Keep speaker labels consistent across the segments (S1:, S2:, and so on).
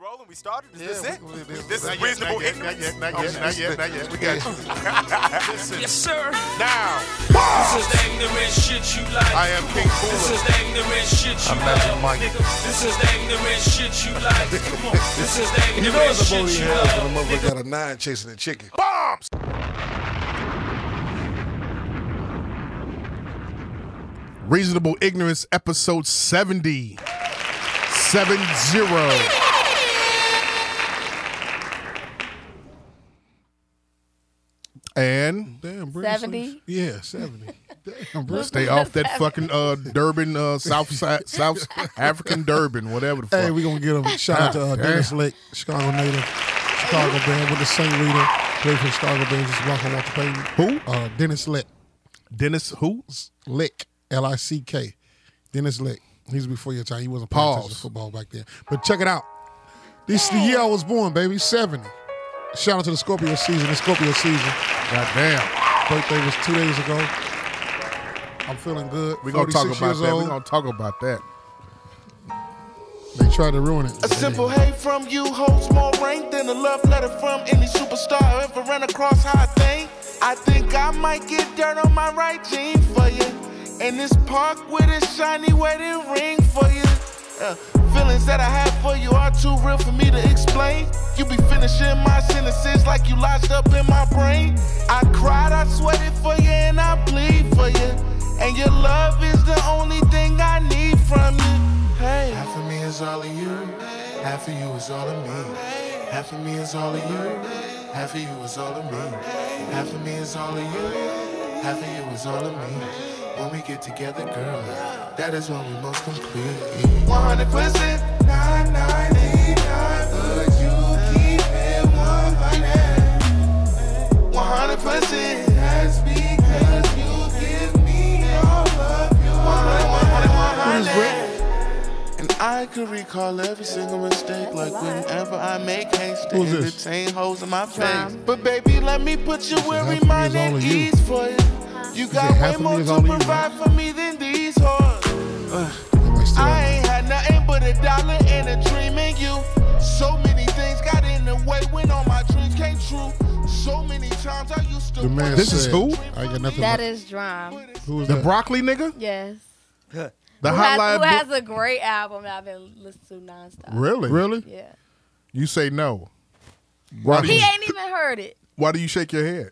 S1: rolling. We started. Is this
S2: Yeah,
S1: it?
S2: we- we- we-
S1: this
S2: not
S1: is
S2: yet,
S1: reasonable
S2: not yet,
S1: ignorance.
S2: Not yet, not yet, not yet. We got you.
S3: Yes, sir.
S2: Now,
S3: This is the ignorant shit you like.
S2: I am King
S3: This is
S2: Cooler.
S3: the ignorant shit you
S2: I'm
S3: like.
S2: Magic Mike.
S3: Nigga, This is the ignorant shit you like. Come on. This is the
S4: You know
S3: ignorant
S4: it's a
S3: shit
S4: booty
S3: you
S4: house
S3: like.
S4: when a motherfucker got a nine chasing a chicken.
S2: Bombs!
S5: Reasonable Ignorance, episode 70. 70. And
S4: Damn, British.
S6: 70?
S4: Yeah, 70. Damn, bro.
S5: stay off that fucking uh, Durban, uh, South Si- South African Durban, whatever the fuck.
S4: Hey, we gonna get him. Shout out to uh,
S5: Damn.
S4: Dennis Lake, Chicago native, Chicago band with the same leader. Played for the Chicago Bears. Just walking off the pavement.
S5: Who?
S4: Uh, Dennis Lick,
S5: Dennis who?
S4: Lick, L I C K. Dennis Lick. He's before your time. He wasn't
S5: Pause.
S4: playing football back then. But check it out. This is the year I was born, baby. Seventy. Shout out to the Scorpio season. The Scorpio season.
S5: Goddamn.
S4: Birthday was two days ago. I'm feeling good.
S5: We're going to talk
S4: 46
S5: about
S4: years
S5: that.
S4: old.
S5: We're going to talk about that.
S4: They tried to ruin it.
S7: A simple hey from you holds more rank than a love letter from any superstar I ever ran across. How I think, I think I might get dirt on my right jean for you, and this park with a shiny wedding ring for you. Uh, feelings that I have for you are too real for me to explain. You be finishing my sentences like you lodged up in my brain. I cried, I sweated for you, and I bleed for you. And your love is the only thing I need from you. Hey.
S8: Half of me is all of you, half of you is all of me. Half of me is all of you, half of you is all of me. Half of me is all of you, half of you is all of me. When we get together, girl, that is when we most complete.
S7: 100% 999, but you keep it 100. 100% that's because you give me all of you. 100, 100, 100.
S8: And I could recall every single mistake, like whenever I make haste to
S4: Who's this?
S8: entertain hoes in my face.
S7: But baby, let me put you where
S4: half of me
S7: remind
S4: is all
S7: and
S4: of you.
S7: ease for you. You got
S4: half
S7: way
S4: of me
S7: more
S4: is
S7: to
S4: all of you, right?
S7: provide for me than these hoes. I ain't had nothing but a dollar and a dream in you. So many things got in the way when all my dreams came true. So many times I used to.
S4: The man
S5: This is
S4: said,
S5: who?
S4: I ain't got nothing.
S6: That
S4: but-
S6: is Drum.
S4: who is
S5: The
S4: that?
S5: broccoli nigga?
S6: Yes.
S5: The
S6: Who
S5: hotline.
S6: has, who
S5: bro-
S6: has a great album that I've been listening to nonstop.
S5: really?
S4: Really?
S6: Yeah.
S5: You say no. Why do
S6: He
S5: you,
S6: ain't even heard it.
S5: why do you shake your head?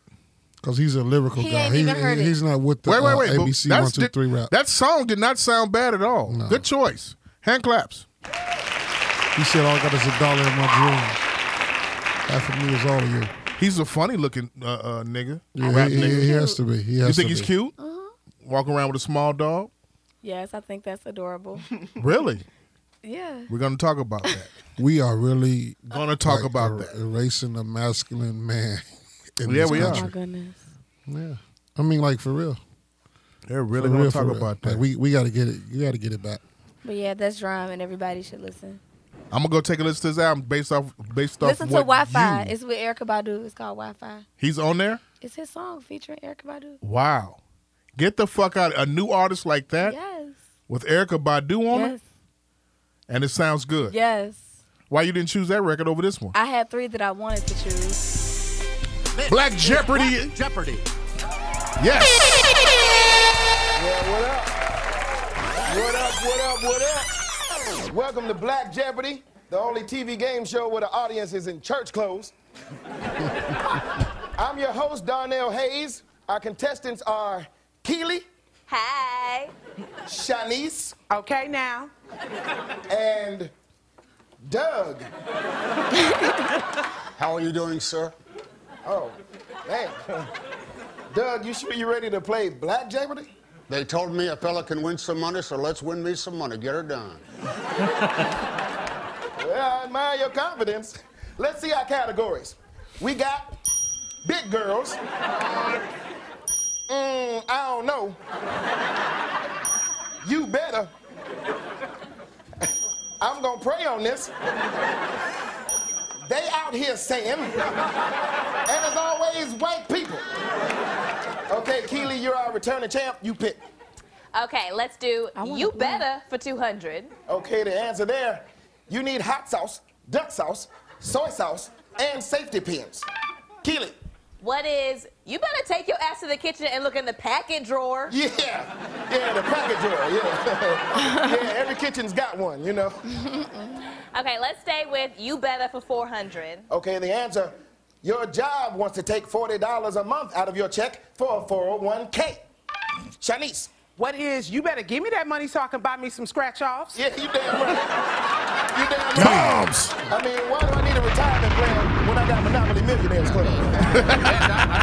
S4: Because he's a lyrical
S6: He
S4: guy.
S6: ain't
S4: he's,
S6: even heard it.
S4: he's not with the
S5: wait, wait,
S4: uh,
S5: wait. but
S4: ABC
S5: that's
S4: one two
S5: di-
S4: three rap.
S5: That song did not sound bad at all. Good choice. Hand claps.
S4: he said, "All I got is a dollar in my dream." Half of me is all of you.
S5: He's a funny looking uh, uh, nigga.
S4: Yeah,
S5: rap
S4: he, he-
S5: nigga.
S4: he has to be. He has
S5: you
S4: to
S5: think he's
S4: be.
S5: cute?
S6: Uh-huh.
S5: Walking around with a small dog?
S6: Yes, I think that's adorable.
S5: Really?
S6: yeah.
S5: We're going to talk about that.
S4: We are really
S5: Going to talk
S4: like,
S5: about
S4: er-
S5: that.
S4: erasing the masculine man. In
S5: Yeah,
S4: this
S5: we are.
S6: Oh my
S4: country.
S6: goodness.
S4: Yeah, I mean, like for real.
S5: They're
S4: For
S5: really
S4: real,
S5: going to
S4: for
S5: talk
S4: real.
S5: about
S4: Like,
S5: that.
S4: we we got to get it. You got to get it back.
S6: But yeah, that's Drum, and everybody should listen.
S5: I'm going to go take a listen to this album based off based off
S6: listen to
S5: what
S6: Wi Fi.
S5: you-
S6: It's with Erica Badu. It's called Wi Fi.
S5: He's on there?
S6: It's his song featuring Erica Badu.
S5: Wow. Get the fuck out. A new artist like that
S6: Yes.
S5: with Erica Badu on
S6: Yes.
S5: it? And it sounds good.
S6: Yes.
S5: Why you didn't choose that record over this one?
S6: I had three that I wanted to choose.
S5: Black Jeopardy. Jeopardy. Yes.
S9: What up, what up, what up? Welcome to Black Jeopardy, the only TV game show where the audience is in church clothes. I'm your host, Darnell Hayes. Our contestants are Keely,
S6: Hi.
S9: Shanice,
S10: Okay, now.
S9: and Doug.
S11: How are you doing, sir?
S9: Oh, man. Doug, you sure you ready to play Black Jeopardy?
S11: They told me a fella can win some money, so let's win me some money. Get her done.
S9: Well, I admire your confidence. Let's see our categories. We got big girls. Mm, I don't know. You better. I'm gonna pray on this. They out here saying, and as always, white people. Okay, Keely, you're our returning champ. You pick.
S10: Okay, let's do
S6: wanna
S10: You
S6: play.
S10: Better for 200.
S9: Okay, the answer there. You need hot sauce. duck sauce, soy sauce, and safety pins. Keely.
S10: What is? You better take your ass to the kitchen and look in the packet drawer.
S9: Yeah, yeah, the packet drawer, yeah. yeah, every kitchen's got one, you know.
S10: Okay, let's stay with you better for 400.
S9: Okay, the answer, your job wants to take $40 a month out of your check for a 401k. Shanice.
S1: What is? You better give me that money so I can buy me some scratch offs.
S9: Yeah, you damn right. You damn right.
S5: Bombs.
S9: I mean, why do I need a retirement plan when I got Monopoly Millionaires Club?
S11: I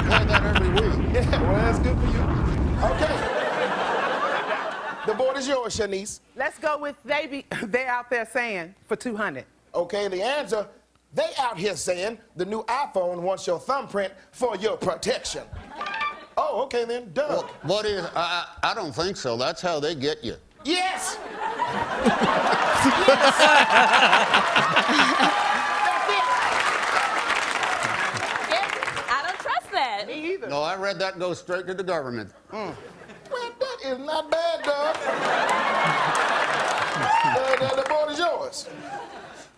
S11: play that every week.
S9: Yeah, well, that's good for you. Okay. The board is yours, Shanice.
S1: Let's go with they be they out there saying for 200.
S9: Okay, the answer, they out here saying the new iPhone wants your thumbprint for your protection. Oh, okay then, Doug.
S11: Well, what is? I, I I don't think so. That's how they get you.
S9: Yes!
S10: Yep, I don't trust that.
S1: Me either.
S11: No, I read that goes straight to the government. Hmm.
S9: Well, that is not bad, Doug. Uh, the, the board is yours.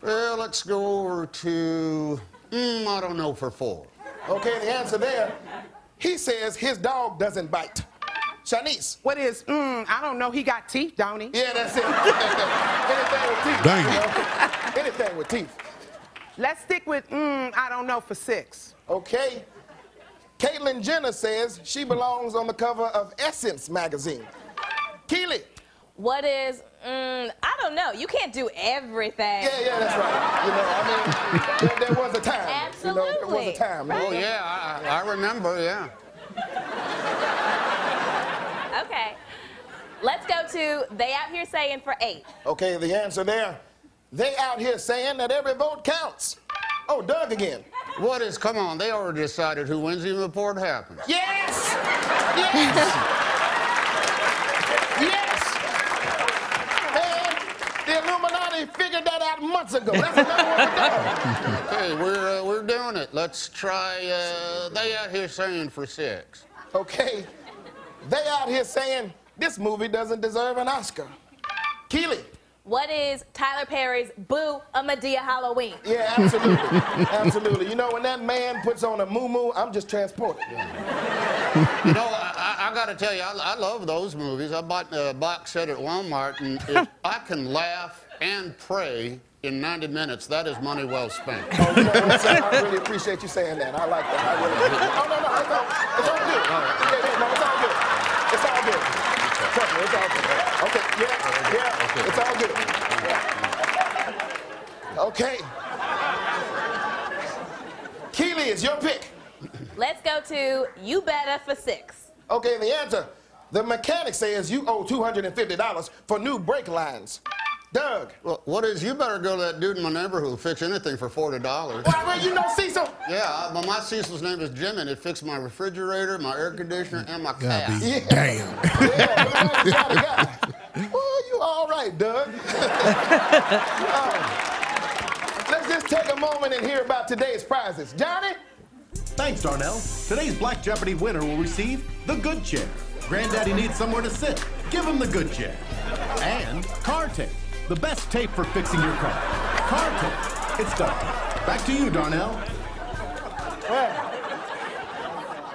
S11: Well, let's go over to. Mm, I don't know for four.
S9: Okay, the answer there, he says his dog doesn't bite. Shanice.
S1: What is? Mm, I don't know. He got teeth, don't he?
S9: Yeah, that's it. Anything with teeth.
S4: Dang.
S9: you know? Anything with teeth.
S1: Let's stick with mm, I don't know for six.
S9: Okay. Caitlyn Jenner says she belongs on the cover of Essence magazine. Keely.
S10: What is? Mm, I don't know. You can't do everything.
S9: Yeah, yeah, that's right. You know, I mean, there, there was a time. You know, there was
S10: Absolutely.
S9: a time.
S10: Right.
S11: Oh yeah, I, I I remember. Yeah.
S10: Okay. Let's go to they out here saying for eight.
S9: Okay, the answer there. They out here saying that every vote counts. Oh, Doug again.
S11: What is? Come on, they already decided who wins, even before it happens.
S9: Yes! Yes! yes! Man, the Illuminati figured that out months ago. That's another one to go.
S11: Hey, we're uh, we're doing it. Let's try. Uh, they out here saying for six.
S9: Okay, they out here saying this movie doesn't deserve an Oscar. Keely.
S10: What is Tyler Perry's Boo a Medea Halloween?
S9: Yeah, absolutely. absolutely. You know, when that man puts on a moo I'm just transported.
S11: You know, I, I- I got to tell you, I, I love those movies. I bought a box set at Walmart, and if I can laugh and pray in 90 minutes, that is money well spent.
S9: Oh, you know what I'm saying? I really appreciate you saying that. I like that. I really appreciate it. Oh, no, no, it's all, it's all good. Yeah, yeah, no, it's all good. It's all good. Trust me, it's all good. Okay, yeah, yeah, it's all good. Okay. Keely, it's your pick.
S10: Let's go to you better for six.
S9: Okay, the answer. The mechanic says you owe $250 for new brake lines. Doug.
S11: Well, what is? You better go to that dude in my neighborhood who fix anything for forty dollars.
S9: Why, well, you know Cecil?
S11: Yeah, but my Cecil's name is Jim, and it fixed my refrigerator, my air conditioner, and my cat.
S4: God be
S9: Yeah.
S4: damn.
S9: Yeah, look at that guy. Well, you all right, Doug. Um, let's just take a moment and hear about today's prizes. Johnny?
S12: Thanks, Darnell. Today's Black Jeopardy winner will receive the good chair. Granddaddy needs somewhere to sit. Give him the good chair. And car tape, the best tape for fixing your car. Car tape. It's done. Back to you, Darnell.
S9: Well,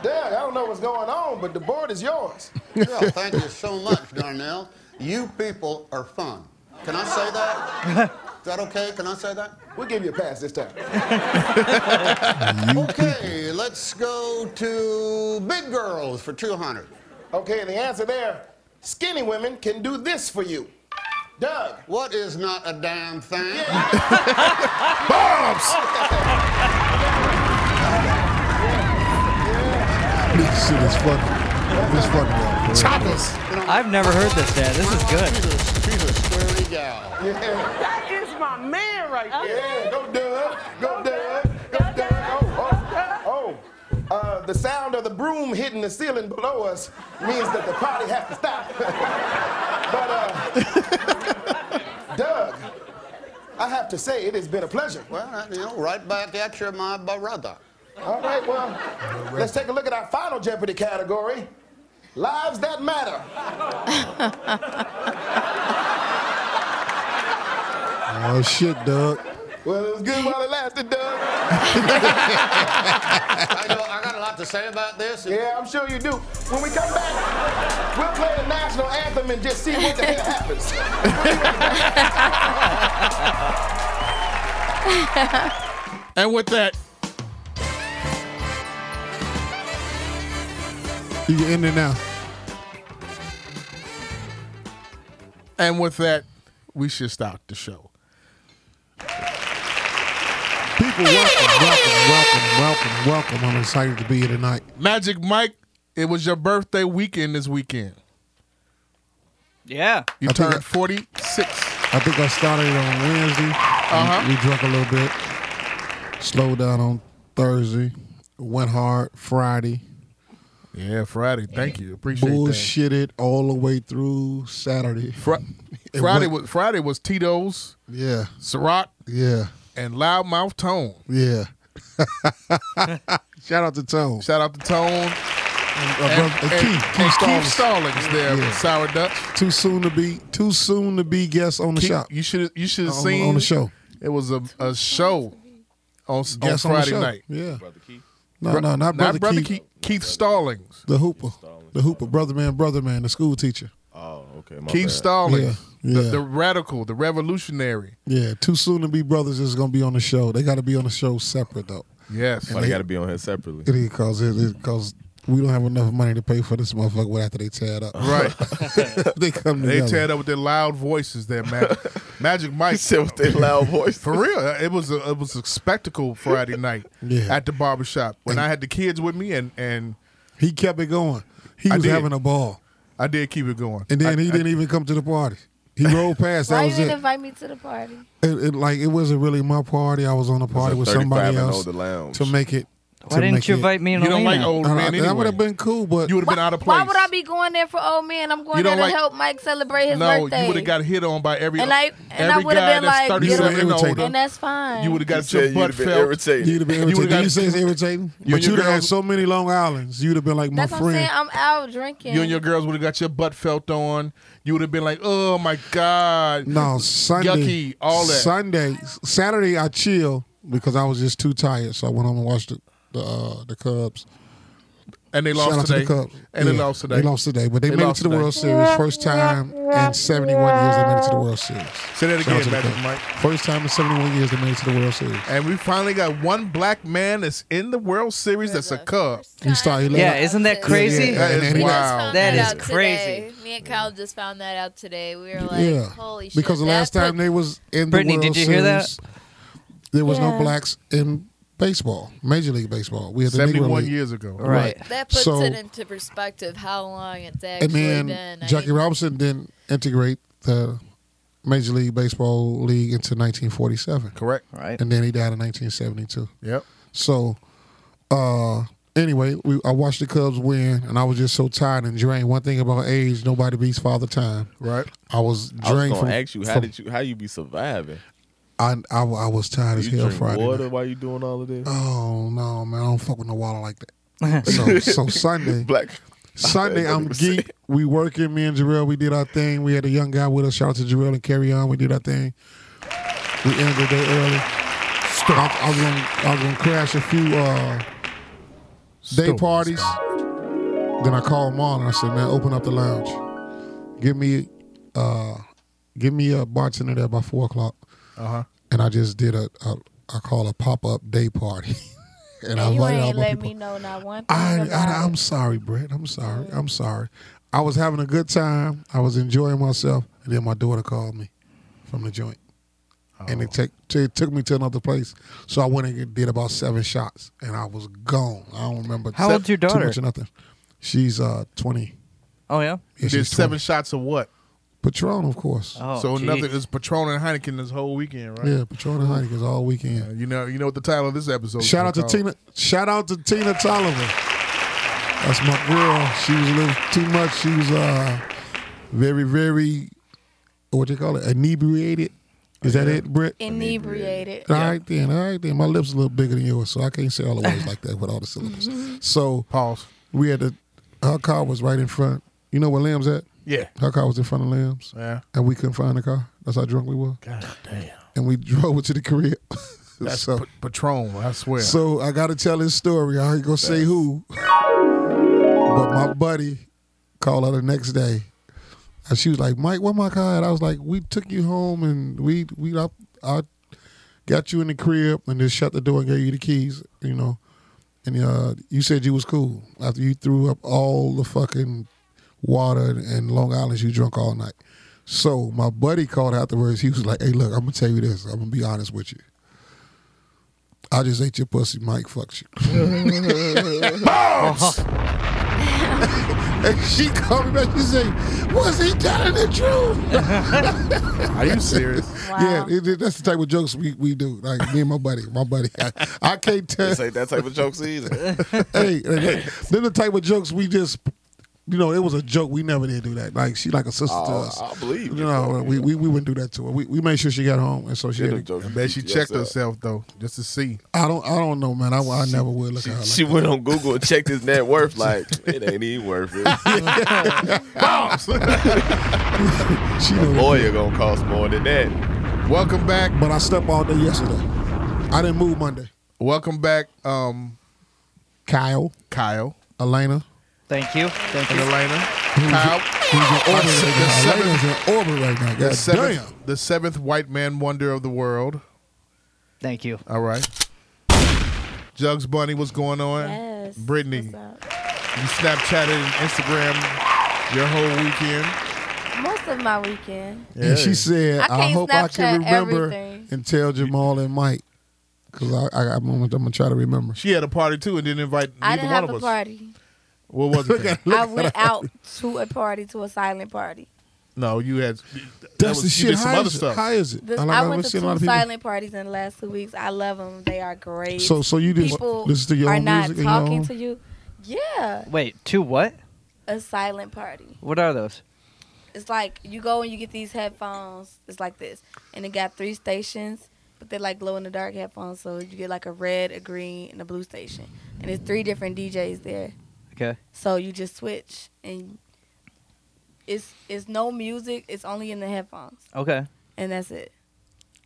S9: Doug, I don't know what's going on, but the board is yours.
S11: Well, thank you so much, Darnell. You people are fun. Can I say that? Is that okay? Can I say that?
S9: We'll give you a pass this time.
S11: Okay, let's go to big girls for 200.
S9: Okay, the answer there skinny women can do this for you. Doug.
S11: What is not a damn thing?
S4: Bombs. This shit is fucking. This fucking up. for real.
S5: Choppers.
S13: I've never heard this, Dad. This is good.
S11: She's a, she's a sturdy gal.
S9: Yeah,
S1: That is my man right there.
S9: yeah, go Doug, go Doug, go Doug. Oh, oh, oh. Uh, the sound of the broom hitting the ceiling below us means that the party has to stop. but, uh, Doug, I have to say it has been a pleasure.
S11: Well, you know, right back at you, my brother.
S9: All right, well, let's take a look at our final Jeopardy category Lives That Matter.
S4: Oh shit, Doug.
S9: Well, it was good while it lasted, Doug.
S11: I, know, I got a lot to say about this.
S9: Yeah, I'm sure you do. When we come back, we'll play the national anthem and just see what the hell happens.
S5: And with that,
S4: You can end it now.
S5: and with that, we should start the show.
S4: People, welcome, welcome, welcome, welcome, welcome. I'm excited to be here tonight.
S5: Magic Mike, it was your birthday weekend this weekend.
S13: Yeah.
S5: You
S4: I think
S5: turned
S4: I-
S5: 46.
S4: I think I started on Wednesday.
S5: Uh-huh.
S4: We, we drunk a little bit. Slowed down on Thursday. Went hard Friday.
S5: Yeah, Friday. Thank you. Appreciate that.
S4: Bullshitted all the way through Saturday.
S5: Fri-
S4: It
S5: Friday
S4: went-
S5: was Friday was Tito's,
S4: Yeah,
S5: Ciroc,
S4: yeah,
S5: and Loudmouth Tone.
S4: yeah. Shout out to Tone.
S5: Shout out to Tone
S4: Uh,
S5: and,
S4: brother-
S5: and-
S4: Keith, Keith
S5: and
S4: Stallings.
S5: Keith Stallings there,
S4: Yeah.
S5: Sour Dutch.
S4: Too soon to be too soon to be guest on the
S5: Keith,
S4: shop.
S5: You should you should have
S4: On-
S5: seen
S4: on the show.
S5: It was a, a show on, s- on
S4: Guest on the
S5: Friday
S4: show.
S5: night.
S4: Yeah.
S14: Brother Keith.
S4: No, no, not brother, Keith,
S5: Keith. Keith Stallings.
S4: The hooper, the hooper, brother man, brother man, the school teacher.
S14: Oh, okay. My
S5: Keith
S14: bad.
S5: Stallings.
S4: Yeah,
S5: The,
S4: yeah.
S5: the radical, the revolutionary.
S4: Yeah, too soon to be brothers is gonna be on the show. They got to be on the show separate though.
S5: Yes.
S14: Why they got to be on here separately?
S4: It is cause it is cause we don't have enough money to pay for this motherfucker after they tear it up.
S5: Right.
S4: they come
S5: They
S4: together.
S5: tear it up with their loud voices there, Magic, Magic Mike.
S14: said with their loud voice.
S5: For real. It was a it was a spectacle Friday night
S4: Yeah.
S5: at the barbershop. When I had the kids with me and and
S4: He kept it going. He
S5: I
S4: was
S5: did.
S4: having a ball,
S5: I did keep it going.
S4: and then
S5: I-
S4: he
S5: I-
S4: didn't even come to the party. He rolled past.
S6: Why
S4: that
S6: you
S4: was
S6: didn't
S4: it.
S6: invite me to the party?
S4: it, it. Like it wasn't really my party. I was on a party
S14: a
S4: with somebody
S14: 35 and
S4: else
S14: older lounge.
S4: to make it.
S13: Why
S4: to
S13: didn't
S4: make
S13: you
S4: it-
S13: invite me and
S5: You don't
S13: Elena?
S5: like old
S4: I-
S5: man
S4: That would
S5: anyway.
S4: have been cool, but
S5: You would have been out of place.
S6: Why would I be going there for old men? I'm going
S5: You don't
S6: there to
S5: like-
S6: help Mike celebrate his
S5: no,
S6: birthday.
S5: you would have got hit on by every
S6: And I- and I
S5: every
S6: would've
S5: guy
S6: been
S5: that's
S6: like,
S5: thirty
S4: You
S5: seven
S4: would've
S5: and
S4: irritated.
S5: older.
S6: and that's fine.
S5: You would have
S14: You
S5: got
S14: said
S5: your
S14: you'd
S5: butt
S14: have been
S5: felt.
S14: irritated.
S4: You'd have been
S5: You would've
S4: irritated. Did
S5: got-
S4: you say it's irritating?
S5: You and
S4: but
S5: your
S4: you'd have had
S5: girls-
S4: so many Long Islands. You'd have been like my
S6: That's what I'm saying.
S4: friend.
S6: I'm out drinking.
S5: You and your girls would have got your butt felt on. You would have been like, oh my god.
S4: No, Sunday.
S5: Yucky, all that.
S4: Sunday, Saturday, I chill because I was just too tired, so I went home and watched the the, uh, the Cubs.
S5: And they
S4: Shout out
S5: lost
S4: to
S5: today.
S4: the Cubs.
S5: And they
S4: Yeah,
S5: lost today.
S4: They lost today, but they,
S5: They
S4: made it
S5: lost
S4: to the
S5: today.
S4: World Series first time in 71 years. They made it to the World Series.
S5: Say
S4: Shout
S5: that
S4: out
S5: again,
S4: to the
S5: Magic
S4: Cubs.
S5: Mike.
S4: First time in 71 years they made it to the World Series.
S5: And we finally got one black man that's in the World Series that's a Cub.
S4: He started.
S13: Yeah, isn't that crazy?
S4: Yeah,
S5: That
S4: and- and
S5: is
S4: he-
S5: wow.
S13: That
S15: found
S13: is
S15: out
S13: crazy.
S15: Today. Me and Kyle just found that out today. We were like,
S4: Yeah,
S15: holy shit.
S4: because the
S15: that
S4: last
S15: put-
S4: time they was in
S13: Brittany,
S4: the World
S13: did you hear that?
S4: Series, there was
S6: Yeah.
S4: no blacks in baseball, Major League Baseball. We had the Negro
S5: Seventy one
S4: League.
S5: years ago.
S13: Right.
S15: That puts
S4: So-
S15: it into perspective how long it's
S4: and
S15: actually
S4: then
S15: been. I
S4: Jackie
S15: mean,
S4: Robinson didn't integrate the Major League Baseball League until 1947,
S5: Correct.
S13: Right.
S4: and then he died in 1972.
S5: Yep.
S4: So, uh, anyway, we, I watched the Cubs win, and I was just so tired and drained. One thing about age, nobody beats Father Time.
S5: Right.
S4: I was
S14: I was
S4: drained
S14: gonna
S4: from.
S14: ask you how
S4: from-
S14: did you how you be surviving?
S4: I, I, I was tired as
S14: you
S4: hell
S14: drink
S4: Friday.
S14: water
S4: night.
S14: while you doing all of this?
S4: Oh no, man! I don't fuck with no water like that. so, so Sunday,
S14: Black.
S4: Sunday,
S14: I
S4: I'm
S14: was gonna
S4: geek. We working. Me and Jarrell, we did our thing. We had a young guy with us. Shout out to Jarrell and Carry On. We did our thing. We ended the day early. I, I was gonna, I was gonna crash a few uh, day
S5: Stupid.
S4: parties. Then I called Marlon. I said, "Man, open up the lounge. Give me, uh, give me a bartender there by four o'clock."
S5: Uh huh.
S4: And I just did a, a I call a pop up day party. and I
S6: And you
S4: invited all
S6: ain't
S4: my
S6: let
S4: people.
S6: me know not one thing.
S4: I,
S6: about
S4: I
S6: it.
S4: I'm sorry, Brett. I'm sorry. I'm sorry. I was having a good time. I was enjoying myself, and then my daughter called me from the joint, and
S13: Oh.
S4: it took it took me to another place. So I went and did about seven shots, and I was gone. I don't remember.
S13: How old's your
S4: Too
S13: daughter?
S4: much or nothing. She's uh 20.
S13: Oh, yeah?
S4: Yeah,
S5: Did
S4: she's
S5: seven
S4: 20.
S5: shots of what?
S4: Patron, of course.
S13: Oh,
S5: so
S13: gee.
S5: another is Patron and Heineken this whole weekend, right?
S4: Yeah, Patron and Heineken's all weekend.
S5: You know, you know what the title of this episode. is
S4: Shout out to
S5: called.
S4: Tina. Shout out to Tina Tolliver. That's my girl. She was a little too much. She was uh very, very what they call it, inebriated. Is that it, Britt?
S6: inebriated.
S4: All right then. All right then. My lips a little bigger than yours, so I can't say all the words like that with all the syllables. So
S5: Pause.
S4: we had to. Her car was right in front. You know where Lamb's at?
S5: Yeah.
S4: Her car was in front of Lamb's,
S5: Yeah.
S4: and we couldn't find the car. That's how drunk we were.
S5: God damn.
S4: And and we drove it to the crib.
S5: That's
S4: so,
S5: Pat- Patron, I swear.
S4: so I got to tell his story. I ain't gonna say who, but my buddy called her the next day, and she was like, "Mike, where my car?" at?" I was like, "We took you home, and we we I, I got you in the crib, and just shut the door and gave you the keys, you know." And uh, you said you was cool after you threw up all the fucking water and Long Island you drunk all night. So my buddy called afterwards. He was like, "Hey, look, I'm gonna tell you this. I'm gonna be honest with you. I just ate your pussy. Mike fucked you."
S8: Bombs!
S4: and she called me back. She said, "Was he telling the truth?"
S5: Are you serious?
S4: Yeah, it, it- that's the type of jokes we, we do. Like me and my buddy, my buddy. I, I can't tell.
S14: This ain't that type of jokes either.
S4: hey, and they- they're the type of jokes we just, you know, it was a joke. We never did do that. Like she like a sister to
S14: Oh,
S4: us.
S14: I believe
S4: You know, we, we we wouldn't do that to her. We, we made sure she got home, and so she. Had to,
S5: I bet she checked herself though, just to see.
S4: I don't I don't know, man. I, I never would look at her. Like
S14: She went on Google and checked his net worth. Like it ain't even worth it.
S5: Bombs!
S14: a lawyer gonna cost more than that.
S5: Welcome back.
S4: But I slept all day yesterday. I didn't move Monday.
S5: Welcome back, um,
S4: Kyle.
S5: Kyle.
S4: Elena.
S13: Thank you. Thank
S5: you. Elena.
S4: Who's-
S5: Kyle.
S4: who's in orbit
S5: The
S4: right now.
S5: seventh-
S4: Elena's in orbit right now.
S5: The
S4: God
S5: seventh, the seventh white man wonder of the world.
S13: Thank you.
S5: All right. Jugs Bunny, what's going on?
S6: Yes.
S5: Brittany, you Snapchatted and Instagram your whole weekend.
S6: Most of my weekend.
S4: And she said,
S6: I
S4: I,
S6: can't
S4: hope I can
S6: Snapchat
S4: remember
S6: everything."
S4: and tell Jamal and Mike. Because I, I, I'm, gonna- I'm going to try to remember.
S5: She had a party too and didn't invite
S6: I
S5: neither
S6: didn't
S5: one
S6: have
S5: of
S6: a
S5: us.
S6: party.
S5: What was it? then?
S6: I went out to a party, to a silent party.
S5: No, you had. that
S4: That's
S5: was-
S4: the
S5: you
S4: shit.
S5: Did some
S4: How
S5: other
S4: is it?
S5: stuff.
S4: How is it?
S6: The-
S4: I like-
S6: I
S4: I
S6: went
S4: was
S6: to
S4: seeing
S6: two
S4: a lot of people-
S6: silent parties in the last two weeks. I love them. They are great.
S4: So- so you just
S6: People
S4: listen to your
S6: are
S4: own
S6: not
S4: music and your
S6: talking
S4: own-
S6: to you. Yeah,
S13: Wait, two what?
S6: a silent party.
S13: What are those?
S6: It's like you go and you get these headphones. It's like this, and it got three stations, but they're like glow in the dark headphones. So you get like a red, a green, and a blue station, and it's three different DJs there.
S13: Okay.
S6: So you just switch, and it's it's no music. It's only in the headphones,
S13: Okay.
S6: and that's it.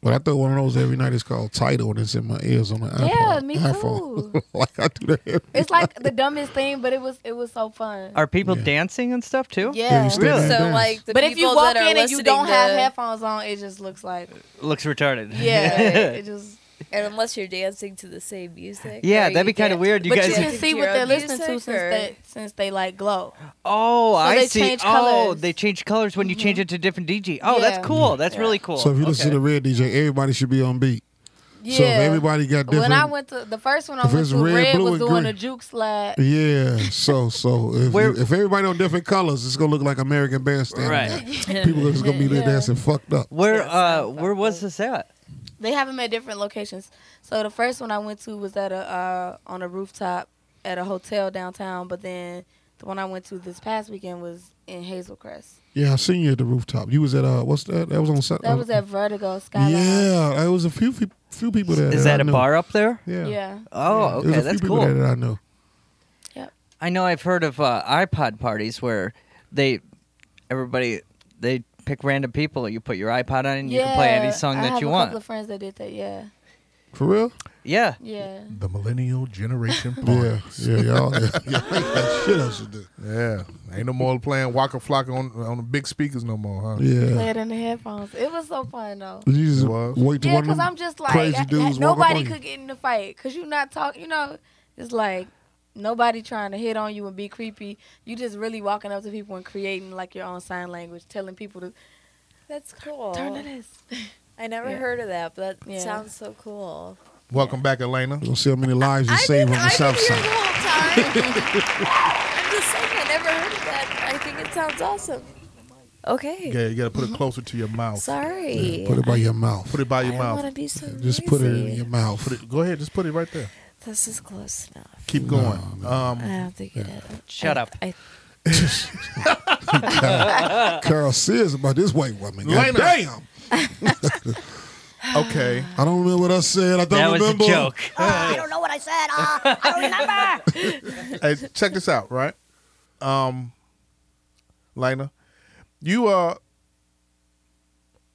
S4: Well, I throw one of those every night. It's called Title, and it's in my ears on the
S6: Yeah,
S4: iPhone.
S6: me
S4: iPhone. like I do that.
S6: It's like the dumbest thing, but it was it was so fun.
S13: Are people dancing and stuff too?
S6: Yeah.
S13: really?
S15: So like, the
S6: but if you
S15: people
S6: walk
S15: that are
S6: in and you
S15: listening
S6: don't
S15: to,
S6: have headphones on, it just looks like
S13: looks retarded.
S6: yeah, it, it just.
S15: and unless you're dancing to the same music,
S13: Yeah,
S15: or
S13: that'd be
S15: you
S13: kinda
S15: dan-
S13: weird. You
S6: but
S13: guys-
S6: you can see
S15: Your
S6: what they're
S15: own
S6: listening to
S15: music,
S6: since
S15: or-
S6: they since they like glow.
S13: Oh,
S6: So
S13: I
S6: they
S13: see.
S6: change
S13: oh,
S6: colors. Mm-hmm.
S13: they change colors when you change it to different DJ. Oh, that's
S6: Yeah.
S13: cool. That's really cool.
S4: So if you listen to the red DJ, everybody should be on beat. So if everybody got different.
S6: When I went to the first one, I
S4: if
S6: went
S4: it's
S6: to
S4: red,
S6: red,
S4: blue,
S6: was
S4: and
S6: doing
S4: green.
S6: a juke slide.
S4: yeah, so so if, you- if everybody on different colors, it's gonna look like American Bandstand.
S13: Right.
S4: People are just gonna be there dancing fucked up.
S13: Where uh where was this at?
S6: They have them at different locations. So the first one I went to was at a uh, on a rooftop at a hotel downtown. But then the one I went to this past weekend was in Hazel Crest.
S4: Yeah, I seen you at the rooftop. You was at uh, what's that? That was on. Sat-
S6: That was at Vertigo Skyline.
S4: Yeah, it was a few fe- few people there.
S13: Is that
S4: I
S13: a
S4: knew.
S13: bar up there?
S4: Yeah.
S6: Yeah.
S13: Oh,
S4: It was
S13: okay,
S4: a few
S13: that's
S4: people
S13: cool.
S4: there that I know.
S13: I know I've heard of uh, iPod parties where they everybody they pick random people. You put your iPod on and you can play any song
S6: I
S13: that
S6: have
S13: you
S6: a
S13: want.
S6: couple of friends that did that. Yeah.
S4: For real?
S13: Yeah.
S6: Yeah.
S5: The millennial generation.
S4: Yeah,
S5: parties.
S4: yeah, y'all. y'all like that shit I should do.
S5: Yeah, ain't no more playing Waka Flocka on on the big speakers no more, huh?
S4: Yeah.
S6: Play it in the headphones. It was so fun though.
S4: You just wait to
S6: Yeah,
S4: one of
S6: because
S4: them
S6: I'm just like
S4: crazy
S6: I- I-
S4: dudes walk up
S6: nobody
S4: on you.
S6: could get in the fight because you're not talking. You know, it's like nobody trying to hit on you and be creepy. You just really walking up to people and creating like your own sign language, telling people to
S15: That's cool.
S6: turn to this.
S15: I never
S6: Yeah.
S15: heard of that, but that
S6: Yeah.
S15: sounds so cool.
S5: Welcome back, Elena.
S4: We'll see how many lives you save on the south side.
S15: I'm just saying, I never heard of that. I think it sounds awesome. Okay.
S5: Yeah, you gotta put it closer to your mouth.
S15: Sorry.
S4: Put it by your mouth.
S5: Put it by your
S15: I
S5: mouth.
S15: want to be so
S4: Just put it in
S15: noisy.
S4: your mouth.
S5: Put it. Go ahead. Just put it right there.
S15: This is close enough.
S5: Keep going. Um,
S15: I don't think it is.
S13: Shut
S15: I-
S13: up.
S15: I,
S4: Carol, Carol serious about this white woman. God
S5: Elena.
S4: damn.
S5: okay.
S4: I don't remember what I said. I don't
S5: That was a
S4: remember.
S5: joke.
S16: I don't know what I said. Uh, I don't remember.
S5: hey, check this out, right? Um, Lena, you uh,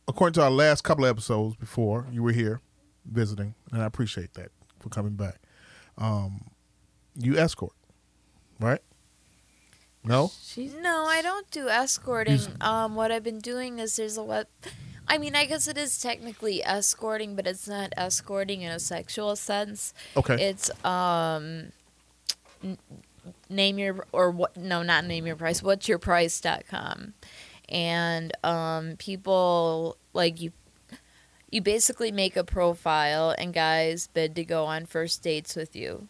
S5: according to our last couple of episodes before you were here visiting, and I appreciate that for coming back. Um, you escort, right? No,
S15: no, I don't do escorting. Um, what I've been doing is there's a web. I mean, I guess it is technically escorting, but it's not escorting in a sexual sense.
S5: Okay.
S15: It's um, n- name your or what? No, not name your price. What's your price dot com, and um, people like you. You basically make a profile, and guys bid to go on first dates with you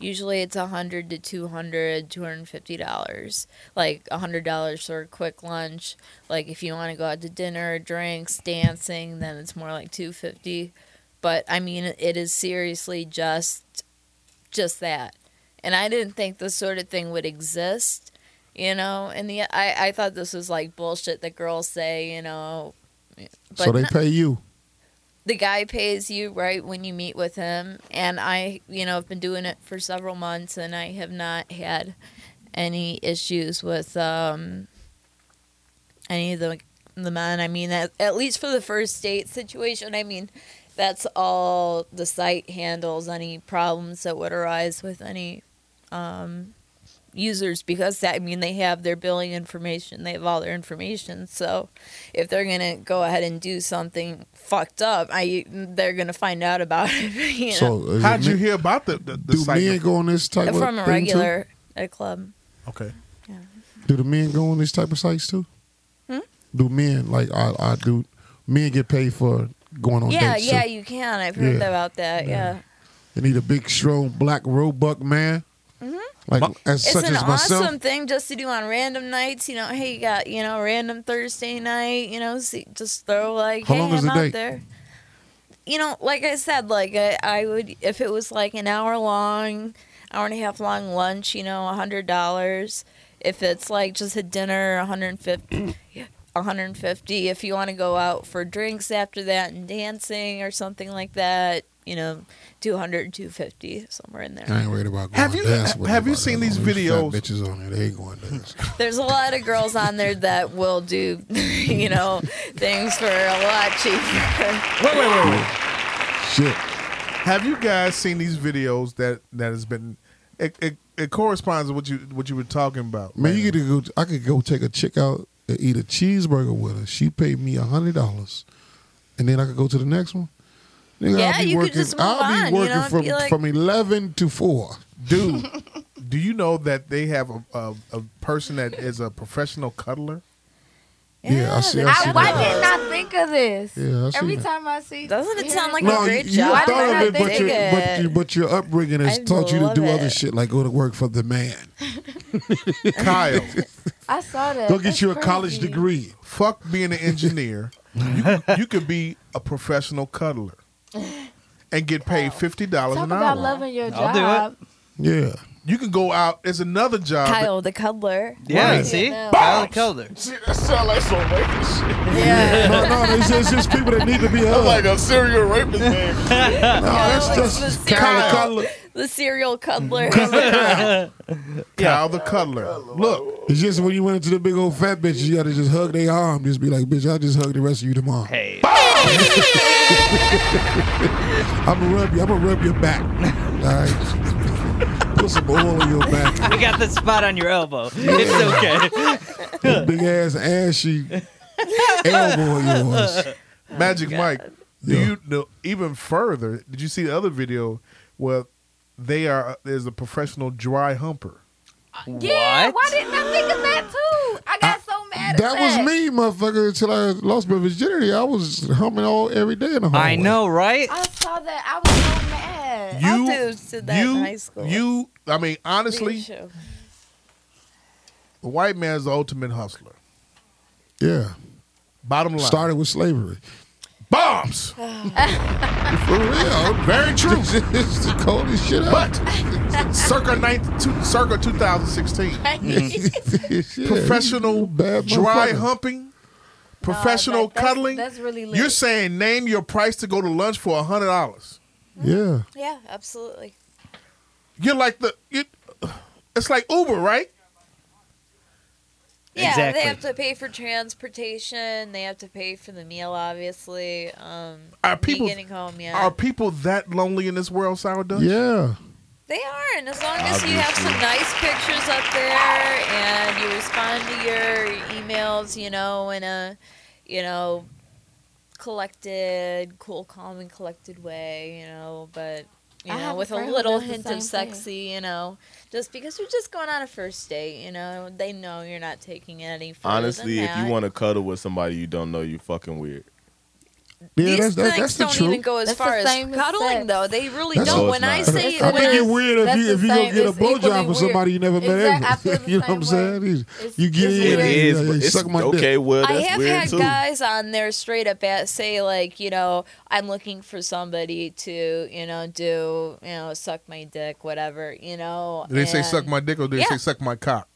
S15: usually it's 100 to 200 250 dollars like 100 dollars for a quick lunch like if you want to go out to dinner drinks dancing then it's more like 250 but i mean it is seriously just just that and i didn't think this sort of thing would exist you know and the i, I thought this was like bullshit that girls say you know but
S4: so they
S15: no-
S4: pay you.
S15: the guy pays you right when you meet with him and i you know have been doing it for several months and i have not had any issues with um any of the the men i mean at, at least for the first date situation i mean that's all the site handles any problems that would arise with any um users because that, I mean they have their billing information, they have all their information. So if they're gonna go ahead and do something fucked up, I they're gonna find out about it. You know?
S4: So uh, is
S5: How'd
S4: it
S5: you
S4: me-
S5: hear about the the, the
S4: do
S5: site?
S4: men go on this type of
S15: from a
S4: thing
S15: regular at a club.
S5: Okay.
S4: Too? Do the men go on these type of sites too?
S15: Hmm?
S4: Do men like I, I do? Men get paid for going on
S15: yeah,
S4: dates.
S15: yeah,
S4: too.
S15: you can. I've heard
S4: Oh, Yeah.
S15: about that. Yeah.
S4: They need a big, strong, black, roebuck man.
S15: Mhm.
S4: Like as
S15: It's
S4: such
S15: an
S4: as myself.
S15: awesome thing just to do on random nights. You know, hey, you got you know random Thursday night. You know, see, just throw like,
S4: How
S15: hey,
S4: long
S15: I'm
S4: is the
S15: out
S4: date?
S15: there. You know, like I said, like I, I would if it was like an hour long, hour and a half long lunch. You know, a hundred dollars. If it's like just a dinner, a hundred and fifty. 150 if you want to go out for drinks after that and dancing or something like that you know 200 250 somewhere in there
S4: I ain't worried about going
S5: Have you-
S4: dancing with
S5: have you
S4: nobody.
S5: seen these
S4: All fat
S5: videos?
S4: Bitches on there, they ain't going dancing.
S15: There's a lot of girls on there that will do, you know, things for a lot cheaper.
S5: Wait,
S4: Uh,
S5: wait, wait, wait.
S4: Shit.
S5: Have you guys seen these videos that that has been? It, it, it corresponds to what you what you were talking about.
S4: Man, you could go. I could go take a chick out and eat a cheeseburger with her. She paid me a hundred dollars, and then I could go to the next one. Nigga,
S15: Yeah,
S4: I'll be
S15: you could
S4: working,
S15: just move
S4: I'll
S15: on,
S4: be
S15: you
S4: working
S15: know,
S4: from
S15: be like-
S4: from eleven to four.
S5: Dude, do you know that they have a, a, a person that is a professional cuddler?
S4: Yeah, I see. I see
S6: I, why
S4: that.
S6: didn't I think of this?
S4: Yeah, I see
S6: Every
S4: that.
S6: time I see,
S15: doesn't it sound like
S4: no,
S15: a
S4: you,
S15: great
S4: you
S15: job?
S4: thought of
S15: I
S4: it,
S15: don't
S4: but,
S15: think
S4: your, but, you, but your upbringing has
S15: I
S4: taught you to
S15: love
S4: do other
S15: it.
S4: shit like go to work for the man.
S5: Kyle,
S6: I saw that.
S4: Go get you a
S6: That's
S4: college
S6: crazy.
S4: degree.
S5: fuck being an engineer. you, you could be a professional cuddler and get paid fifty dollars
S6: Talk
S5: an
S6: about
S5: hour.
S6: loving your
S5: I'll
S6: job.
S5: do it.
S4: Yeah.
S5: You can go out. It's another job. that-
S15: Kyle the cuddler.
S5: Yeah, Right.
S13: see?
S15: No.
S13: Kyle the cuddler.
S14: See, that sound like some rapist shit.
S4: no, no, it's just, it's just people that need to be
S14: That's
S4: hugged.
S14: like a serial rapist name.
S4: no, that's
S15: Alex the
S4: just
S15: serial-
S4: Kyle Cutler.
S15: The serial cuddler.
S5: Kyle the cuddler. Look,
S4: It's just when you went into the big old fat bitches, you gotta just hug their arm. Just be like, bitch, I'll just hug the rest of you tomorrow. Hey. I'm gonna rub you. I'm gonna rub your back. All right. Put some oil on your back.
S13: We got the spot on your elbow. It's okay.
S4: That big ass ashy elbow of yours.
S5: Magic Mike. Do you know even further? Did you see the other video where they are uh, there's a professional dry humper?
S6: Yeah,
S13: What?
S6: why didn't I think of that too? I got so mad. at
S4: That was me, motherfucker, until I lost my virginity. I was humming all every day in the hallway.
S13: I know, right?
S6: I saw that. I was so mad.
S5: You
S15: dudes did that in
S5: you,
S15: high school.
S5: You I mean honestly, the white man's the ultimate hustler.
S4: Yeah.
S5: Bottom line.
S4: Started with slavery.
S5: bombs.
S4: For real.
S5: Very true.
S4: it's the coldest shit out.
S5: But circa nine, two, circa 2016. Professional
S4: Mm. Bad
S5: dry
S4: motherfucker.
S15: Oh,
S5: humping, professional
S6: that- that's-
S5: cuddling.
S6: that's really lit.
S5: You're saying name your price to go to lunch for hundred dollars.
S4: Yeah.
S15: yeah, absolutely.
S5: You're like the you. It's like Uber, right?
S15: Yeah,
S13: exactly.
S15: they have to pay for transportation. They have to pay for the meal, obviously. Um,
S5: Are
S15: me
S5: people
S15: getting home? Yeah,
S5: Are people that lonely in this world, Sour Dutch?
S4: Yeah.
S15: they are. And as long as you have some nice pictures up there and you respond to your emails, you know, in a, you know, collected, cool, calm, and collected way, you know, but you
S6: I have
S15: know,
S6: a
S15: with a
S6: friend who
S15: little
S6: does the
S15: hint
S6: same
S15: of
S6: thing.
S15: sexy, you know. Just because you're just going on a first date, you know, they know you're not taking it any further. than
S14: Honestly, if you
S15: that.
S14: want to cuddle with somebody you don't know, you fucking weird.
S15: These things don't even go as
S6: That's the
S15: far as
S6: same as
S15: cuddling,
S6: sex.
S15: though. They really
S4: That's
S15: don't.
S14: all
S15: When
S14: it's
S15: I
S14: not.
S15: say,
S4: I
S15: when
S4: think
S15: I-
S4: it's weird if
S15: that's
S4: you
S15: the
S4: if you go get
S15: same-
S4: a
S15: it's equally
S4: blowjob from
S15: weird.
S4: somebody you never met.
S15: Exact- I
S4: ever.
S15: feel the
S4: you know what I'm
S15: same
S4: saying? You- you get in,
S14: It
S4: yeah,
S14: is,
S4: yeah,
S14: but
S4: you
S14: it's
S4: suck my dick.
S14: okay. Well,
S15: I
S14: that's
S15: have
S14: weird
S15: had
S14: too.
S15: guys on there straight up at say like, you know, I'm looking for somebody to, you know, do, you know, suck my dick, whatever, you know.
S5: Do they say
S15: and-
S5: suck my dick or do they
S15: Yeah.
S5: say suck my cock?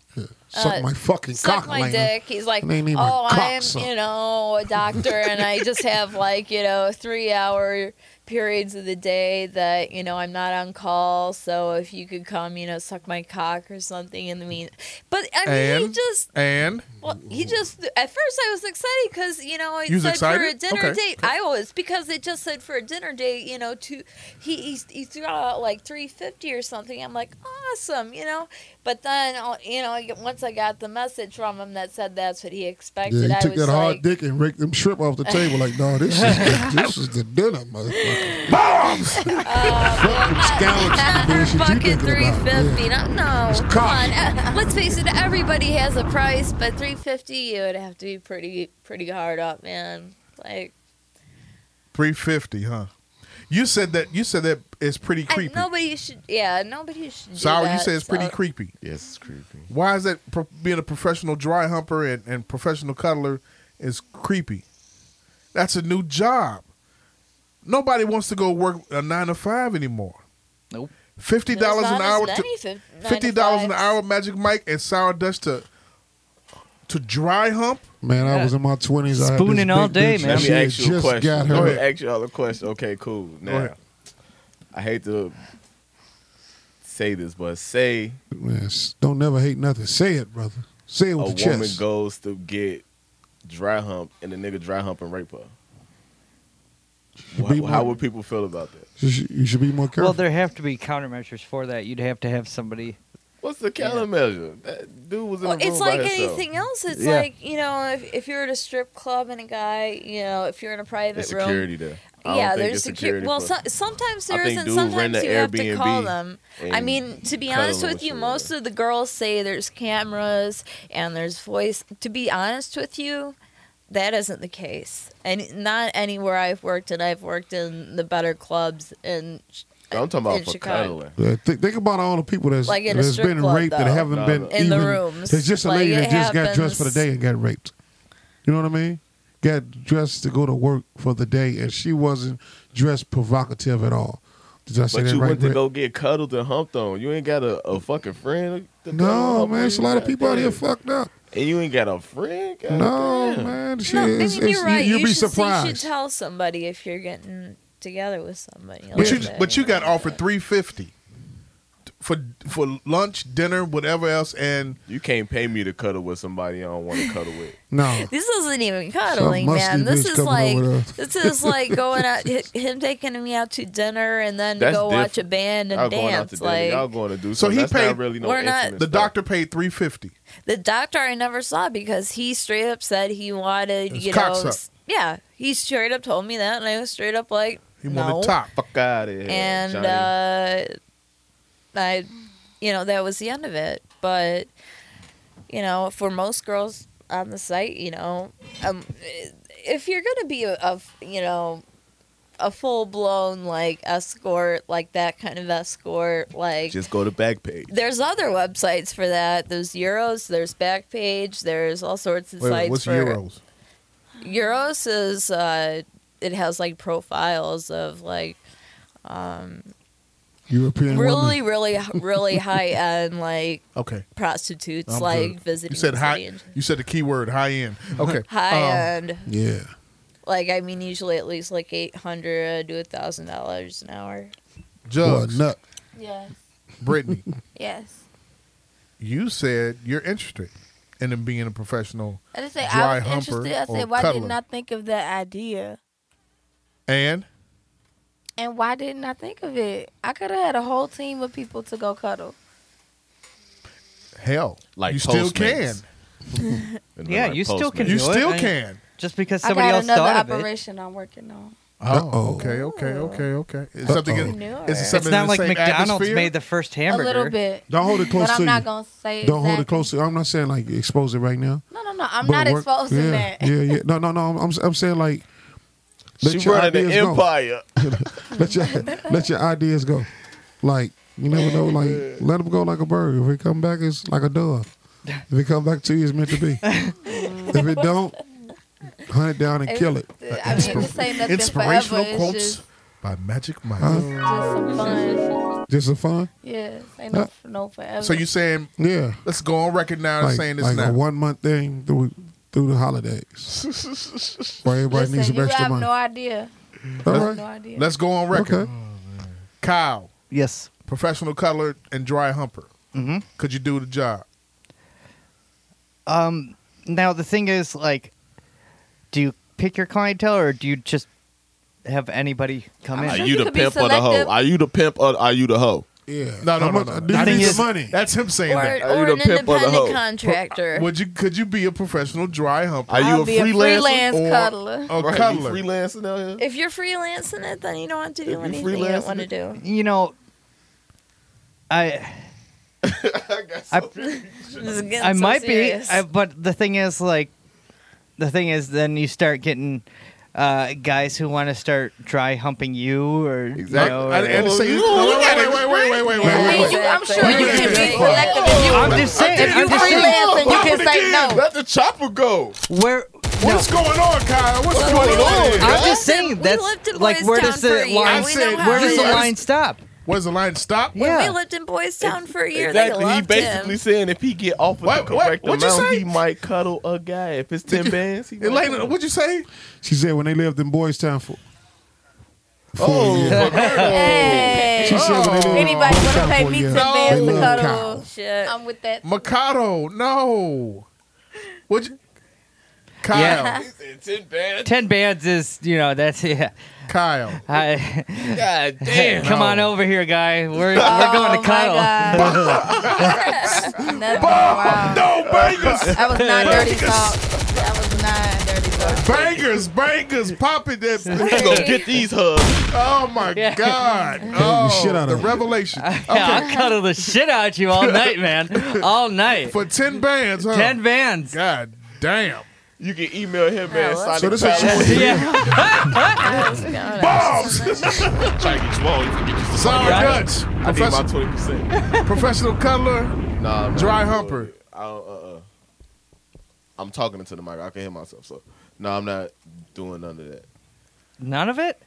S15: Suck Uh, my
S5: fucking
S15: Suck my dick. He's like,
S5: It ain't even
S15: oh,
S5: cock
S15: I'm,
S5: suck."
S15: you know, a doctor, and I just have like, you know, three hour periods of the day that you know I'm not on call. So if you could come, you know, suck my cock or something in the mean. But I mean, he
S5: And
S15: just
S5: and
S15: Well, he just at first I was excited because you know it
S5: You was
S15: said for a
S5: excited?
S15: dinner
S5: Okay.
S15: date. I was because it just said for a dinner date. You know, to he he, he threw out like three fifty or something. I'm like awesome, you know. But then uh, you know once I got the message from him that said that's what he expected,
S4: Yeah, you
S15: I
S4: took that
S15: was like,
S4: hard dick and raked them shrimp off the table like, no, this is the, this is the dinner, motherfucker. Bombs! Fucking
S15: not for Uh, fucking
S4: thinking
S15: three
S4: about?
S15: fifty. No, no.
S4: It's
S15: Come on. Uh, let's face it. Everybody has a price, but three fifty, you would have to be pretty pretty hard up, man. Like
S5: three fifty, huh? You said that you said that it's pretty
S15: I,
S5: creepy.
S15: nobody should. Yeah, nobody should. do
S5: Sour, you
S15: that,
S5: said it's pretty
S15: so-
S5: creepy.
S14: Yes, it's creepy.
S5: Why is that pro- being a professional dry humper and, and professional cuddler is creepy? That's a new job. Nobody wants to go work a nine to five anymore.
S13: Nope.
S5: Fifty dollars
S15: There's
S5: an
S15: not
S5: hour.
S15: as
S5: To,
S15: many fif- nine to
S5: Fifty dollars an
S15: fives.
S5: hour, Magic Mike and Sour Dutch to to dry hump.
S4: Man, I was in my 20s. I had this big bitch,
S14: Let
S4: She
S14: me
S4: had
S14: ask you a
S4: just got
S14: question.
S4: her.
S14: Let me ask you all a question. Okay, cool. Now,
S4: ahead.
S14: I hate to say this, but say
S4: Man, s- don't never hate nothing. Say it, brother. Say it
S14: a
S4: with
S14: woman
S4: your chest.
S14: goes to get dry hump and the nigga dry hump and rape her.
S4: be
S14: Wha- how
S4: more-
S14: would people feel about that?
S4: You should, you should be more careful.
S13: Well, there have to be countermeasures for that. You'd have to have somebody.
S14: What's the countermeasure? Uh, That dude was in
S15: Well,
S14: the room
S15: it's
S14: by
S15: like
S14: himself.
S15: anything else. It's
S14: Yeah.
S15: like you know, if, if you're at a strip club and a guy, you know, if you're in a private
S14: There's
S15: room,
S14: security there. I
S15: yeah,
S14: don't think
S15: there's
S14: it's security
S15: security. Well,
S14: for-
S15: so, sometimes
S14: I
S15: there
S14: think
S15: is, and
S14: dudes rent
S15: sometimes
S14: an
S15: you have to
S14: Airbnb
S15: call them. I
S14: and
S15: mean, to be
S14: cuddle
S15: honest
S14: with
S15: with you,
S14: someone.
S15: most of the girls say there's cameras and there's voice. To be honest with you, that isn't the case, and not anywhere I've worked. And I've worked in the better clubs and.
S14: I'm talking
S15: in
S14: about for
S15: Chicago.
S14: cuddling.
S4: Yeah, thi- think about all the people that's,
S15: Like in a
S4: that's
S15: strip
S4: been
S15: club,
S4: raped that
S15: though.
S4: haven't
S14: No,
S4: been
S14: no.
S15: In the
S4: even,
S15: rooms.
S4: There's just a
S15: Like,
S4: lady
S15: it
S4: that just got dressed for the
S15: happens.
S4: day and got raped. You know what I mean? Got dressed to go to work for the day, and she wasn't dressed provocative at all. Did I say
S14: But
S4: that
S14: you
S4: right?
S14: went to
S4: Brett?
S14: go get cuddled and humped on. You ain't got a, a fucking friend. to cuddle
S4: no,
S14: up
S4: man,
S14: with?
S4: it's a lot of people out here fucked up.
S14: And you ain't got a friend. God
S4: No,
S14: damn.
S4: man, shit,
S15: No, I
S4: it's-
S15: mean,
S4: it's-
S15: you're right.
S4: you-
S15: You,
S4: you'll be
S15: should,
S4: surprised.
S15: You should tell somebody if you're getting together with somebody.
S5: But you
S15: like that.
S5: but you got offered three fifty for for lunch, dinner, whatever else, and
S14: you can't pay me to cuddle with somebody I don't want to cuddle with.
S4: No.
S15: This isn't even cuddling,
S14: musty
S15: man. This
S14: bitch
S15: is
S14: coming
S15: like
S14: over there.
S15: this is like going out, hi- him taking me out to dinner, and then
S14: That's
S15: go watch a
S14: different.
S15: band and
S14: Y'all going out
S15: dance.
S14: to dinner.
S15: like
S14: y'all going to do
S5: So
S14: something.
S5: he
S14: That's
S5: paid-
S14: not really no
S15: We're not-
S14: intimate
S5: the
S14: stuff.
S5: doctor paid three fifty.
S15: the doctor, I never saw because he straight up said he wanted,
S5: His
S15: you know,
S5: cock suck.
S15: s- yeah. He straight up told me that, and I was straight up like,
S5: He
S15: no.
S5: wanted top.
S14: Fuck out of here.
S15: and
S14: Johnny.
S15: uh, I, you know, that was the end of it. But you know, for most girls on the site, you know, um, if you're gonna be a, a f- you know, a full blown like escort, like that kind of escort, like
S14: just go to back page.
S15: there's other websites for that. There's Euros, there's Backpage, there's all sorts of
S5: Wait,
S15: sites
S5: what's
S15: for
S5: euros?
S15: Euros is uh, it has like profiles of like um,
S4: European
S15: really,
S4: women.
S15: really, really high end like
S5: Okay.
S15: prostitutes
S5: I'm
S15: like
S5: good.
S15: visiting.
S5: You said
S15: the
S5: high.
S15: city and-
S5: You said the key word high end. Okay.
S15: High
S5: um,
S15: end.
S4: Yeah.
S15: Like I mean, usually at least like eight hundred to a thousand dollars an hour.
S5: Jugs,
S4: nut.
S15: Yes.
S5: Brittany,
S15: Yes.
S5: you said you're interested and then being a professional
S6: I just say
S5: dry
S6: I was
S5: humper
S6: interested. I
S5: or
S6: said, why
S5: cuddler.
S6: didn't I think of that idea?
S5: And
S6: And why didn't I think of it? I could have had a whole team of people to go cuddle.
S5: hell,
S14: Like
S5: you still can.
S14: Postmates.
S13: Yeah, you still can.
S5: You
S13: do it.
S5: still
S13: I-
S5: can.
S13: Just because
S6: I
S13: somebody
S6: got
S13: else
S6: another
S13: thought of it.
S6: operation I'm working on.
S5: Oh, okay, okay, okay, okay. Is something in-
S6: Entrepreneur.
S5: is it
S6: It's
S5: something
S13: It's
S5: in
S13: not
S5: the
S13: like
S5: same
S13: McDonald's
S5: atmosphere?
S13: made the first hamburger.
S6: A little bit.
S4: Don't hold it close to
S6: But I'm not
S4: you.
S6: gonna say
S4: Don't hold it
S6: exactly-
S4: close to. I'm not saying like expose it right now.
S6: No, no, no. I'm
S4: But
S6: not
S4: work-
S6: exposing
S4: yeah,
S6: that.
S4: Yeah, yeah. No, no, no. I'm, I'm, I'm saying like. Let
S14: She
S4: your
S14: running the
S4: ideas go.
S14: empire.
S4: let your let your ideas go. Like you never know. Like let them go like a bird. If it come back, it's like a dove. If it come back to you, it's meant to be. if it don't, hunt it down and kill it.
S6: I mean, this ain't nothing
S5: Inspirational
S6: forever.
S5: quotes
S6: It's just,
S5: by Magic Mike.
S6: just some fun.
S4: Just a fun.
S6: Yeah, this ain't no, no forever.
S5: So you saying?
S4: Yeah.
S5: Let's go on record now and
S4: Like,
S5: saying this
S4: like
S5: now.
S4: a one month thing through through the holidays. Where everybody
S6: Listen,
S4: needs some
S6: you
S4: extra
S6: have
S4: money.
S6: no idea.
S4: All
S6: You have
S4: right.
S6: no idea.
S5: Let's go on record.
S4: Okay.
S5: Kyle.
S13: Yes.
S5: Professional cuddler and dry humper.
S13: Mm-hmm.
S5: Could you do the job?
S13: Um. Now the thing is, like, do you pick your clientele or do you just have anybody come in?
S14: Are Ah, you the pimp or the hoe? Are you the pimp or are you the hoe?
S4: Yeah.
S5: No, no, no, no.
S4: do you
S5: That
S4: need
S5: is-
S4: some money?
S5: That's him saying
S15: Or-
S5: that.
S15: Are you or the an pimp or the independent hoe? contractor.
S5: Would you? Could you be a professional dry humper?
S14: Are you I'll a be a freelancer
S15: freelance
S5: or
S15: cuddler.
S5: A
S14: Right, you
S5: cuddler.
S14: freelancing out here?
S15: If you're freelancing it, then you don't have to do
S14: you
S15: anything you don't want to
S14: freelancing
S15: do.
S13: You know, I. I, I might be, I, but the thing is, like, the thing is, then you start getting uh, guys who want to start dry humping you, or
S5: Exactly.
S13: you know,
S5: I- I
S13: or-
S5: didn't say you- no, wait, wait, wait, wait, wait, wait, wait,
S6: I mean,
S5: wait,
S6: you-
S5: wait.
S6: I'm sure you can be selective. If you,
S13: I'm just saying.
S6: if
S13: I'm
S6: you
S13: just saying.
S6: freelancing, you can say no.
S14: Let the chopper go.
S13: Where?
S5: What's going on, Kyle? What's
S14: What's
S5: going
S14: going on?
S5: on?
S13: I'm just saying that's like where does
S15: for a
S13: the
S15: year.
S13: line
S15: We
S5: know how
S13: where
S5: it
S13: does the
S5: is.
S13: line stop?
S5: Where's the line stop?
S15: When we lived in Boys Town for a year,
S14: Exactly.
S15: they
S14: He
S15: loved
S14: basically
S15: him.
S14: saying if he get offered
S5: What-
S14: the
S5: what-
S14: correct
S5: what'd you
S14: amount,
S5: say?
S14: he might cuddle a guy. If it's ten bands, he might
S5: Elena,
S14: cuddle.
S5: what'd you say?
S4: She said when they lived in Boys Town for. for
S14: Oh,
S4: years.
S6: Hey.
S4: She said when they lived in
S6: Anybody
S4: Boys
S6: want to
S4: Town
S6: pay
S4: for
S6: me
S4: years,
S6: ten
S4: they
S6: bands to
S4: lived in
S6: cuddle?
S4: Cow.
S15: Shit.
S6: I'm with that.
S5: Mikado, no. Would you? Kyle,
S13: Yeah.
S14: Ten bands.
S13: Ten bands is you know that's yeah.
S5: Kyle,
S13: I,
S14: God damn.
S13: come on over here, guy. We're we're going to
S15: Oh,
S13: cuddle.
S6: Nothing. Wow.
S5: Oh, no bangers,
S6: That was not dirty talk. That was not dirty talk.
S5: bangers, bangers, popping
S14: We
S5: that.
S14: gonna get these hugs.
S5: Oh my God! Oh,
S4: shit out
S5: the
S4: of it.
S5: revelation. Oh.
S13: Yeah,
S5: Okay,
S13: I'll cuddle the shit out of you all night, man. All night.
S5: for ten bands, huh?
S13: Ten bands.
S5: God damn.
S14: You can email him at Sonic
S4: So this what you
S14: Palace.
S4: want to do?
S13: Yeah.
S5: Bombs!
S14: Try to get you all. You can get you some.
S5: Sour
S13: Right.
S5: Dutch,
S14: I need my
S5: professional,
S14: twenty percent.
S5: professional cuddler,
S14: Nah, man,
S5: dry
S14: I'm good.
S5: humper.
S14: I don't, uh, uh, I'm talking into the mic. I can hear myself. So no, I'm not doing none of that.
S13: None of it.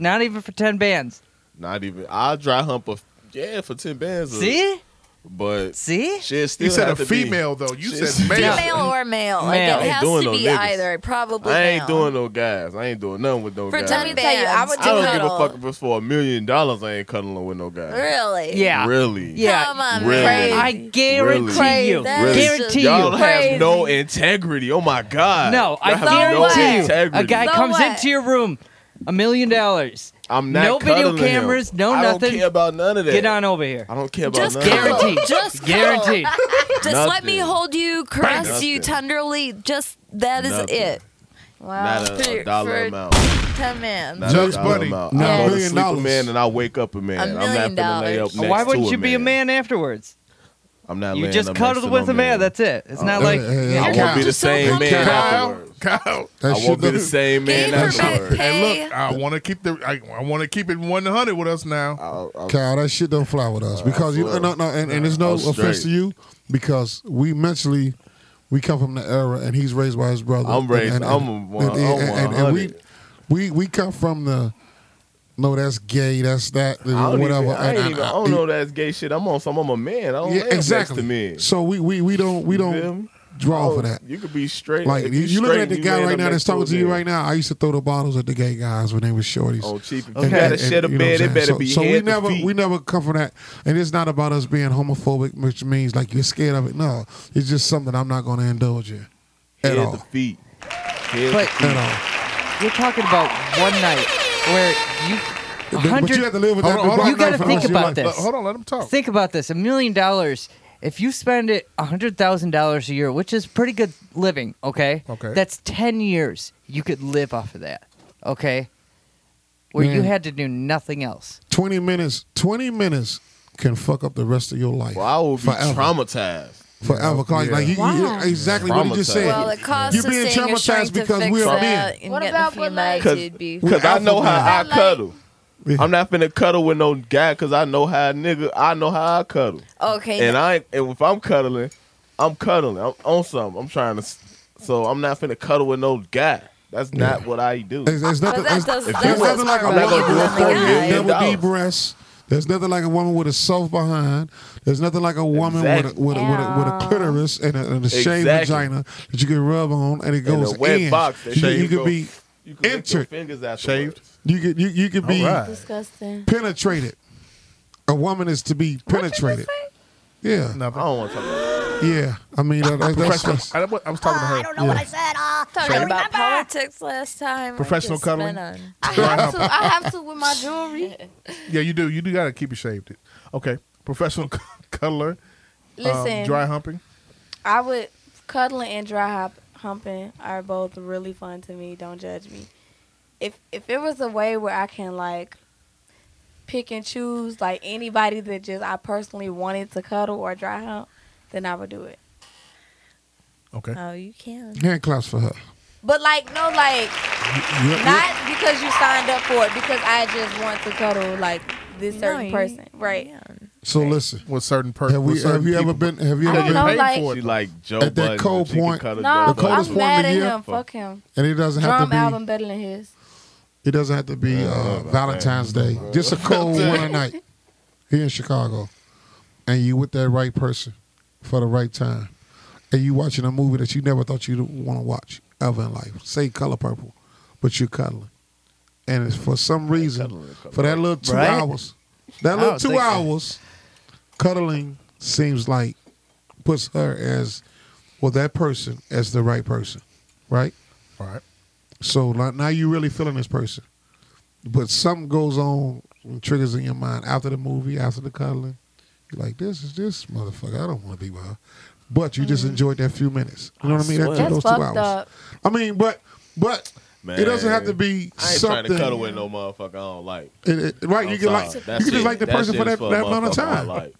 S13: Not even for ten bands.
S14: Not even. I'll dry hump a yeah for ten bands. uh,
S13: See?
S14: but
S13: See?
S14: shit still.
S5: You said a
S14: have to be-
S5: female though. You
S14: Shit.
S5: said male.
S15: Female or
S13: Male.
S15: male. Like,
S13: I
S15: it
S13: ain't
S15: has
S14: doing
S15: to
S14: no
S15: be
S14: niggas.
S15: either. Probably
S14: I ain't
S15: male.
S14: doing no guys. I ain't doing nothing with no
S15: For
S14: guys.
S6: Let me tell you, I would
S14: I don't give a
S15: cuddle.
S14: fuck if it's for a million dollars. I ain't cuddling with no guys.
S15: Really?
S13: Yeah.
S14: Really?
S13: Yeah.
S15: Come on,
S14: Really?
S15: man.
S13: I guarantee
S15: Crazy.
S13: you.
S15: That's
S13: Guarantee
S15: just-
S14: Y'all
S13: you.
S15: Crazy.
S14: have no integrity. Oh my god.
S13: No, I
S14: Y'all have no
S13: guarantee you.
S14: integrity.
S13: A guy
S15: So
S13: comes
S15: what?
S13: into your room, a million dollars.
S14: I'm not
S13: No video
S14: cuddling him.
S13: cameras, no
S14: I
S13: nothing.
S14: don't care about none of that.
S13: Get on over here.
S14: I don't care about
S15: Just
S14: none of that.
S13: Guaranteed.
S15: Just
S13: Guaranteed.
S15: Just let me
S14: Nothing.
S15: hold you, caress you
S14: Nothing.
S15: tenderly. Just that is
S14: Nothing.
S15: it.
S6: Wow.
S14: Not
S15: For-
S14: a, a dollar
S15: for-
S14: amount.
S15: Ten man.
S14: Not
S5: Judge
S14: a dollar
S5: Bunny,
S14: amount.
S4: not a
S14: I go to
S4: million
S14: sleep a
S4: dollars.
S14: man and I wake up a man.
S15: A million
S14: I'm not finna lay up
S15: dollars.
S14: next
S13: Why
S14: to
S13: wouldn't you be a man afterwards?
S14: I'm not.
S13: You
S14: laying
S13: just
S14: up next
S13: cuddled
S14: to
S13: with
S14: no Oh.
S13: a man. That's it. It's not like
S4: Hey, hey,
S13: Yeah.
S14: I
S4: hey,
S14: won't be the
S15: just so
S14: same man
S15: comfortable.
S5: Kyle,
S14: afterwards.
S5: Kyle.
S4: That
S14: I
S4: shit
S14: won't be the
S4: doesn't-
S14: same man
S15: Gave her back
S14: afterwards.
S5: Hey,
S15: pay.
S5: look, I want to keep the. I, I want to keep it one hundred with us now.
S14: I'll- I'll-
S4: Oh. Kyle, that shit don't fly with us because you
S14: swear.
S4: no no and, and it's no
S14: I'm straight.
S4: offense to you because we mentally we come from the era and he's raised by his brother.
S14: I'm raised-
S4: And,
S14: I'm a one- I'm
S4: we
S14: 100.
S4: we we come from the no that's gay that's that
S14: I don't
S4: whatever.
S14: Even, I, ain't
S4: and- and
S14: even, I
S4: I-
S14: don't know that's gay shit. I'm on some. I'm a man. I don't
S4: yeah,
S14: lay up
S4: exactly.
S14: next to men.
S4: So we we we don't we
S14: feel
S4: don't
S14: me? Oh,
S4: draw for that.
S14: You could be straight.
S4: Like
S14: if
S4: you, you looking
S14: straight,
S4: at the
S14: you
S4: guy
S14: end
S4: right
S14: up
S4: now
S14: next
S4: that's talking to
S14: a
S4: you
S14: nigga.
S4: right now. I used to throw the bottles at the gay guys when they were shorties.
S14: Oh, cheap. You gotta shed a
S4: you know
S14: bed,
S4: what I'm
S14: it better
S4: saying?
S14: be
S4: So, so we
S14: head to
S4: never
S14: feet.
S4: we never come from that, and it's not about us being homophobic, which means like you're scared of it. No, it's just something I'm not going to indulge in at
S14: Head
S4: all.
S14: to feet. Head
S13: But
S14: to feet.
S13: you're talking about one night where you.
S4: But- but
S13: 100
S4: you have to live with that one
S13: You
S4: night
S13: got to
S4: for the
S13: think
S4: rest of your
S13: about
S4: life.
S13: this.
S4: Hold
S5: on, let him talk.
S13: Think about this. A million dollars. If you spend it hundred thousand dollars a year, which is pretty good living, okay?
S5: Okay.
S13: That's ten years you could live off of that, okay? Where you
S4: Man.
S13: had to do nothing else.
S4: Twenty minutes. Twenty minutes can fuck up the rest of your life.
S14: Well, I will be
S4: Forever.
S14: traumatized.
S4: Forever, Clark. Like you, you-
S14: Why?
S4: exactly what he just said.
S15: Well, it costs
S4: You're
S15: a
S4: being
S15: singer strength
S4: traumatized
S15: to
S4: because
S15: fix
S4: we are men.
S15: that and what about what
S14: Cause,
S15: would be?
S14: 'cause I know how I
S15: Like,
S14: cuddle. I'm not finna cuddle with no guy because I know how a nigga. I know how I cuddle.
S15: Okay.
S14: And I ain't- and if I'm cuddling, I'm cuddling. I'm on something. I'm trying to. s- So I'm not finna cuddle with no guy. That's not what I do.
S4: There's, there's nothing, there's, there's nothing like a
S14: I'm not gonna
S4: woman
S14: do it
S4: with
S14: for a million
S4: double D
S14: dollars.
S4: breasts. There's nothing like a woman with a self behind. There's nothing like a woman with, a,
S14: Exactly.
S4: with, a, with, a, with a clitoris and a, and a shaved
S14: Exactly.
S4: vagina that you can rub on and it
S14: And a
S4: goes
S14: wet
S4: in.
S14: box that
S4: you,
S14: you
S4: you
S14: can
S4: could
S14: go-
S4: be
S14: You can lick your
S4: entered.
S14: fingers afterwards.
S4: You could you, you could be
S14: Alright.
S6: Disgusting.
S4: penetrated. A woman is to be penetrated. Yeah,
S14: I don't want to talk about
S4: yeah. I mean, that, that, that's,
S5: Professional.
S4: that's
S5: I, I was talking to her. I don't
S4: know what I
S15: said. Uh, talking about politics last time.
S5: Professional
S15: Just been
S5: cuddling.
S15: on-
S6: I have to. I have to with my jewelry.
S5: Yeah, you do. You do gotta keep it shaved. Okay, professional cuddler.
S6: Listen.
S5: um, dry humping.
S6: I would cuddling and dry hop humping are both really fun to me. Don't judge me. If if it was a way where I can like pick and choose like anybody that just I personally wanted to cuddle or dry hump, then I would do it.
S5: Okay.
S15: Oh, you can.
S4: hand claps for her.
S6: But like no like
S4: You- you-
S6: not because you signed up for it because I just want to cuddle like this certain
S15: you-
S6: person, right?
S4: So listen,
S5: with certain per-
S4: have, we,
S5: with certain
S4: have you ever
S5: people,
S4: been? Have you
S6: I
S4: ever
S6: don't
S4: been?
S6: know, like-
S14: it. She like Joe
S4: at
S14: Budden,
S4: that cold
S14: she can
S4: point,
S14: cuddle
S6: No,
S14: Joe
S6: but I'm
S14: Budden.
S6: mad at
S4: of the year.
S6: him. Fuck him.
S4: And it doesn't have to
S6: Drum
S4: be-
S6: album better than his.
S4: It doesn't have to be uh, Valentine's Day. Just a cold winter night here in Chicago, and you with that right person for the right time, and you watching a movie that you never thought you'd want to watch ever in life. Say Color Purple, but you're cuddling, and it's for some reason for that little two
S13: Right?
S4: hours, that
S13: I
S4: little
S13: don't
S4: two
S13: think so.
S4: hours, cuddling seems like puts her as well that person as the right person, right?
S5: Right.
S4: So like, now you really feeling this person, but something goes on and triggers in your mind after the movie, after the cuddling. You're like, this is this motherfucker. I don't want to be with her, but you just enjoyed that few minutes. You know what I mean?
S14: I
S4: That
S14: swear.
S4: took
S14: Mm.
S4: those
S14: That's
S4: two
S14: fucked
S4: hours.
S14: up.
S4: I mean, but but it doesn't have to
S14: I
S4: be
S14: ain't trying
S4: something.
S14: to cuddle with no motherfucker I don't like.
S4: It- it- right,
S14: I'm
S4: you can like-
S14: sorry.
S4: you
S14: That's
S4: can just
S14: it.
S4: like the
S14: That's
S4: person for
S14: just
S4: that-
S14: a
S4: that amount of
S14: motherfucker I
S4: time.
S14: like.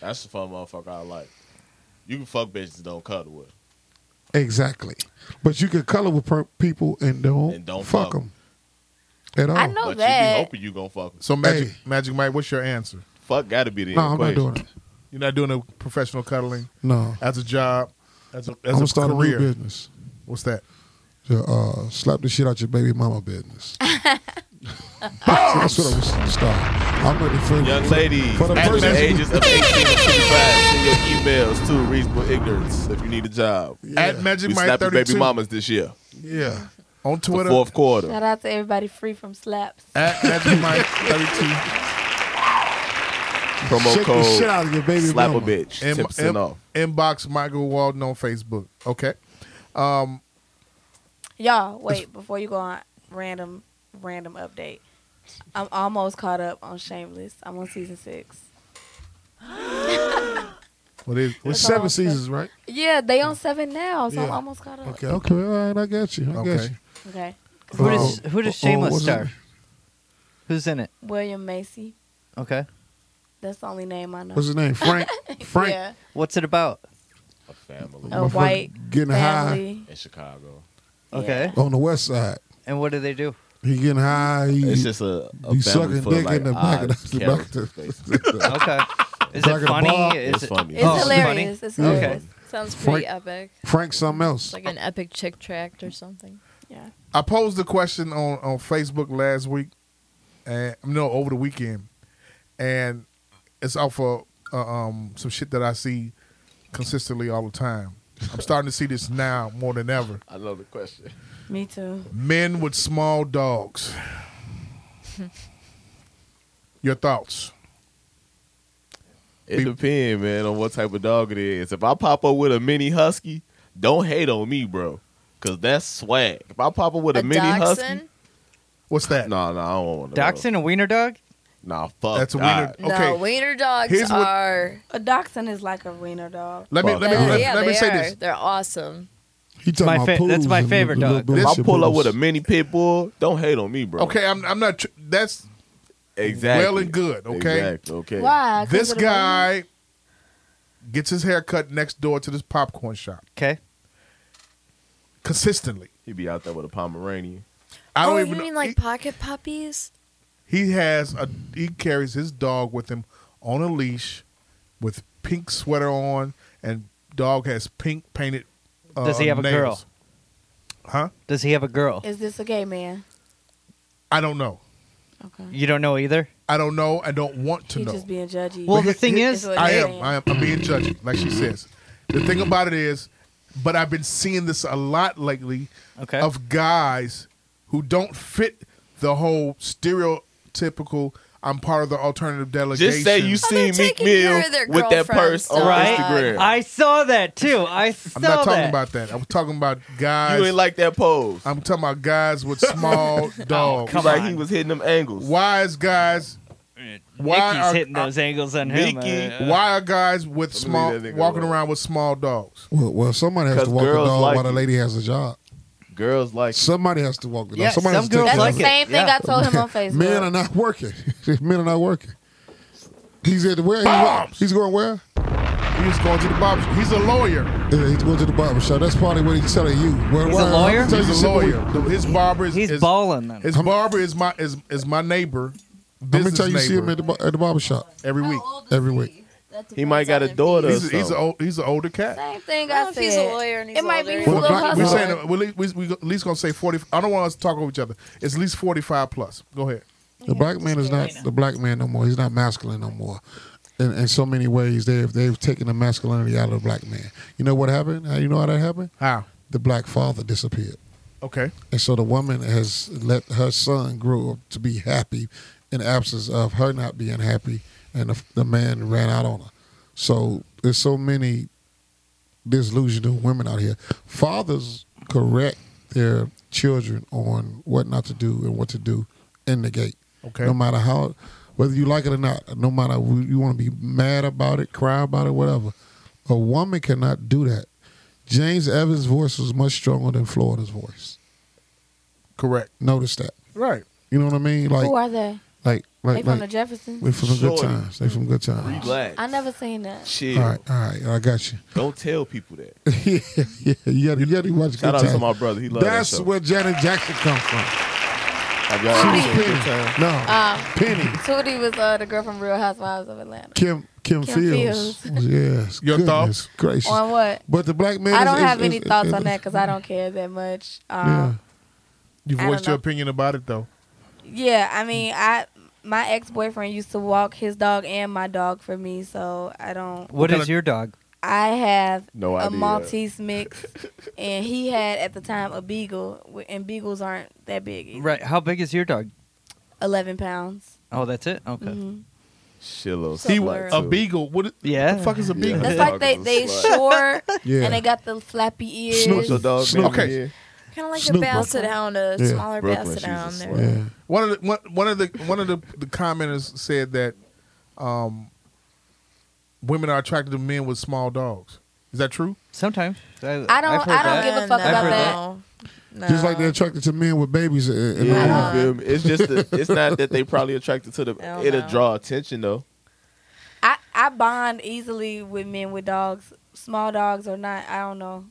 S14: That's the fun motherfucker I like. You can fuck bitches that don't cuddle with
S4: exactly, but you can cuddle with per- people and don't,
S14: and don't fuck.
S4: fuck them at all.
S6: I know
S14: but
S6: that.
S14: you be hoping you gonna fuck. 'em.
S5: So magic, Magic Mike, what's your answer?
S14: Fuck, gotta be the
S4: No, I'm not
S14: equation.
S4: doing it.
S5: You're not doing a professional cuddling.
S4: No.
S5: As a job, as a as
S4: I'm gonna
S5: a
S4: start
S5: career.
S4: a new business.
S5: What's that?
S4: The, uh, slap the shit out your baby mama business. That's what I was gonna start. I'm ready for
S14: Young
S4: for-
S14: ladies,
S4: for the
S14: at the
S4: person-
S14: ages of 18 to 25, send your emails to Reasonable Ignorance if you need a job.
S5: At Magic
S14: we
S5: Mike
S14: slapping
S5: 32.
S14: baby mamas this year.
S4: Yeah.
S5: On
S14: The
S5: Twitter.
S14: fourth quarter.
S6: Shout out to everybody free from slaps.
S5: At Magic Mike 32.
S14: Promo
S5: Shake the
S14: code
S5: shit out of your baby
S14: slap
S5: mama.
S14: a bitch.
S5: Im-
S14: 10%
S5: im-
S14: off.
S5: Inbox Michael Walden on Facebook. Okay. Um,
S6: Y'all, wait, before you go on random random update. I'm almost caught up on Shameless. I'm on season six.
S5: what is
S4: It's seven seasons, right?
S6: Yeah, they on seven now, so I'm
S4: Yeah.
S6: almost caught up.
S4: Okay, okay, all right, I got you. I got
S5: Okay.
S4: you.
S6: Okay.
S13: Who does
S4: Uh,
S13: who does
S4: uh,
S13: Shameless
S4: what's his
S13: star?
S4: name?
S13: Who's in it?
S6: William Macy.
S13: Okay.
S6: That's the only name I know.
S4: What's his name? Frank. Frank.
S6: yeah.
S13: What's it about?
S14: A family.
S6: A white
S4: getting
S6: family.
S14: In Chicago.
S13: Okay.
S4: high on the west side.
S13: And what do they do?
S4: He getting high. He,
S14: It's just a, a family
S4: he sucking
S14: full of,
S4: dick
S14: like,
S4: in the back
S14: odd
S4: of the, the back of the-
S14: characters,
S13: Okay. Is
S4: Back of the
S13: it
S4: bar.
S13: funny? Is
S14: It's
S13: it-
S14: funny.
S15: It's
S13: Oh,
S15: hilarious.
S13: funny?
S15: It's
S4: Yeah.
S15: hilarious. Sounds pretty
S4: Frank-
S15: epic.
S4: Frank something
S15: It's
S4: else.
S15: like an epic chick tract or something.
S6: Yeah.
S5: I posed the question on, on Facebook last week, and no, over the weekend, and it's off of uh, um, some shit that I see consistently all the time. I'm starting to see this now more than ever.
S14: I love the question.
S6: Me too.
S5: Men with small dogs. Your thoughts?
S14: It depends, man, on what type of dog it is. If I pop up with a mini husky, don't hate on me, bro, because that's swag. If I pop up with a, mini husky,
S5: what's that?
S14: No, no, I don't want one. of those.
S13: Dachshund, a wiener dog?
S14: Nah, fuck.
S5: That's a
S14: wiener.
S15: No, wiener dogs
S14: Here's what-
S15: are.
S6: A dachshund is like a wiener dog.
S14: Let me- Fuck let me- that. let-
S15: yeah,
S14: let
S15: they
S14: me say
S15: are.
S14: this.
S15: They're awesome.
S4: He
S13: talking My about fa- that's my favorite dog.
S14: If I
S13: Bullshit
S14: pull up
S13: poodles.
S14: with a mini pit bull, don't hate on me, bro.
S5: Okay, I'm, I'm not. Tr- that's
S14: Exactly.
S5: well and good. Okay.
S14: Exactly, okay.
S6: Why? 'Cause
S5: This
S6: of the rain?
S5: guy gets his hair cut next door to this popcorn shop
S13: Okay.
S5: consistently.
S14: He be out there with a Pomeranian.
S5: I don't
S15: oh,
S5: even.
S15: you
S5: know-
S15: mean like pocket puppies?
S5: He has a. He carries his dog with him on a leash, with pink sweater on, and dog has pink painted. Uh,
S13: Does he have a
S5: nails.
S13: girl?
S5: Huh?
S13: Does he have a girl?
S6: Is this a gay man?
S5: I don't know.
S13: You don't know either.
S5: I don't know. I don't want to
S6: He's
S5: know.
S6: just being judgy.
S13: Well, the thing is-
S6: what
S5: I
S6: he's
S5: am.
S6: saying.
S5: I am. I'm being judgy, like she says. The thing about it is, but I've been seeing this a lot lately
S13: okay.
S5: of guys who don't fit the whole stereotypical. I'm part of the alternative delegation.
S14: Just say
S6: Oh,
S14: you see Meek Mill with that purse on
S13: right?
S14: Instagram.
S13: I saw that too. I saw
S5: I'm not talking
S13: that.
S5: about that. I'm talking about guys.
S14: You ain't like that pose.
S5: I'm talking about guys with small
S13: Oh,
S5: dogs.
S14: He's like he was hitting them angles.
S5: Wise guys. Why
S13: Nicky's
S5: are-
S13: hitting those angles on him. uh, uh,
S5: Why are guys with small
S14: leave that nigga
S5: walking around with small dogs?
S4: Well, well somebody has
S14: 'Cause
S4: to walk the
S14: girls
S4: dog
S14: like
S4: while the
S14: it.
S4: lady has a job.
S14: Girls like
S4: somebody has to walk the dog.
S13: Yeah,
S4: somebody
S13: some
S4: has to take
S13: girls
S4: care
S13: like
S4: of
S13: it.
S4: it.
S6: Same thing I told him on Facebook.
S4: Men are not working. Men are not working. He's at where? He's, he's going where?
S5: He's going to the barbershop. He's a lawyer.
S4: Yeah, he's going to the barber shop. That's probably what he's telling you. Well,
S13: He's a
S4: well,
S13: lawyer?
S4: I'm telling
S5: He's a
S4: you something.
S5: lawyer. The- His barber is
S13: He's
S5: is-
S13: balling them.
S5: His barber is my is is my neighbor.
S4: How many
S5: Business
S4: times you see him
S5: neighbor
S4: at the, bar- at the barber shop?
S5: every week.
S6: Oh,
S4: Every week.
S14: He might got a daughter.
S5: He's,
S14: or
S5: he's an
S14: something.
S5: old, he's an older cat.
S6: Same thing
S15: I
S6: I
S15: don't
S6: said.
S15: know if he's a lawyer and he's
S6: it might be
S15: older.
S6: his
S15: Well,
S6: little
S5: Black- we're
S6: hustler.
S5: saying that we're at least, we at least gonna say forty. I don't want us to talk over each other. It's at least forty five plus. Go ahead.
S4: The black man is not the black man no more. He's not masculine no more. In, in so many ways, they've they've taken the masculinity out of the black man. You know what happened? How you know how that happened?
S5: How?
S4: The black father disappeared,
S5: Okay.
S4: and so the woman has let her son grow up to be happy, in absence of her not being happy, and the, the man ran out on her. So there's so many disillusioned women out here. Fathers correct their children on what not to do and what to do in the gate.
S5: Okay.
S4: No matter how, whether you like it or not, no matter wh- you want to be mad about it, cry about it, whatever. A woman cannot do that. James Evans' voice was much stronger than Florida's voice.
S5: Correct.
S4: Notice that.
S5: Right.
S4: You know what I mean? Like,
S6: Who are they?
S4: like,
S6: They
S4: like,
S6: from
S4: like.
S6: the Jeffersons?
S4: They from the good
S14: Shorty.
S4: times. They from good times.
S14: Relax.
S6: I never seen that.
S14: Chill.
S4: All right, all right, I got you.
S14: Don't tell people that.
S4: yeah, yeah, you got you got to watch.
S14: Shout
S4: Good
S14: out to
S4: Times.
S14: my brother. He love that
S4: That's
S14: show.
S4: where Janet Jackson come from.
S14: Have y'all ever seen
S4: Penny.
S14: Good Times?
S4: No,
S6: Um,
S4: Penny.
S6: Tootie was uh, the girl from Real Housewives of Atlanta.
S4: Kim Kim,
S6: Kim
S4: Fields.
S6: Fields.
S4: Yes.
S5: Your
S4: goodness
S5: thoughts?
S4: Gracious.
S6: On what?
S4: But the black man.
S6: I
S4: is-
S6: don't
S4: is-
S6: have
S4: is-
S6: any
S4: is-
S6: thoughts
S4: is-
S6: on that because I don't care that much.
S4: Yeah.
S6: Um,
S5: You
S6: I don't
S5: voiced your
S6: know.
S5: opinion about it though.
S6: yeah. I mean, I my ex boyfriend used to walk his dog and my dog for me, so I don't.
S13: What is your dog?
S6: I have
S14: No
S6: a
S14: idea.
S6: Maltese mix, and he had at the time a beagle, wi- and beagles aren't that big. either.
S13: Right. How big is your dog?
S6: Eleven pounds.
S13: Oh, that's it. Okay.
S6: Mhm.
S14: Shillo's
S5: He
S14: slut,
S5: a
S14: too.
S5: beagle. What
S13: Yeah.
S5: the fuck is a
S14: Yeah.
S5: beagle?
S6: That's
S14: Dog
S6: like they
S14: is a
S6: they
S14: slut.
S6: short,
S4: Yeah.
S6: and they got the flappy ears.
S14: Snoop your dog.
S4: Snoop.
S14: baby.
S5: Okay.
S15: Kind of like
S4: Snoop
S15: a basset
S6: Brooklyn.
S15: hound, a
S4: Yeah.
S15: smaller
S14: Brooklyn,
S15: basset
S14: she's a
S15: hound.
S14: slut.
S15: Or,
S4: Yeah.
S5: One of the one, one of the one of the, the commenters said that um, women are attracted to men with small dogs. Is that true?
S13: Sometimes. I,
S6: I don't-
S13: I've heard
S6: I don't
S13: that.
S6: give a fuck
S13: about that.
S15: No.
S4: Just
S6: uh,
S4: like they're attracted to men with babies. uh, uh,
S14: Yeah, you feel me? It's just the, it's not that they probably attracted to the.
S15: Hell
S14: It'll
S15: no.
S14: draw attention though.
S6: I I bond easily with men with dogs, small dogs or not. I don't know.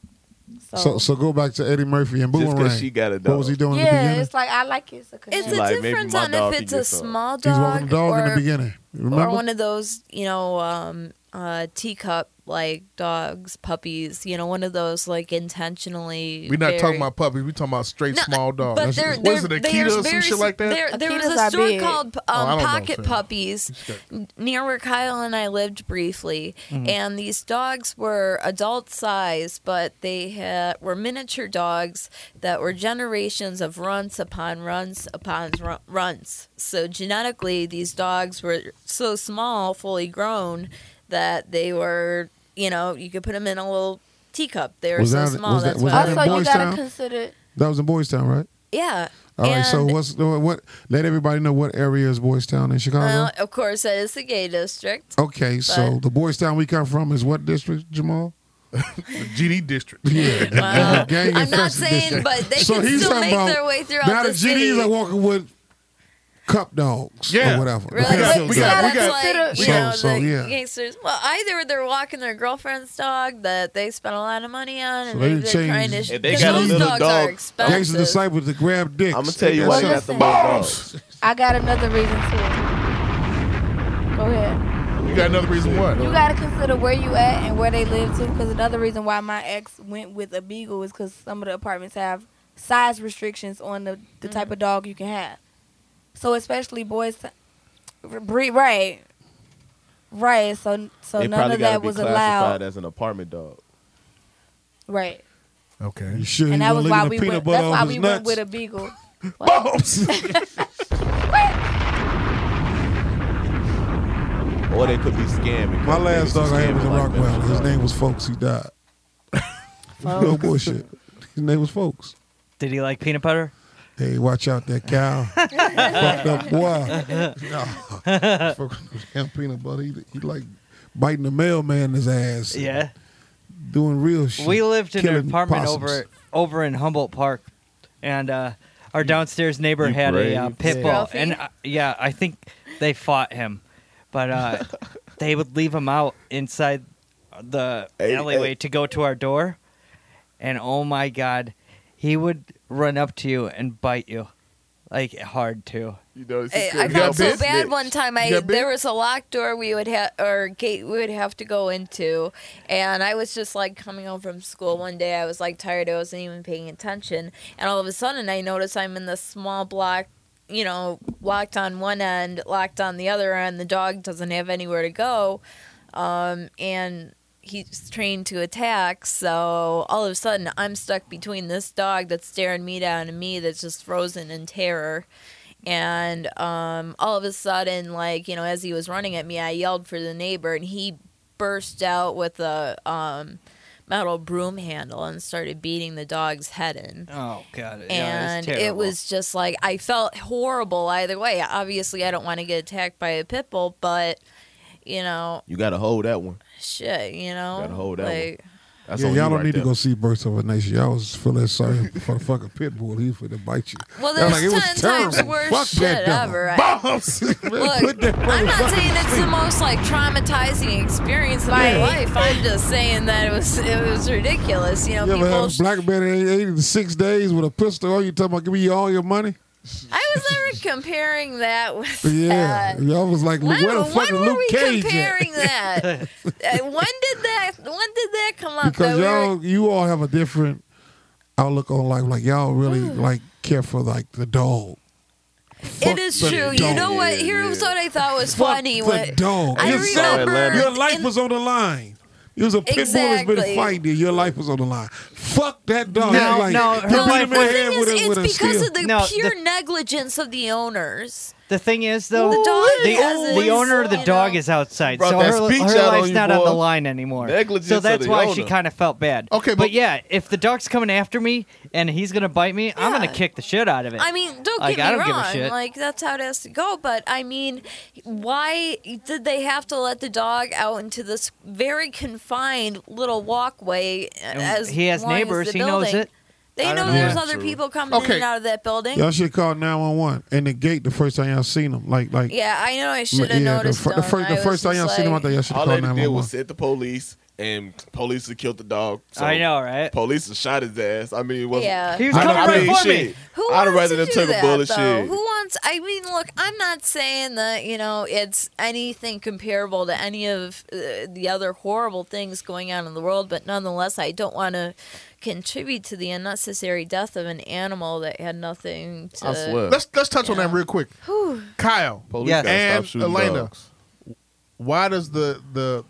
S6: So,
S4: So so go back to Eddie Murphy and
S14: Just 'cause
S4: Boomerang.
S14: she got a
S4: What was
S14: dog.
S4: he doing in the
S6: yeah,
S4: beginning?
S6: it's like I like it. It's a
S15: It's
S6: connection.
S15: a
S14: Like, maybe
S15: difference
S14: my
S15: on
S14: dog
S15: if
S14: could
S15: it's
S14: get
S15: a
S14: some.
S15: small
S4: He's walking
S15: dog,
S4: the dog
S15: or,
S4: in the beginning.
S15: or
S4: Remember?
S15: one of those, you know, um, uh, teacup like dogs, puppies. You know, one of those like intentionally.
S5: We're not
S15: very-
S5: talking about puppies. We're talking about straight small dogs.
S15: But they're, they're,
S5: what is it,
S15: they are
S5: Akita or some
S15: very-
S5: shit like that?
S15: There, there was
S6: Akitas
S15: a
S6: are
S15: store
S6: big.
S15: called um,
S5: Oh, I don't know,
S15: Pocket
S5: Sam.
S15: Puppies n- near where Kyle and I lived briefly,
S4: Mm-hmm.
S6: Mhm.
S15: and these dogs were adult size, but they had, were miniature dogs that were generations of runts upon runts upon ru- runts. So genetically, these dogs were so small, fully grown, that they were, you know, you could put them in a little teacup. They were
S4: Was
S15: so
S4: that-
S15: small.
S4: was that-
S15: that's
S4: was
S15: why
S4: that in
S15: they-
S4: Also, you gotta Boystown?
S6: consider.
S4: That was in Boys Town, right?
S15: Yeah.
S4: All right. So
S15: And-
S4: what's what? Let everybody know what area is Boys Town in Chicago.
S15: Well, of course, that is the gay district.
S4: Okay, so
S15: But-
S4: the Boys Town we come from is what district, Jamal?
S5: GD district.
S4: Yeah,
S15: Wow.
S4: the gang
S15: I'm not
S4: infested
S15: saying,
S4: district.
S15: but they can
S4: he's
S15: still
S4: talking
S15: make their way throughout
S4: Now
S15: the
S4: the GDs
S15: city.
S4: are walking with cup dogs
S5: Yeah.
S4: or whatever.
S5: Really? We got- we got- we got-
S15: Like, you
S4: So-
S15: know,
S4: so,
S15: the
S4: yeah.
S15: gangsters. Well, either they're walking their girlfriend's dog that they spent a lot of money on,
S4: So
S15: and
S4: they
S15: maybe
S4: didn't
S15: they're trying to.
S4: change.
S14: If they
S15: because
S14: got a
S15: those
S14: little
S15: dogs
S14: dog-
S15: are expensive.
S4: Gangsta disciples to grab dicks.
S14: I'ma tell you
S4: That's
S14: what,
S4: it.
S14: I got the little dogs.
S6: I got another reason too. Go ahead.
S5: You got another reason what?
S6: You gotta consider where you at and where they live too, because another reason why my ex went with a beagle is because some of the apartments have size restrictions on the, the type of dog you can have. So especially boys, breed right, right. So so
S14: they
S6: none
S14: probably
S6: of
S14: gotta
S6: that
S14: be
S6: was
S14: classified
S6: allowed.
S14: as an apartment dog.
S6: Right.
S5: Okay.
S4: You sure
S6: and
S4: you
S6: that
S4: gonna
S6: was
S4: lick
S6: why
S4: the
S6: we
S4: peanut
S6: went.
S4: butter
S6: That's
S4: off
S6: why
S4: his
S6: we
S4: nuts?
S6: went with a beagle.
S14: Or they could be scamming.
S4: My last dog I had was a
S14: Like that.
S4: Rockwell. His name was Folks. He died. no bullshit. His name was Folks.
S13: Did he like peanut butter?
S4: Hey, watch out that cow. Fucked up boy. No. Fuck with damn peanut butter. He, he like biting the mailman in his ass. and
S13: Yeah.
S4: Doing real shit.
S13: We lived in an
S4: Killing
S13: apartment
S4: possums.
S13: over over in Humboldt Park, and uh, our downstairs neighbor
S14: You
S13: had a uh,
S14: brave.
S13: pit bull,
S14: Ralphie?
S13: and uh, yeah, I think they fought him, but uh, they would leave him out inside the
S14: Hey,
S13: alleyway
S14: hey.
S13: to go to our door, and oh my god, he would run up to you and bite you, like hard too.
S14: You know,
S15: Hey, I felt so bad one time. I there was a locked door we would have or gate we would have to go into, and I was just like coming home from school one day. I was like tired. I wasn't even paying attention, and all of a sudden I notice I'm in this small block. You know, locked on one end, locked on the other end. The dog doesn't have anywhere to go, um, and he's trained to attack. So all of a sudden, I'm stuck between this dog that's staring me down and me that's just frozen in terror and um, all of a sudden, like you know, as he was running at me, I yelled for the neighbor, and he burst out with a um, metal broom handle and started beating the dog's head in.
S13: Oh god, yeah, it's
S15: And it
S13: terrible.
S15: was just like I felt horrible either way. Obviously, I don't want to get attacked by a pit bull, but you know,
S14: You gotta hold that one.
S15: shit, you know,
S14: Gotta hold that one.
S15: like
S14: That's
S4: yeah,
S14: on
S4: y'all
S14: you
S4: don't
S14: right
S4: need
S14: there.
S4: to go see Birth of a Nation. Y'all was feeling sorry for the fucking pit bull. He for to bite you.
S15: Well,
S4: Y'all
S15: there's
S4: like, it was
S15: ten
S4: terrible.
S15: times worse
S4: Fuck
S15: shit
S4: that
S15: ever. I-
S4: Bombs.
S15: Look, I'm not saying it's the most like traumatizing experience of my
S4: Yeah.
S15: life. I'm just saying that it was it was ridiculous. You know,
S4: You ever
S15: people.
S4: had a black man that ain't ate in six days with a pistol? All you talking about? Give me all your money?
S15: I was never comparing that with
S4: Yeah,
S15: that.
S4: y'all was like,
S15: When,
S4: where the
S15: when
S4: fuck is
S15: Uh, were
S4: Luke
S15: we
S4: Cage?
S15: comparing
S4: at?
S15: that? Uh, when did that? When did that come up?
S4: because
S15: that we were-
S4: y'all, you all have a different outlook on life. Like y'all really
S15: Mm.
S4: like care for like the dog.
S15: it is
S4: the
S15: true. You
S4: dog.
S15: know what? Here's what I thought was funny.
S4: The
S15: What,
S4: dog.
S15: I
S4: Your-
S15: remember
S4: your life was on the line. You was a pit bull that's
S15: Exactly.
S4: been fighting you. Your life was on the line. Fuck that dog.
S13: No,
S4: like,
S13: no,
S4: you
S13: her
S4: beat
S13: life
S4: him in the
S13: was-
S4: head with a-
S15: it's
S4: with a
S15: because
S4: steel.
S15: of the
S13: No, the-
S15: pure negligence of the owners.
S13: The thing is, though,
S15: The dog
S13: the,
S15: doesn't,
S13: the owner of the dog is outside,
S14: Brought
S13: so
S14: that
S13: her, her
S14: speech out on
S13: life's
S14: you,
S13: not
S14: boy.
S13: on the line anymore.
S14: Negligence
S13: so
S14: of
S13: that's
S14: the
S13: why
S14: owner.
S13: she kind of felt bad. Okay, but, yeah, if the dog's coming after me and he's gonna bite me, I'm gonna kick the shit out of it.
S15: I mean, don't
S13: Like,
S15: get
S13: I
S15: me
S13: don't give a
S15: wrong.
S13: shit.
S15: Like that's how it has to go. But I mean, why did they have to let the dog out into this very confined little walkway? uh,
S13: And
S15: As
S13: he has
S15: long as
S13: neighbors,
S15: the
S13: he knows
S15: building-
S13: it.
S15: They
S13: I
S15: know
S13: don't
S15: there's
S4: know.
S15: other
S4: True.
S15: people coming in
S4: Okay.
S15: and out of that building.
S4: Y'all should call nine one one and the gate the first time y'all seen him. Like like
S15: Yeah, I know I should have
S4: Mm, yeah,
S15: noticed.
S4: The, fir- the
S15: them.
S4: first
S15: I
S4: the
S15: was
S4: first time
S15: just
S4: y'all seen him, I
S15: like-
S4: thought y'all should
S14: All
S4: call
S14: they
S4: nine
S14: did
S4: one one.
S14: was hit the police and police have killed the dog.
S13: I know, right?
S14: Police have shot his ass. I mean, it wasn't,
S15: Yeah. He
S13: was
S14: I don't-
S13: coming
S14: I
S13: right
S14: mean,
S13: for
S14: shit.
S13: me.
S15: Who
S14: I'd
S15: wants
S14: rather
S15: to
S14: than
S15: do
S14: took
S15: that,
S14: a bullet.
S15: though?
S14: Shit.
S15: Who wants? I mean, look, I'm not saying that you know it's anything comparable to any of uh, the other horrible things going on in the world, but nonetheless, I don't want to contribute to the unnecessary death of an animal that had nothing to.
S5: Let's let's touch on that real quick.
S15: Whew.
S5: Kyle
S14: Police
S13: Yes. gotta stop
S5: and
S14: shooting
S5: Elena,
S14: dogs.
S5: why does the the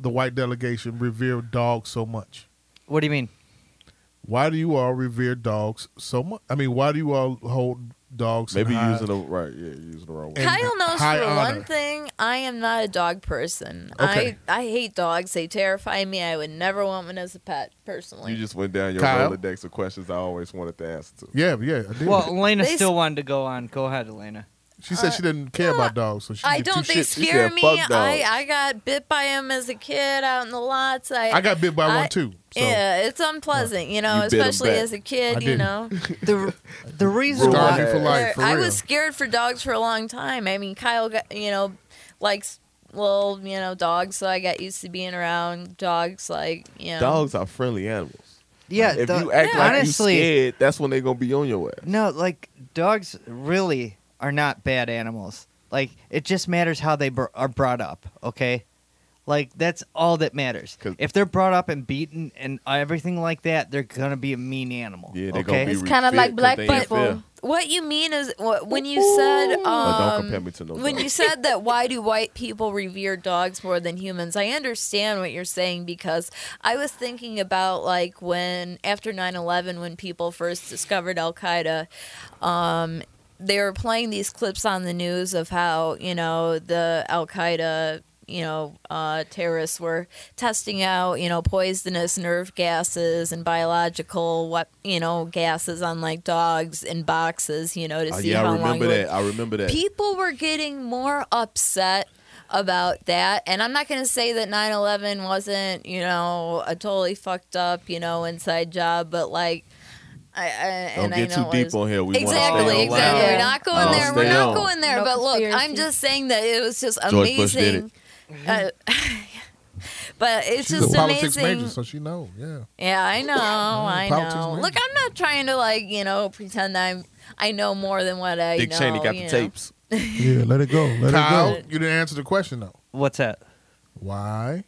S5: the white delegation revere dogs so much?
S13: What do you mean?
S5: Why do you all revere dogs so much? I mean, why do you all hold dogs? in
S14: Maybe
S5: high-
S14: using the right, yeah, using the wrong word.
S5: and
S15: Kyle knows
S5: high
S15: for
S5: honor?
S15: one thing, I am not a dog person.
S14: Okay.
S15: I I hate dogs. They terrify me. I would never want one as a pet, personally.
S14: You just went down your
S5: Kyle?
S14: Rolodex of questions I always wanted to ask to.
S5: Yeah, yeah. I did.
S13: Well, Elena
S15: They s- Uh,
S13: still wanted to go on. Go ahead, Elena.
S5: she said she didn't care about dogs, so she
S15: I
S5: did two
S15: don't. They
S5: shits.
S15: scare me. I, I got bit by him as a kid out in the lots. I
S5: I got bit by
S15: I-
S5: one too. So.
S15: Yeah, it's unpleasant, you know,
S5: You bit 'em
S15: especially
S5: back.
S15: as a
S5: I
S15: kid, you
S5: didn't.
S15: know.
S13: The the reason
S5: Scarred
S13: why
S5: me for life, for
S15: I
S5: real.
S15: was scared for dogs for a long time. I mean, Kyle got, you know, likes little, you know, dogs, so I got used to being around dogs like, you know.
S14: Dogs are friendly animals.
S13: Yeah,
S14: if
S13: the-
S14: you act like
S13: honestly-
S14: you scared, that's when they're gonna be on your ass.
S13: No, like dogs really are not bad animals. Like it just matters how they br- are brought up. Okay, like that's all that matters. If they're brought up and beaten and everything like that, they're gonna be a mean animal.
S14: Yeah,
S13: okay?
S14: they're gonna be
S6: It's kinda like black people.
S15: What you mean is wh- when you said
S14: But don't
S15: um,
S14: compare me to no
S15: when
S14: dog.
S15: you said that why do white people revere dogs more than humans? I understand what you're saying because I was thinking about like when after 9/11 when people first discovered Al Qaeda um, they were playing these clips on the news of how you know the Al Qaeda you know uh, terrorists were testing out you know poisonous nerve gases and biological what you know gases on like dogs in boxes you know to
S14: Oh,
S15: see
S14: yeah,
S15: how
S14: I
S15: long
S14: remember
S15: it would-
S14: that. I remember that.
S15: People were getting more upset about that. And I'm not going to say that 9 11 wasn't, you know, a totally fucked up, you know, inside job, but like, I, I,
S14: Don't
S15: and
S14: get
S15: I
S14: too
S15: know
S14: deep
S15: it's-
S14: on here. We wanna
S15: exactly,
S14: stay on
S15: exactly.
S14: line.
S15: We're not going
S14: Wanna
S15: there. We're
S14: stay
S15: not
S14: on.
S15: going there.
S6: No
S15: but look, I'm
S6: conspiracies.
S15: just saying that it was just
S14: George Bush did
S15: amazing. Uh, Mm-hmm. but it's
S5: She's
S15: just
S5: a politics
S15: amazing.
S5: major, so she knows. Yeah.
S15: Yeah, I know.
S14: Mm-hmm.
S15: I
S5: politics
S15: know.
S5: man.
S15: Look, I'm not trying to like you know pretend that I'm I know more than what I
S14: Dick
S15: know.
S14: Cheney got the
S15: you know.
S14: tapes.
S4: Yeah, let it go. Let
S5: Kyle,
S4: it
S5: you didn't answer the question though.
S13: What's that?
S5: Why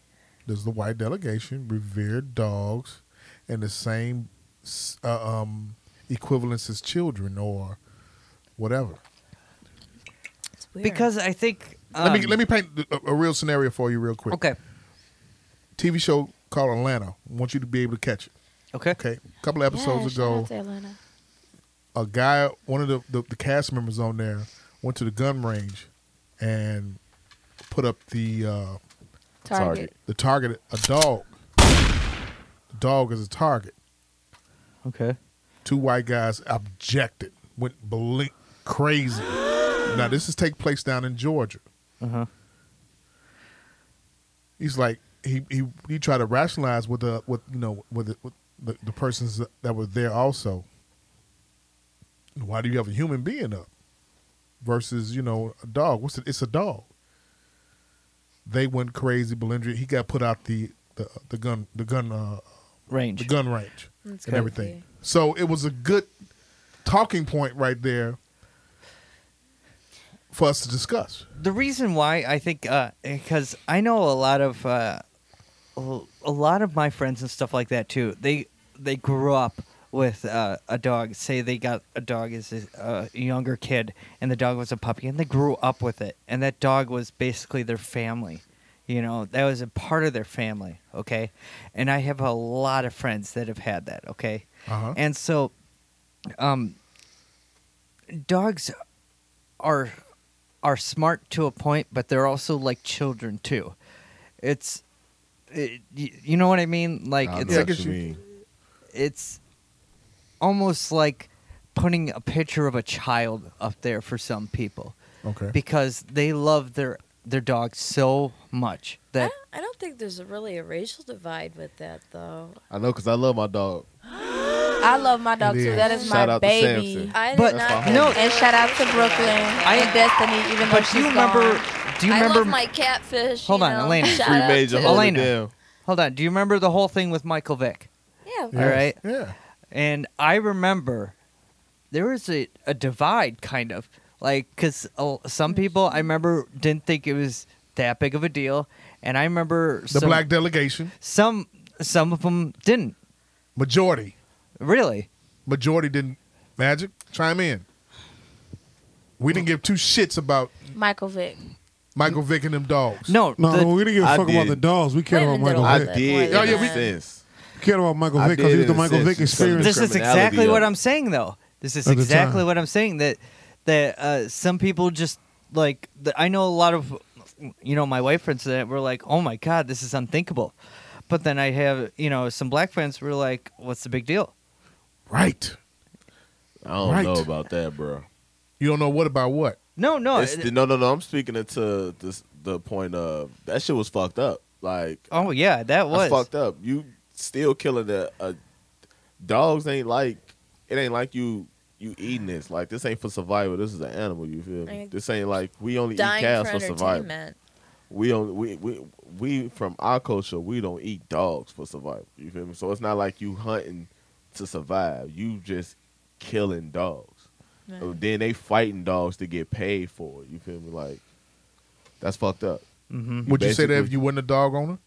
S5: does the white delegation revere dogs in the same s- uh, um, equivalence as children or whatever?
S15: It's weird.
S13: Because I think
S5: let me
S13: um,
S5: let me paint a, a real scenario for you real quick.
S13: Okay.
S5: TV show called Atlanta. I want you to be able to catch it.
S13: Okay.
S5: Okay. A couple of episodes
S6: Yeah, shout
S5: ago,
S6: out to Atlanta.
S5: a guy, one of the, the, the cast members on there, went to the gun range and put up the uh,
S6: Target.
S5: the target a dog. The dog is a target.
S13: Okay.
S5: Two white guys objected, went blink crazy. now this is take place down in Georgia.
S13: Uh huh.
S5: He's like he he he tried to rationalize with the with you know with the, with the, the persons that were there also. Why do you have a human being up versus you know a dog? What's it? It's a dog. They went crazy, Belindria. He got put out the the, the gun the gun uh,
S13: Range.
S5: the gun range
S15: That's
S5: and everything.
S15: crazy.
S5: So it was a good talking point right there for us to discuss.
S13: the reason why I think uh, because I know a lot of uh, a a lot of my friends and stuff like that too. They they grew up with uh, a dog. Say they got a dog as a, a younger kid, and the dog was a puppy, and they grew up with it, and that dog was basically their family. You know, that was a part of their family. Okay, and I have a lot of friends that have had that. Okay,
S5: Uh-huh.
S13: and so, um, dogs are are smart to a point, but they're also like children too. It's it, y- you know what I mean? Like
S14: I
S13: it's
S14: know what you mean.
S13: it's almost like putting a picture of a child up there for some people
S5: Okay.
S13: because they love their their dog so much that
S15: I don't think there's a really a racial divide with that though.
S14: I know, cause I love my dog.
S6: I love my dog
S14: It
S6: too.
S14: is.
S6: That is
S14: Shout
S6: my
S14: out to
S6: baby.
S14: Samson.
S15: I did
S13: But-
S15: not.
S13: That's no-
S6: and shout out to Brooklyn and Destiny. Even though
S13: but
S6: she's
S13: do you remember
S6: gone.
S13: do you
S15: I
S13: remember
S15: love my catfish.
S13: Hold
S15: you
S13: on,
S15: know.
S13: Elena.
S15: Shout
S13: Free
S15: out
S14: major
S15: to-
S14: hold it
S13: Elena.
S14: down.
S13: hold on. Do you remember the whole thing with Michael Vick?
S6: Yeah.
S13: All right.
S5: Yeah.
S13: And I remember there was a, a divide, kind of like because some people I remember didn't think it was that big of a deal, and I remember
S5: The
S13: some-
S5: black delegation.
S13: Some some of them didn't.
S5: Majority.
S13: Really?
S5: Majority didn't. Magic, chime in. We didn't give two shits about
S6: Michael Vick.
S5: Michael Vick and them dogs.
S13: No,
S4: No, no, we didn't give a fuck about the dogs. We cared about
S5: Women
S4: Michael
S5: don't
S4: Vick.
S5: I did
S4: Oh,
S5: in
S4: yeah,
S5: a
S4: we
S14: sense.
S4: cared about Michael
S14: I
S4: Vick because he
S14: did
S4: was the
S14: in a
S4: Michael
S14: sense
S4: Vick
S14: because of the
S13: This
S4: experience.
S13: is exactly what I'm saying, though. This is
S4: At the
S13: exactly
S4: time.
S13: what I'm saying. That that uh, some people just like the, I know a lot of you know my white friends that were like, "Oh my god, this is unthinkable," but then I have you know some black friends were like, "What's the big deal?"
S5: Right.
S14: I don't
S5: Right.
S14: know about that, bro.
S5: You don't know what about what.
S13: No, no,
S14: It's the- no, no, no. I'm speaking it to this, the point of that shit was fucked up. Like,
S13: oh yeah, that was
S14: That's fucked up. You still killing the uh, dogs. Ain't like it ain't like you you eating this. Like this ain't for survival. This is an animal. You feel me?
S15: Like,
S14: This ain't like we only eat
S15: Dying
S14: calves
S15: for
S14: for survival.
S15: entertainment.
S14: We don't. We we we from our culture. We don't eat dogs for survival. You feel me? So it's not like you hunting to survive. You just killing dogs.
S15: Right.
S14: And Then they fighting dogs to get paid for it. You feel me? Like that's fucked up.
S13: Mm-hmm.
S5: Would Mm-hmm. you say that if
S14: Basically-
S5: you weren't a dog owner,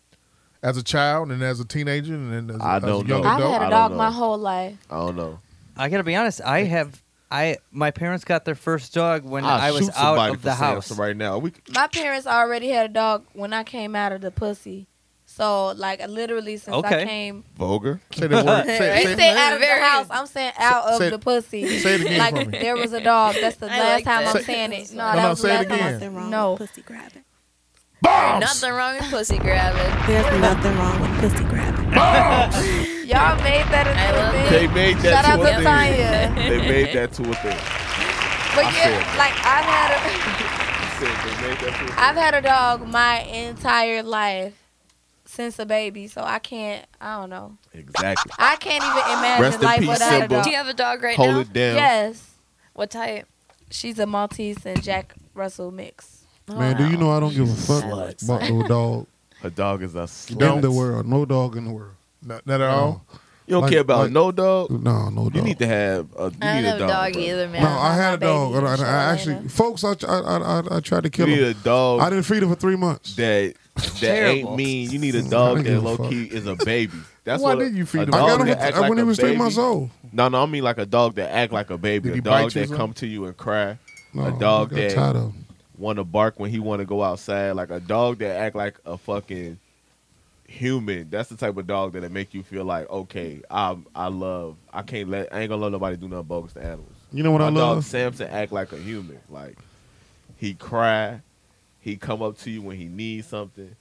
S5: as a child and as a teenager and then as,
S14: I
S5: as
S14: don't
S5: a
S14: know.
S5: young
S6: I've
S5: adult?
S6: had a dog my whole life.
S14: I don't know.
S13: I gotta be honest. I have I my parents got their first dog when
S14: I'll
S13: i was
S14: shoot
S13: out
S14: somebody
S13: of
S14: for
S13: the
S14: saying
S13: house.
S14: something right now. We
S6: My parents already had a dog when I came out of the pussy. So like literally since I
S14: Okay.
S6: came
S14: vulgar.
S5: Say that word. Say,
S6: they
S5: say-
S6: said out of the
S15: Very
S6: house. I'm saying out of
S5: say-
S6: the pussy.
S5: say it again
S6: like
S5: for me.
S6: there was a dog. That's the
S15: I
S6: last
S15: like
S6: time
S15: that.
S6: I'm saying it. No,
S5: No,
S6: that
S5: no,
S6: was the
S5: say it
S6: last time I
S5: again.
S6: said
S5: Nothing
S6: no.
S16: Pussy grabbing.
S15: Nothing wrong with pussy grabbing.
S16: There's nothing wrong with pussy grabbing.
S6: Y'all made that a thing.
S14: They made that
S6: Shout
S14: to
S6: out to
S14: a
S6: Tanya.
S14: thing. They made that to a thing.
S6: But
S14: I
S6: yeah,
S14: said-
S6: like I've had a
S14: I said they made that to a thing.
S6: I've had a dog my entire life since a baby, so I can't. I don't know.
S14: Exactly.
S6: I can't even imagine
S14: Rest in
S6: life
S14: peace,
S6: without a
S14: Simba.
S6: dog.
S14: Do you
S15: have a dog right
S14: Hold it down.
S6: Yes.
S15: What type?
S6: She's a Maltese and Jack Russell mix.
S4: Man, do you know I don't give a fuck about no dog
S14: A dog is a slut.
S4: in the world? No dog in the world.
S5: Not, not at all.
S14: You don't
S4: Like-
S14: care about
S4: like-
S14: no dog.
S4: No, no dog.
S14: You need to have a. You
S15: I
S14: need
S15: don't have
S14: a
S15: a
S14: dog,
S15: dog
S14: bro.
S15: either, man.
S4: No, I had a
S15: My
S4: dog.
S15: baby,
S4: and I, and I
S15: Shalina.
S4: actually, folks, I, I, I, I tried to
S14: You
S4: kill
S14: need
S4: him.
S14: a dog
S4: I didn't feed him for three months.
S14: that that ain't
S13: Terrible.
S14: mean. You need
S4: I
S14: a
S4: don't
S14: dog
S4: give
S14: that
S4: a
S14: low
S4: fuck.
S14: key is a baby. That's
S5: Why
S14: what a-
S5: didn't you feed
S14: a
S5: him?
S14: dog
S4: I got him
S14: that
S4: at-
S14: act
S4: when
S14: like
S4: he
S14: a
S4: was three
S14: baby.
S4: months old.
S14: No, no, I mean like a dog that act like a baby.
S5: Did
S14: a
S5: he bite
S14: dog
S5: you or
S14: that
S5: something?
S14: come to you and cry.
S4: No,
S14: a dog
S4: I got tired
S14: that
S4: of
S14: want to bark when he want to go outside. Like a dog that act like a fucking human. That's the type of dog that make you feel like okay, I I love. I can't let. I ain't gonna let nobody do nothing bogus to animals.
S4: You know what
S14: My
S4: I
S14: Dog
S4: love?
S14: Samson act like a human. Like he cry. He come up to you when he needs something.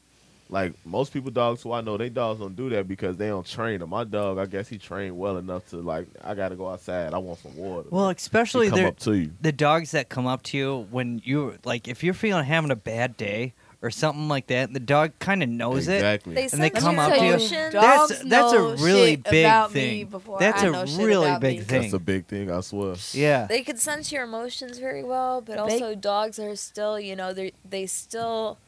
S14: Like most people, dogs who I know, they dogs don't do that because they don't train them. My dog, I guess he trained well enough to like. I gotta go outside. I want some water.
S13: Well, especially
S14: He come
S13: the-
S14: up to you.
S13: the dogs that come up to you when you like if you're feeling having a bad day or something like that. The dog kind of knows
S14: Exactly.
S13: it,
S14: They
S13: and they
S15: sense
S13: come
S15: your
S13: up to you. That's
S15: emotions.
S6: Dogs
S13: that's
S6: know
S13: a really
S6: shit
S13: big
S6: about me
S13: thing.
S6: before
S13: That's
S6: I
S13: a
S6: know shit
S13: really
S6: about
S13: big
S6: me.
S13: thing.
S14: That's a big thing. I swear.
S13: yeah.
S15: They could sense your emotions very well, but
S6: They-
S15: also dogs are still, you know, they they still,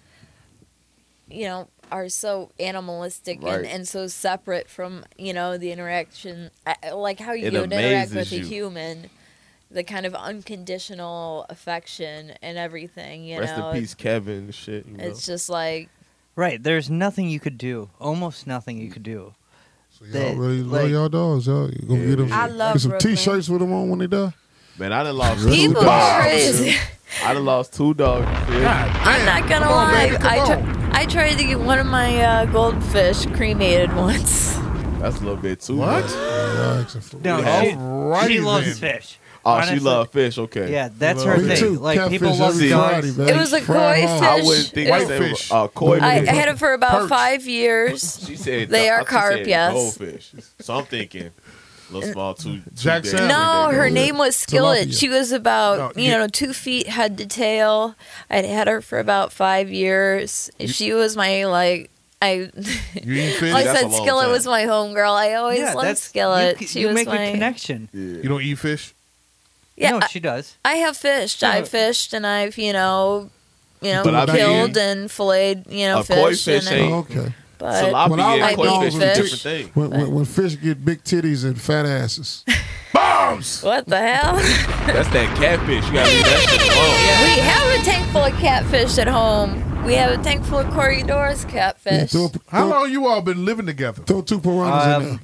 S15: you know, are so animalistic
S14: Right.
S15: and, and so separate from, you know, the interaction, I- like how you
S14: It
S15: would interact
S14: amazes
S15: with
S14: you.
S15: a human, the kind of unconditional affection and everything, you
S14: Rest
S15: know.
S14: in peace, Kevin. and Shit. You know?
S15: It's just like
S13: Right. There's nothing you could do. Almost nothing you could do.
S4: Y'all
S13: That,
S4: really love
S13: like-
S4: y'all dogs. Y'all you gonna get them
S6: I love
S4: get some
S6: Brooklyn.
S4: t-shirts with them on when they die.
S14: Man, I done lost
S15: People
S14: two dogs.
S15: crazy.
S14: I done lost two dogs. you feel me?
S15: I'm not gonna
S5: Come on,
S15: lie.
S5: baby, come
S15: I, tr- I tried to get one of my uh, goldfish cremated once.
S14: That's a little bit too
S5: What?
S14: much.
S13: No,
S14: Yeah.
S13: she,
S5: Alrighty
S13: she loves
S5: then.
S13: fish.
S14: Oh,
S13: Honestly.
S14: she love fish. Okay.
S13: Yeah, that's her
S4: Me
S13: thing.
S4: too.
S13: Like people
S4: Catfish
S13: love
S4: every
S13: dogs.
S4: Friday, baby.
S15: It was a
S4: Fried
S15: koi
S4: hog.
S15: fish.
S14: I wouldn't think
S15: White
S14: they
S5: fish.
S14: were uh, koi
S15: I,
S14: fish.
S15: I had it for about
S5: Perch.
S15: five years.
S14: She said
S15: They
S14: I
S15: are
S14: thought she
S15: carp,
S14: said
S15: yes.
S14: Goldfish. So I'm thinking, little small two. two
S5: Jack
S14: days.
S5: Sam-
S15: No, her name was Skillet.
S4: Tilapia.
S15: She was about
S5: No,
S15: you
S5: you-
S15: know two feet head to tail. I'd had her for about five years. She was my like I.
S5: You eat fish?
S15: like I
S14: that's a
S15: said,
S14: long
S15: Skillet
S14: time.
S15: was my homegirl. I always
S13: yeah,
S15: loved
S13: that's
S15: Skillet.
S13: You, c-
S15: she
S13: you
S15: was
S13: make
S15: my
S13: a connection.
S5: You don't eat fish?
S15: yeah.
S13: no,
S15: I,
S13: she does.
S15: I have fished. I
S13: No.
S15: fished and I've you know, you know,
S14: But I've
S15: killed
S14: eaten-
S15: and filleted you know
S14: A koi
S15: fish.
S14: fish
S15: and I-
S14: ain't-
S4: Oh, okay.
S15: But
S14: Tilapia
S4: I
S14: and
S4: like
S14: koi
S4: dogs
S14: fish is
S4: when
S14: a
S4: fish-
S14: different thing.
S4: When, when, when fish get big titties and fat asses.
S14: Bombs!
S15: What the hell?
S14: That's that catfish. You gotta leave that shit alone.
S15: We have a tank full of catfish at home. We have a tank full of Corridoras catfish.
S5: How long you all been living together?
S4: Throw two piranhas in
S5: Um,
S4: there.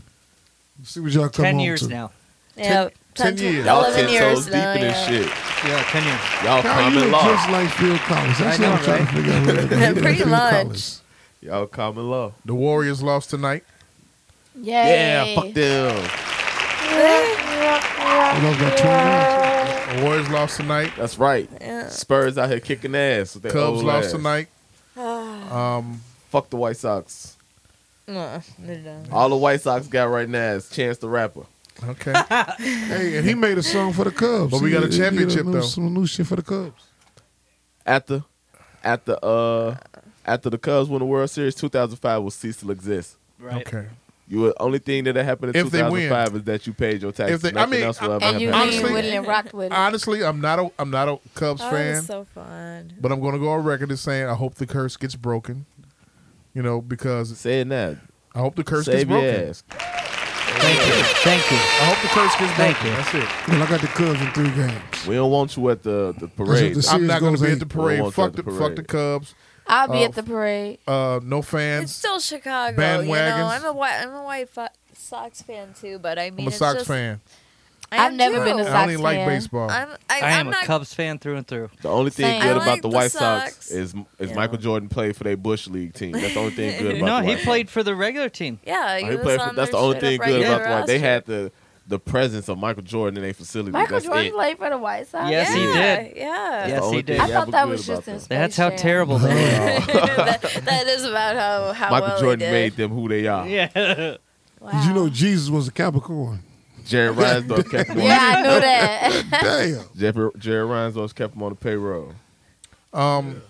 S4: See what y'all come
S13: 10
S4: home
S13: years
S4: to.
S13: now.
S15: Yeah,
S5: Ten- 10 years.
S14: Y'all ten toes deep
S15: now,
S14: in this
S15: yeah.
S14: shit.
S13: Yeah, ten years.
S14: Y'all
S4: How
S14: common
S4: you
S14: law.
S4: Just like Phil Collins. That's
S14: I know,
S4: what I'm trying
S14: right?
S4: to figure out. where that-
S15: Pretty
S4: where that Phil
S15: much.
S4: Collins-
S14: Y'all common law.
S5: The Warriors lost tonight.
S14: Yeah, fuck them.
S5: The Warriors lost tonight.
S14: That's right.
S15: Yeah.
S14: Spurs out here kicking ass. With their
S5: Cubs
S14: old
S5: lost
S14: ass.
S5: tonight.
S14: Um, fuck the White Sox.
S15: Uh, they're done.
S14: All the White Sox got right now is Chance the Rapper.
S5: Okay.
S4: Hey, and he made a song for the Cubs.
S14: But we got a
S4: He- he did
S14: championship,
S4: new-
S14: though.
S4: Some new shit for the Cubs.
S14: After, after uh, after the Cubs won the World Series, 2005 will cease to exist.
S5: Right. Okay.
S14: You the only thing that happened in
S5: If they win.
S14: 2005 is that you paid your taxes.
S5: If they, I
S14: Nothing
S5: mean,
S14: else will ever
S5: I-
S14: happen.
S5: honestly,
S6: with it and rocked with it.
S5: honestly, I'm not a I'm not a Cubs
S15: Oh,
S5: fan.
S15: that's so fun.
S5: But I'm going to go on record as saying I hope the curse gets broken. You know, because
S14: say it now.
S5: I hope the curse
S14: Save
S5: gets broken.
S14: your ass.
S5: Thank
S13: you, thank you.
S5: I hope the curse gets
S14: Thank
S5: broken. That's it.
S4: Well, I got the Cubs in three games.
S14: We don't want you at the, the parade.
S4: the
S5: I'm not going to be at the
S14: We don't
S5: parade.
S14: want you
S5: Fuck the, fuck the Cubs.
S6: I'll be
S5: Uh,
S6: at the parade.
S5: Uh, no
S15: It's
S5: fans.
S15: still Chicago. You know,
S5: bandwagons.
S15: I'm a white. I'm a white Fo- Sox fan too. But I mean,
S5: I'm a
S15: it's
S5: Sox
S15: just-
S5: fan.
S15: I
S6: I've never been a
S15: too.
S6: I don't even Sox like fan.
S5: baseball.
S15: I'm, I,
S13: I
S15: I'm
S13: am a
S15: not
S13: Cubs fan through and through.
S14: The only thing
S15: Same.
S14: good
S15: I
S14: about
S15: like
S14: the
S15: the
S14: White Sox,
S15: Sox.
S14: is is Michael Jordan played for their Bush League team. That's the only thing good about
S13: No,
S14: the
S13: he
S14: White
S13: played for the regular team.
S15: Yeah,
S14: Sox.
S15: he
S14: he
S15: was
S14: played
S15: on
S14: for, that's the
S15: their
S14: only
S15: shit
S14: thing
S15: up
S14: good about
S15: regular
S14: the White. They
S15: roster.
S14: had the the presence of Michael Jordan in their facility.
S6: Michael
S14: that's
S6: Jordan
S14: it.
S6: played for the White Sox.
S14: Yes, he
S15: Yeah,
S14: did.
S15: Yeah.
S14: That's the only thing
S6: I
S14: y'all
S6: thought
S14: were
S6: that
S14: good
S6: was
S14: about
S6: just in Space
S13: That's how
S6: Jam.
S13: terrible they are.
S15: that, that is about how how
S14: Michael
S15: well
S14: Jordan
S15: he
S14: made
S15: did.
S14: them who they are.
S13: Yeah.
S4: Did you know Jesus was a Capricorn?
S14: Jerry Reinsdorf kept him on.
S6: Yeah, I knew that.
S4: Damn.
S14: Jerry, Jerry Reinsdorf kept him on the payroll.
S5: Um,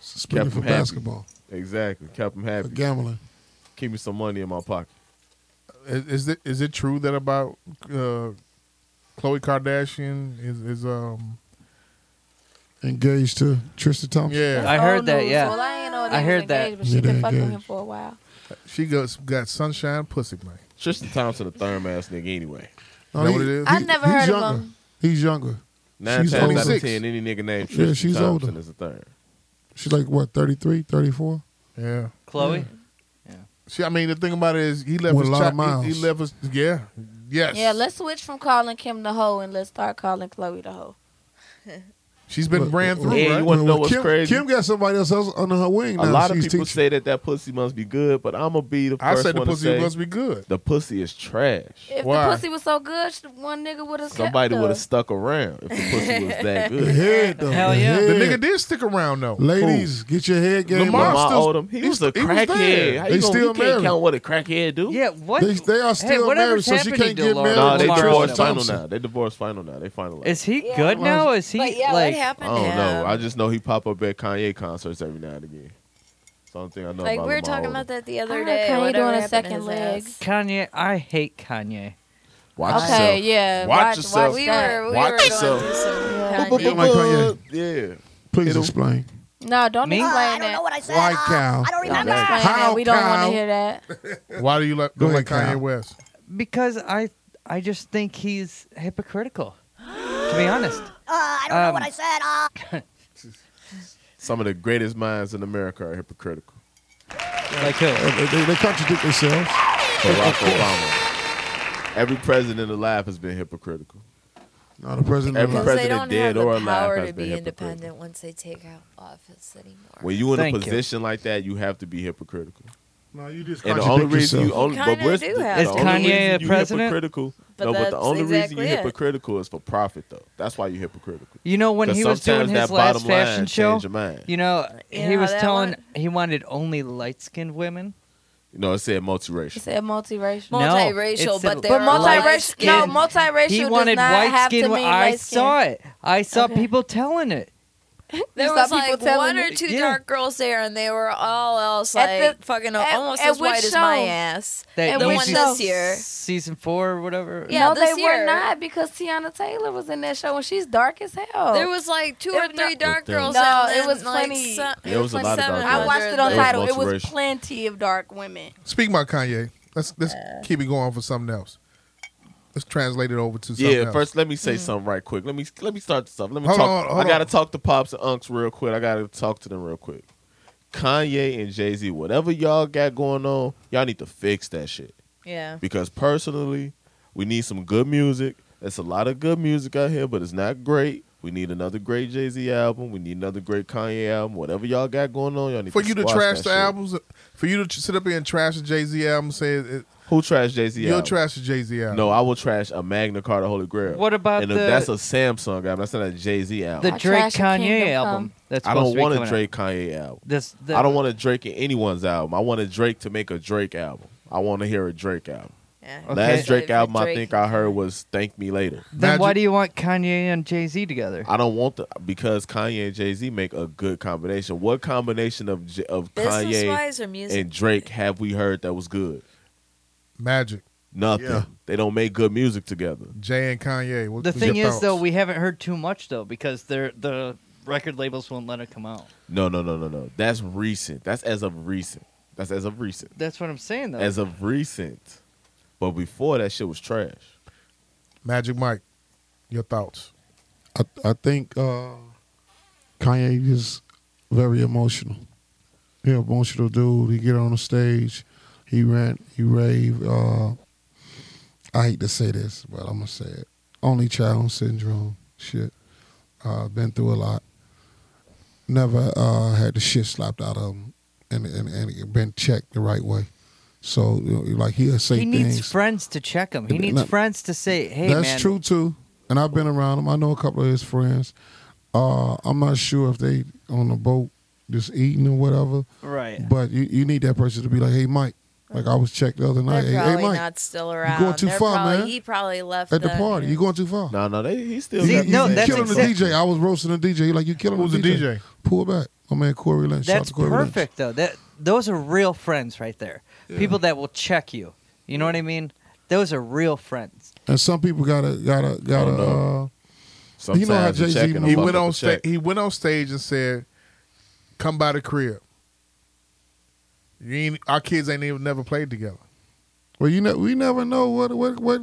S4: Suspended
S14: Kept 'em
S4: for
S14: happy.
S4: basketball.
S14: Exactly, kept him happy.
S4: gambling.
S14: Keep me some money in my pocket.
S5: Is, is it is it true that about uh, Khloe Kardashian is is um
S4: Engaged to Tristan Thompson.
S5: yeah?
S13: I
S15: Oh,
S13: heard that. Yeah.
S6: Well, I ain't know
S13: I
S6: they
S13: heard
S6: was
S13: that.
S6: engaged, But she
S4: Yeah,
S6: been
S4: they
S6: fucking with him
S4: engaged.
S6: for a while.
S5: She goes got sunshine pussy man.
S14: Tristan Thompson, a third ass nigga anyway.
S4: No,
S5: Know
S4: he-
S5: what it is?
S6: I never
S4: he's
S6: heard
S4: younger.
S6: of him.
S4: He's younger.
S14: Nine
S4: she's
S14: times out of
S4: 26.
S14: ten, any nigga named
S4: Yeah,
S14: Tristan
S4: she's
S14: Thompson
S4: older.
S14: is a third.
S4: She's like, what, 33, 34?
S5: Yeah.
S13: Chloe.
S5: See, I mean, the thing about it is, he left
S4: Mm. With
S5: us.
S4: a lot of
S5: He,
S4: miles.
S5: he left us. Yeah, yes.
S6: Yeah, let's switch from calling Kim the hoe and let's start calling Chloe the hoe.
S5: She's been ran through.
S14: Yeah,
S5: right?
S14: you wanna know what's
S4: uh, Kim,
S14: crazy?
S4: Kim got somebody else else under her wing now.
S14: a lot of
S4: She's
S14: people
S4: teaching.
S14: say that that pussy must be good, but I'm gonna be the
S5: I
S14: first
S5: said the
S14: one to
S5: pussy
S14: say
S5: must be good.
S14: the pussy is trash.
S6: If
S14: Why?
S6: the pussy was so good, sh- one nigga would have
S14: Somebody would have stuck around if the pussy was that
S4: The
S14: good.
S4: head, though.
S13: Hell
S4: the
S13: yeah.
S5: The
S4: head.
S5: nigga did stick around though.
S4: Ladies, get your head game
S14: Lamar,
S4: up.
S14: Odom, he was a
S5: he was
S14: crackhead.
S5: there.
S14: How
S4: They
S14: you gonna,
S4: still
S14: you can't
S4: married.
S14: count what a crackhead do?
S13: Yeah. What?
S4: They- they are
S13: hey,
S4: still married,
S13: whatever's
S4: so she
S13: happening
S4: can't
S13: to
S4: get
S13: Laura
S4: married
S14: No, they
S13: Lamar
S14: divorced
S13: Odom?
S14: final
S4: Thompson.
S14: now. They divorced final now. They finalized.
S13: Is he good now? Is he
S15: But yeah,
S13: like?
S15: what
S14: I
S15: happened to
S14: don't know.
S15: him?
S14: I just know he pop up at Kanye concerts every now and again. That's the only thing I know
S15: like
S14: about
S15: we
S14: Lamar
S15: were talking
S14: Odom.
S15: about that the
S6: I
S15: other
S6: heard
S15: day.
S6: Kanye
S15: whatever
S6: doing a
S15: happened
S6: second
S15: to his
S6: leg.
S15: ass.
S13: Kanye, I hate Kanye.
S14: Watch
S6: Okay,
S14: yourself.
S6: yeah.
S14: Watch
S6: watch
S14: yourself.
S6: watch
S15: We
S6: that.
S15: were we
S14: Watch
S15: were going
S14: yourself.
S15: through
S4: You
S15: some
S4: don't like
S15: Kanye.
S4: Kanye?
S14: Yeah.
S4: Please explain.
S6: No, don't
S13: Me?
S6: explain
S16: Uh, I
S6: that.
S16: don't know what I said.
S4: Why
S16: uh,
S4: cow?
S16: I don't
S6: Don't
S16: remember.
S6: explain
S4: How,
S6: that. We don't want
S4: Kyle?
S6: to hear that.
S5: Why do you like
S4: Go
S5: don't like
S4: ahead,
S5: Kanye
S4: Kyle.
S5: West?
S13: Because I, I just think he's hypocritical. To be honest.
S16: Uh, I don't know
S13: Um,
S16: what I said. Uh,
S15: uh.
S14: Some of the greatest minds in America are hypocritical.
S13: Like who?
S4: Uh, They, they, they contradict themselves.
S14: Barack Obama. Every president alive has been hypocritical.
S4: No, the president.
S14: Every
S4: lied.
S15: Because they
S14: president
S15: don't
S14: dead
S15: have
S14: or
S15: the
S14: alive
S15: power
S14: has
S15: to
S14: been
S15: be
S14: hypocritical.
S15: independent once they take out office anymore.
S14: When you in
S13: Thank
S14: a
S13: you.
S14: position like that, you have have to be hypocritical.
S4: No, you just
S14: And the
S4: contradict
S14: only reason
S4: yourself.
S14: you only but
S15: kinda
S14: we're-
S15: do
S14: the-
S15: have
S14: the
S13: to.
S14: only
S13: Is Kanye
S14: reason
S13: a
S14: you
S13: president?
S14: Hypocritical,
S15: But
S14: no, but the
S15: that's
S14: only reason
S15: exactly
S14: you're
S15: it.
S14: hypocritical is for profit, though. That's why you're hypocritical.
S13: You know when
S14: 'Cause
S13: he was doing
S14: sometimes
S13: his
S14: that
S13: last
S14: bottom line
S13: fashion
S14: change
S13: show.
S14: your mind.
S13: You know
S6: You
S13: he
S6: know
S13: was
S6: that
S13: telling
S6: one?
S13: he wanted only light skinned women.
S14: You know, it said
S6: He
S14: multiracial.
S6: said multiracial.
S13: No,
S15: Multiracial,
S13: it's a-
S15: but they're
S6: But multiracial,
S13: light-skinned.
S6: no, multiracial
S13: he
S6: does
S13: wanted
S6: not
S13: white
S6: have to
S13: skin.
S6: mean
S13: I
S6: light skin.
S13: saw it. I saw
S6: Okay.
S13: people telling it.
S15: There
S6: You
S15: was
S6: saw people
S15: like
S6: telling
S15: one
S6: you-
S15: or two
S6: Yeah.
S15: dark girls there, and they were all else like
S6: At the-
S15: fucking
S6: at-
S15: almost
S6: at
S15: as
S6: which
S15: white as my
S6: show?
S15: ass.
S13: That
S15: the
S13: you
S15: one
S13: see-
S15: this year.
S13: season four or whatever.
S15: Yeah,
S6: no,
S15: this
S6: they
S15: year.
S6: were not because Tiana Taylor was in that show and she's dark as hell.
S15: There was like two or
S6: It- no-
S15: three dark
S6: No,
S15: girls.
S6: No,
S15: and
S6: it was
S15: then, like,
S6: plenty.
S15: some-
S14: Yeah, it was a lot of dark
S15: seven
S6: I
S14: girls.
S6: watched it on
S14: There was
S6: title. It was
S14: multiracial.
S6: plenty of dark women.
S5: Speaking about Kanye, let's let's keep it going for something else. Let's translate it over to something
S14: Yeah,
S5: else.
S14: first let me
S15: Mm.
S14: say something right quick. Let me let me start this stuff. Let me
S5: Hold
S14: talk.
S5: on, hold
S14: I gotta
S5: on.
S14: talk to pops and unks real quick. I gotta talk to them real quick. Kanye and Jay Z, whatever y'all got going on, y'all need to fix that shit.
S15: Yeah.
S14: Because personally, we need some good music. There's a lot of good music out here, but it's not great. We need another great Jay Z album. We need another great Kanye album. Whatever y'all got going on, y'all need
S5: for
S14: to
S5: you to
S14: squash
S5: trash
S14: that
S5: the
S14: shit.
S5: albums, for you to tr- sit up here and trash the Jay Z album, say it, it-
S14: Who trash Jay Z?
S5: You'll trash the Jay-Z album.
S14: No, I will trash a Magna Carta Holy Grail.
S13: What about
S14: and
S13: the-
S14: that's a Samsung album? That's not a Jay Z album.
S13: The I Drake trash a Kanye Kingdom album Come. that's
S14: I
S13: supposed
S14: don't
S13: to be
S14: want a
S13: coming out.
S14: Drake Kanye album.
S13: This- the-
S14: I don't want a Drake in anyone's album. I want a Drake to make a Drake album. I want to hear a Drake album.
S13: Okay.
S14: Last Drake album I
S13: Drake
S14: think I heard was "Thank Me Later."
S13: Then why do you want Kanye and Jay Z together?
S14: I don't want the because Kanye and Jay Z make a good combination. What combination of J- of
S15: Business-wise or
S14: Kanye
S15: music?
S14: and Drake have we heard that was good?
S5: Magic.
S14: Nothing.
S5: Yeah.
S14: They don't make good music together.
S5: Jay and Kanye. What,
S13: The
S5: what's
S13: thing
S5: your
S13: is,
S5: thoughts?
S13: though, we haven't heard too much though because they're the record labels won't let it come out.
S14: No, no, no, no, no. That's recent. That's as of recent. That's as of recent.
S13: That's what I'm saying though.
S14: As of recent. But before that shit was trash.
S5: Magic Mike, your thoughts?
S4: I, I think uh, Kanye is very emotional. He an emotional dude. He get on the stage, he rant, he rave. Uh, I hate to say this, but I'm gonna say it. Only child syndrome, shit. Uh, been through a lot. Never uh, had the shit slapped out of him, and and, and been checked the right way. So you know, like he'll say
S13: he
S4: things.
S13: needs friends to check him. He needs
S4: No.
S13: friends to say, "Hey,
S4: That's
S13: man,
S4: true too. And I've been around him. I know a couple of his friends. Uh, I'm not sure if they on the boat just eating or whatever.
S13: Right.
S4: But you, you need that person to be like, hey Mike. Like I was checked the other
S15: They're
S4: night. Hey, hey,
S15: probably
S4: Mike.
S15: not still
S4: you
S15: around.
S4: going too
S15: They're
S4: far,
S15: probably,
S4: man.
S15: He probably left
S4: At the party, you going too far.
S14: No, no, they he still
S4: you,
S14: got
S4: you,
S14: music.
S4: killing the DJ. I was roasting the DJ. He Like you killing
S13: Who's
S4: the
S13: the
S4: DJ.
S13: DJ?
S4: Pull back, my man Corey Lynch. Shout out
S13: that's
S4: to Corey Lynch.
S13: perfect though. That those are real friends right there. People that will check you. You know what I mean? Those are real friends.
S4: And some people gotta gotta gotta. Uh, you know how Jay Z
S5: he went on sta- he went on stage and said, "Come by the crib." You ain't, our kids ain't even never played together.
S4: Well, you know, we never know what what what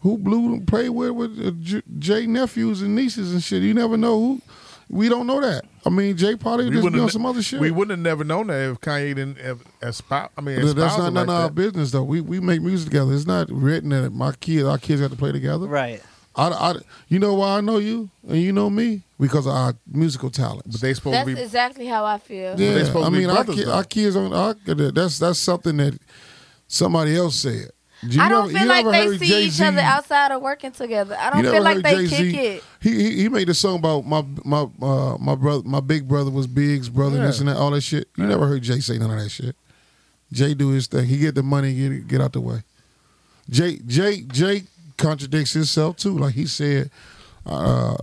S4: who blew and played with with uh, J- Jay nephews and nieces and shit. You never know who. We don't know that. I mean, Jay probably just be
S5: wouldn't
S4: on
S5: have
S4: some
S5: ne-
S4: other shit.
S5: We wouldn't have never known that if Kanye didn't have espouse. I mean,
S4: Th- that's
S5: espouse
S4: not
S5: it
S4: none
S5: like
S4: of our
S5: that.
S4: business, though. We we make music together. It's not written that my kids, our kids have to play together.
S13: Right.
S4: I, I, you know why I know you and you know me because of our musical talents. But
S5: they supposed
S6: That's exactly how I feel.
S4: Yeah, I mean, our,
S6: brothers,
S4: ki- our kids on our, that's that's something that somebody else said. You
S6: I don't
S4: never-
S6: feel
S4: you
S6: like
S4: never
S6: they
S4: heard
S6: see
S4: Jay-Z
S6: each other outside of working together. I don't
S4: You
S6: feel
S4: never
S6: like
S4: heard
S6: they
S4: Jay-Z?
S6: kick it.
S4: He, he he made a song about my my uh, my brother my big brother was Big's brother and this
S5: Yeah.
S4: and that all that shit. You never heard Jay say none of that shit. Jay do his thing. He get the money, get it- get out the way. Jay Jay Jay contradicts himself too. Like he said, uh,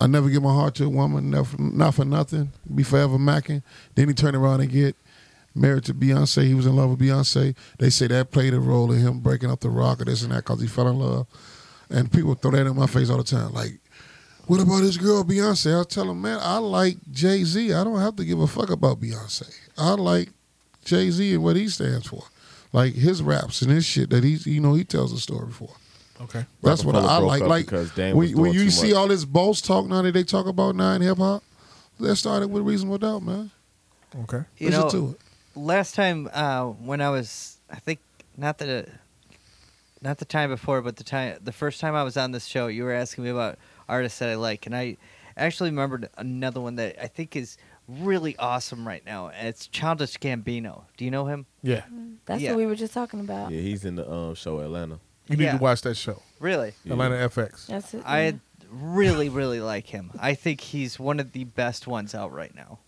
S4: I never give my heart to a woman, never, not for nothing. Be forever macking. Then he turned around and get married to Beyonce. He was in love with Beyonce. They say that played a role in him breaking up the rock or this and that because he fell in love. And people throw that in my face all the time. Like, what about this girl Beyonce? I tell them, man, I like Jay Z. I don't have to give a fuck about Beyonce. I like Jay Z and what he stands for, like his raps and his shit that he's you know he tells a story for.
S5: Okay,
S4: That's what I, I
S14: Rockefeller
S4: like.
S14: broke up
S4: Like
S14: because Dame was
S4: when, when
S14: doing
S4: you
S14: too
S4: see
S14: much.
S4: all this boss talk now that they talk about now in hip hop, that started with reasonable doubt, man.
S5: Okay,
S13: You
S4: Listen
S13: know,
S4: to it.
S13: last time uh, when I was, I think not the, not the time before, but the time the first time I was on this show, you were asking me about artists that I like, and I actually remembered another one that I think is really awesome right now. And it's Childish Gambino. Do you know him?
S5: Yeah.
S6: That's
S13: Yeah.
S6: what we were just talking about.
S14: Yeah, he's in the um, show Atlanta.
S5: You need
S13: Yeah.
S5: to watch that show.
S13: Really?
S5: Atlanta FX.
S6: That's it.
S13: I really, really like him. I think he's one of the best ones out right now.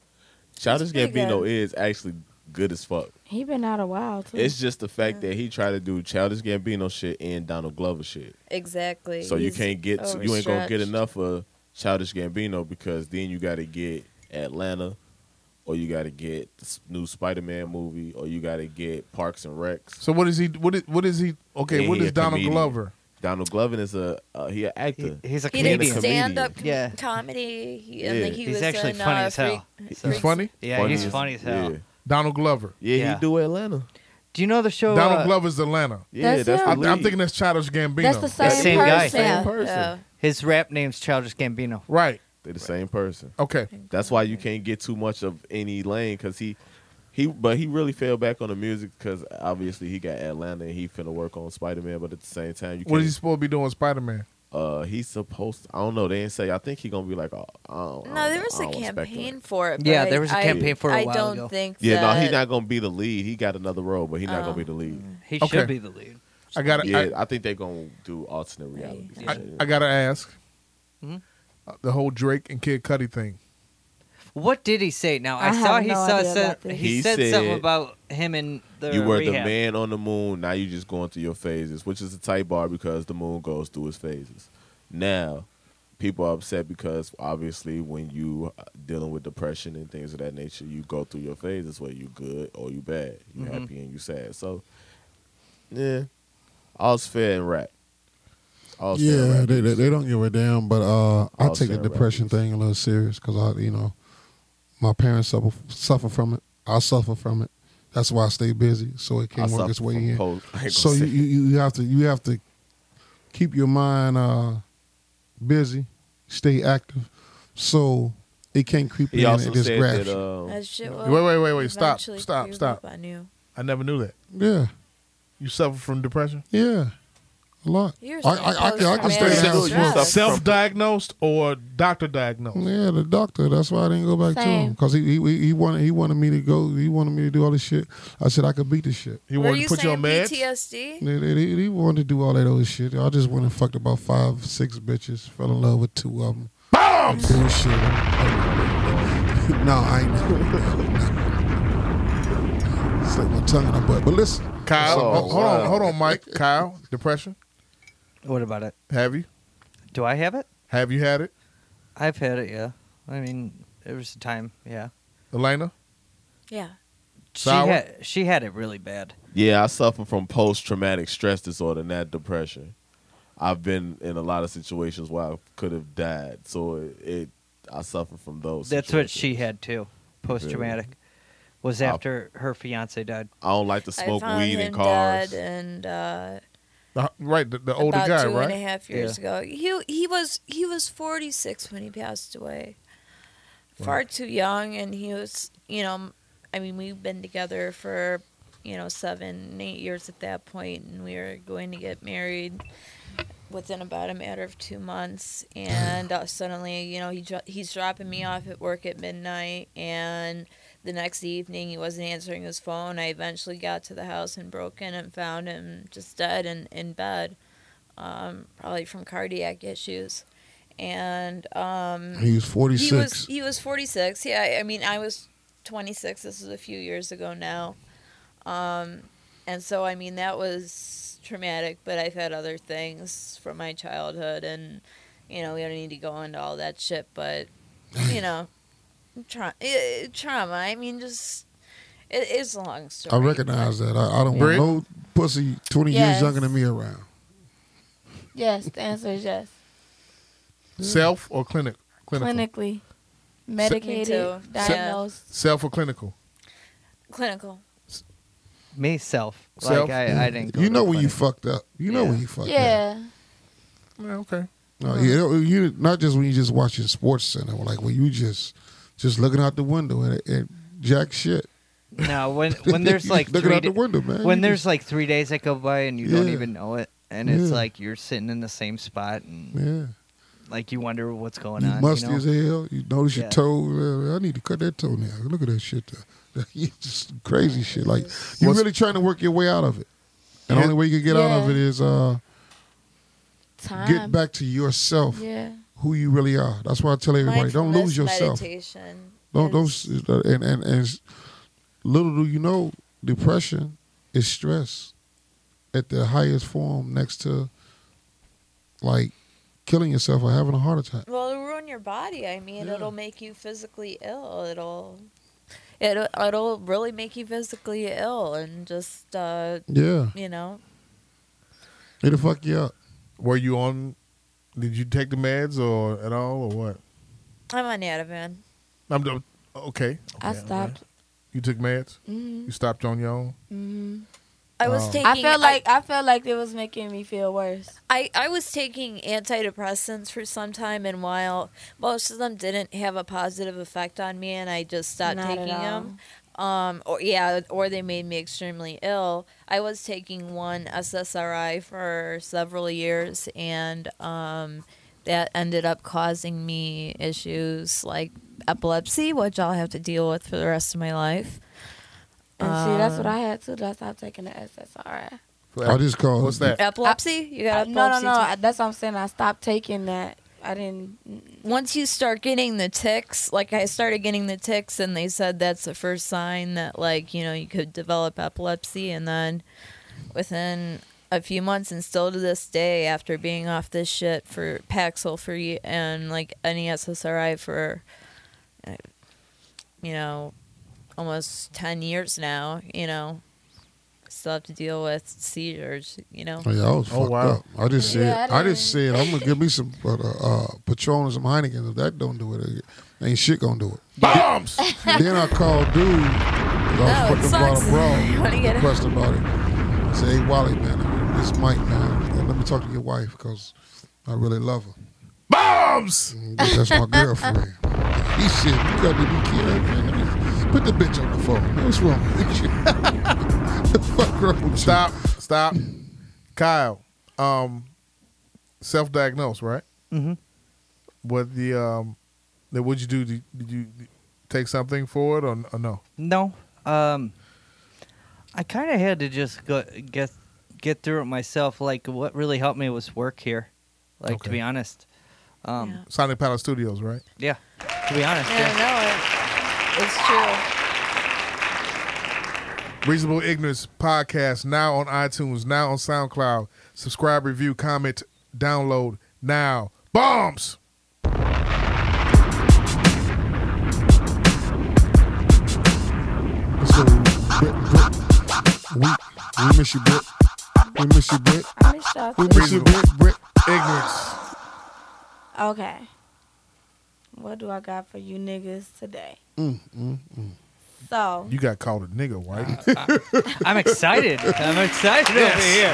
S14: Childish
S6: pretty good.
S14: Gambino is actually good as fuck.
S6: He been out a while too.
S14: It's just the fact that he tried to do Childish Gambino shit and Donald Glover shit.
S15: Exactly.
S14: So you can't get you ain't gonna get enough of Childish Gambino because then you got to get Atlanta, or you got to get this new Spider Man movie, or you got to get Parks and Recs.
S5: So what is he? What is, what is he? Okay,
S14: And
S5: what
S14: he
S5: is
S14: a
S5: Donald
S14: comedian.
S5: Glover?
S14: Donald Glover is a uh, he an actor.
S13: he's a
S15: He did stand up comedy. He, and
S14: Yeah.
S15: like, he
S14: He's
S15: was
S14: actually
S15: in,
S14: funny
S15: uh,
S14: as hell.
S15: Freak-
S5: He's funny.
S13: Yeah, Funny he's as- funny as hell. yeah.
S5: Donald Glover.
S14: Yeah, he do Atlanta.
S13: Do you know the show?
S5: Donald
S13: uh,
S5: Glover's Atlanta.
S13: Yeah, That's that's the
S5: I,
S13: him.
S5: I'm thinking that's Childish Gambino.
S13: That's the That's the same same guy. person.
S14: Same person. Yeah.
S13: His rap name's Childish Gambino.
S5: Right.
S14: They're the same person.
S5: Okay.
S14: That's why you can't get too much of any lane because he, he, but he really fell back on the music because obviously he got Atlanta and he finna work on Spider Man, but at the same time you
S5: What
S14: can't.
S5: is he supposed to be doing, Spider Man?
S14: uh, he's supposed. I don't know. They didn't say. I think he gonna be like. Oh, I don't, I
S15: No,
S14: don't-
S15: there was
S14: I
S15: a
S14: don't expect
S15: campaign
S14: it.
S15: for it. but I- I- I don't think.
S14: Yeah, no,
S15: that-
S14: he's not gonna be the lead. He got another role, but he's not
S15: Oh.
S14: gonna be the lead.
S13: He should Okay. be the lead.
S5: I gotta-
S14: Yeah, I, think they're gonna do alternate reality.
S5: I, I gotta ask.
S13: Mhm.
S5: Uh, The whole Drake and Kid Cudi thing.
S13: What did he say? Now I,
S17: I
S13: saw
S17: have
S13: he
S17: no
S13: said,
S17: idea
S13: said
S17: about
S13: he,
S17: this.
S14: He
S13: said, something
S14: said-
S13: about him and the
S14: you were the
S13: rehab.
S14: man on the moon. Now you just going through your phases, which is a tight bar because the moon goes through its phases. Now, people are upset because obviously when you uh, dealing with depression and things of that nature, you go through your phases where you good or you bad, you
S5: Mhm.
S14: happy and you sad. So, yeah, all's fair in rap. All's fair in
S4: yeah,
S14: rap.
S4: they, they they don't give a damn. But uh, I
S14: All
S4: take the
S14: Sarah
S4: depression thing a little serious because I, you know, my parents suffer suffer from it. I suffer from it. That's why I stay busy so it
S14: I
S4: can work
S14: suffer
S4: its way
S14: from
S4: in.
S14: cold- I ain't gonna
S4: so you,
S14: say.
S4: you you have to you have to keep your mind uh, busy, stay active, so it can't creep
S14: He
S4: in
S14: also
S4: and just
S14: said
S4: grab
S14: that,
S4: you.
S14: uh,
S15: That shit
S5: Wait,
S15: will
S5: wait, wait, wait! Stop,
S15: eventually
S5: stop,
S15: prove
S5: stop!
S15: up, I knew.
S5: I never knew that.
S4: Yeah.
S5: You suffer from depression.
S4: Yeah, a lot.
S5: You're
S4: I, I, I, can- I can stay in the house. full.
S5: Self-diagnosed or doctor diagnosed?
S4: Yeah, the doctor. That's why I didn't go back to him
S5: Same.
S4: because he, he he he wanted he wanted me to go. He wanted me to do all this shit. I said I could beat this shit.
S5: He
S15: Were you saying PTSD?
S4: He, he- he wanted to do all that old shit. I just went and fucked about five, six bitches. Fell in love with two of them. Bombs. Bullshit. no, I ain't. Stick my tongue in my butt. But listen,
S5: Kyle,
S4: So-
S5: ho- hold on, hold on, Mike. Kyle, depression.
S13: What about it?
S5: Have you?
S13: Do I have it?
S5: Have you had it?
S13: I've had it. Yeah. I mean, it was a time. Yeah.
S5: Elena.
S15: Yeah.
S13: She
S14: Sour?
S13: had she had it really bad.
S14: Yeah, I suffer from post traumatic stress disorder, not depression. I've been in a lot of situations where I could have died, so it, it I suffer from those.
S13: That's what she had too. Post traumatic. Was
S14: I-
S13: after her fiance died.
S14: I don't like to
S15: I
S14: smoke
S15: found
S14: weed
S15: him
S14: in cars.
S15: dead and uh,
S5: right, the, the
S15: about two and a half years ago. He he was he was forty six when he passed away. Far too young, and he was you know, I mean, we've been together for you know seven eight years at that point, and we were going to get married within about a matter of two months and uh, suddenly you know he dro- he's dropping me off at work at midnight and the next evening he wasn't answering his phone i eventually got to the house and broke in and found him just dead in, in bed um, probably from cardiac issues and um,
S4: He was 46.
S15: he was, he was 46 yeah I- i mean i was 26 this was a few years ago now um, and so, I mean, that was traumatic, but I've had other things from my childhood, and, you know, we don't need to go into all that shit, but, you know, tra- eh, trauma. I mean, just, it, it's a long story.
S4: I recognize that. I, I don't
S5: Brit?
S4: want no pussy twenty
S6: Yes.
S4: years younger than me around.
S6: Yes, the answer is yes.
S4: Mm.
S5: Self or clinic? Clinical.
S6: Clinically,
S15: too.
S6: medicated,
S15: Yeah.
S6: diagnosed.
S5: Self or clinical?
S15: Clinical.
S13: Me self.
S4: Self?
S13: Like I, I didn't. Go
S4: You
S13: to
S4: know
S13: the
S4: when you
S13: clinic.
S4: fucked up. You know when you fucked up.
S6: Yeah.
S5: okay.
S4: No, you, you not just when you just watching Sports Center, like when you just just looking out the window and, and jack shit.
S13: No, when when there's like
S4: Looking
S13: three
S4: out the
S13: da-
S4: window, man.
S13: When
S4: You
S13: there's
S4: just-
S13: like three days that go by and you don't
S4: Yeah.
S13: even know it, and it's
S4: Yeah.
S13: like you're sitting in the same spot and
S4: Yeah.
S13: like you wonder what's going
S4: You
S13: on.
S4: musty
S13: you know?
S4: as hell. You notice
S13: Yeah.
S4: your toe. uh, I need to cut that toe now. Look at that shit. There. You just crazy shit. Like you
S5: What's-
S4: really trying to work your way out of it. And the
S5: Yeah.
S4: only way you can get out of
S6: Yeah.
S4: it is uh,
S6: Time.
S4: get back to yourself.
S6: Yeah.
S4: Who you really are. That's why I tell everybody: don't lose yourself.
S15: Meditation.
S4: Don't don't and and and little do you know, depression is stress at the highest form next to like killing yourself or having a heart attack.
S15: Well, it'll ruin your body. I mean, it'll make you physically ill. It'll it'll it'll really make you physically ill and just uh
S5: Yeah.
S15: you know
S4: It'll fuck you up.
S5: Were you on? Did you take the meds or at all or what?
S15: I'm on Ativan.
S5: I'm done. Okay.
S15: I
S5: Okay, okay.
S15: stopped.
S5: You took meds.
S15: Mhm.
S5: You stopped on your own.
S6: Mhm.
S15: Mm-hmm. I was
S5: Oh.
S15: taking.
S6: I felt like I felt like it was making me feel worse.
S15: I, I was taking antidepressants for some time, and while most of them didn't have a positive effect on me, and I just stopped
S6: Not at
S15: taking
S6: all.
S15: them, um, or yeah, or they made me extremely ill. I was taking one SSRI for several years, and um, that ended up causing me issues like epilepsy, which I'll have to deal with for the rest of my life.
S6: And see, that's what
S15: Um,
S6: I had too. That's why I'm taking the SSRI.
S4: I just call
S5: What's that?
S15: Epilepsy? You got
S6: I- No, no,
S15: epilepsy
S6: no.
S15: too?
S6: I- That's what I'm saying. I stopped taking that. I didn't.
S15: once you start getting the ticks, like I started getting the ticks, and they said that's the first sign that, like, you know, you could develop epilepsy. And then within a few months, and still to this day, after being off this shit for Paxil for ye- and like any SSRI for, uh, you know, almost 10 years now, you know, still have to deal with seizures, you know?
S4: Oh, yeah, I was fucked up. I just said,
S15: Yeah, I
S4: I, just said, I'm gonna give me some uh, uh, Patron and some Heineken. If that don't do it, ain't shit gonna do it.
S5: Bombs.
S4: then I called dude. 'cause I
S15: No, Oh, it
S4: was fucking brought
S15: sucks.
S4: a bra.
S15: Wanna get it?
S4: Request about it. I said, hey Wally, man, this Mike, man. uh, Let me talk to your wife because I really love her. Mm,
S5: Bombs.
S4: That's my girlfriend. he said, you got to be kidding, man. Put the bitch on the phone. What's wrong with you?
S5: Stop. Stop. Kyle, um, self-diagnosed, right?
S13: Mm-hmm.
S5: What the um, then what'd you do? Did, did you take something for it or, or no?
S13: No. Um, I kind of had to just go, get get through it myself. Like what really helped me was work here. Like to
S5: Okay.
S13: be honest. Um,
S5: Sonic Palace Studios, right?
S13: yeah. To be honest.
S15: Yeah,
S13: Yeah.
S15: no, it, it's true.
S5: Reasonable Ignorance podcast now on iTunes, now on SoundCloud. Subscribe, review, comment, download now. Bombs.
S4: So, Brit, Brit, we, we miss you, Brit. We miss you, Brit.
S6: I miss y'all,
S4: We
S6: too.
S4: miss you, Brit. Brit.
S5: Ignorance.
S6: Okay. What do I got for you niggas today?
S5: Mm, mm, mm.
S6: So.
S5: You got called a nigga, right?
S13: I'm excited. I'm excited over here.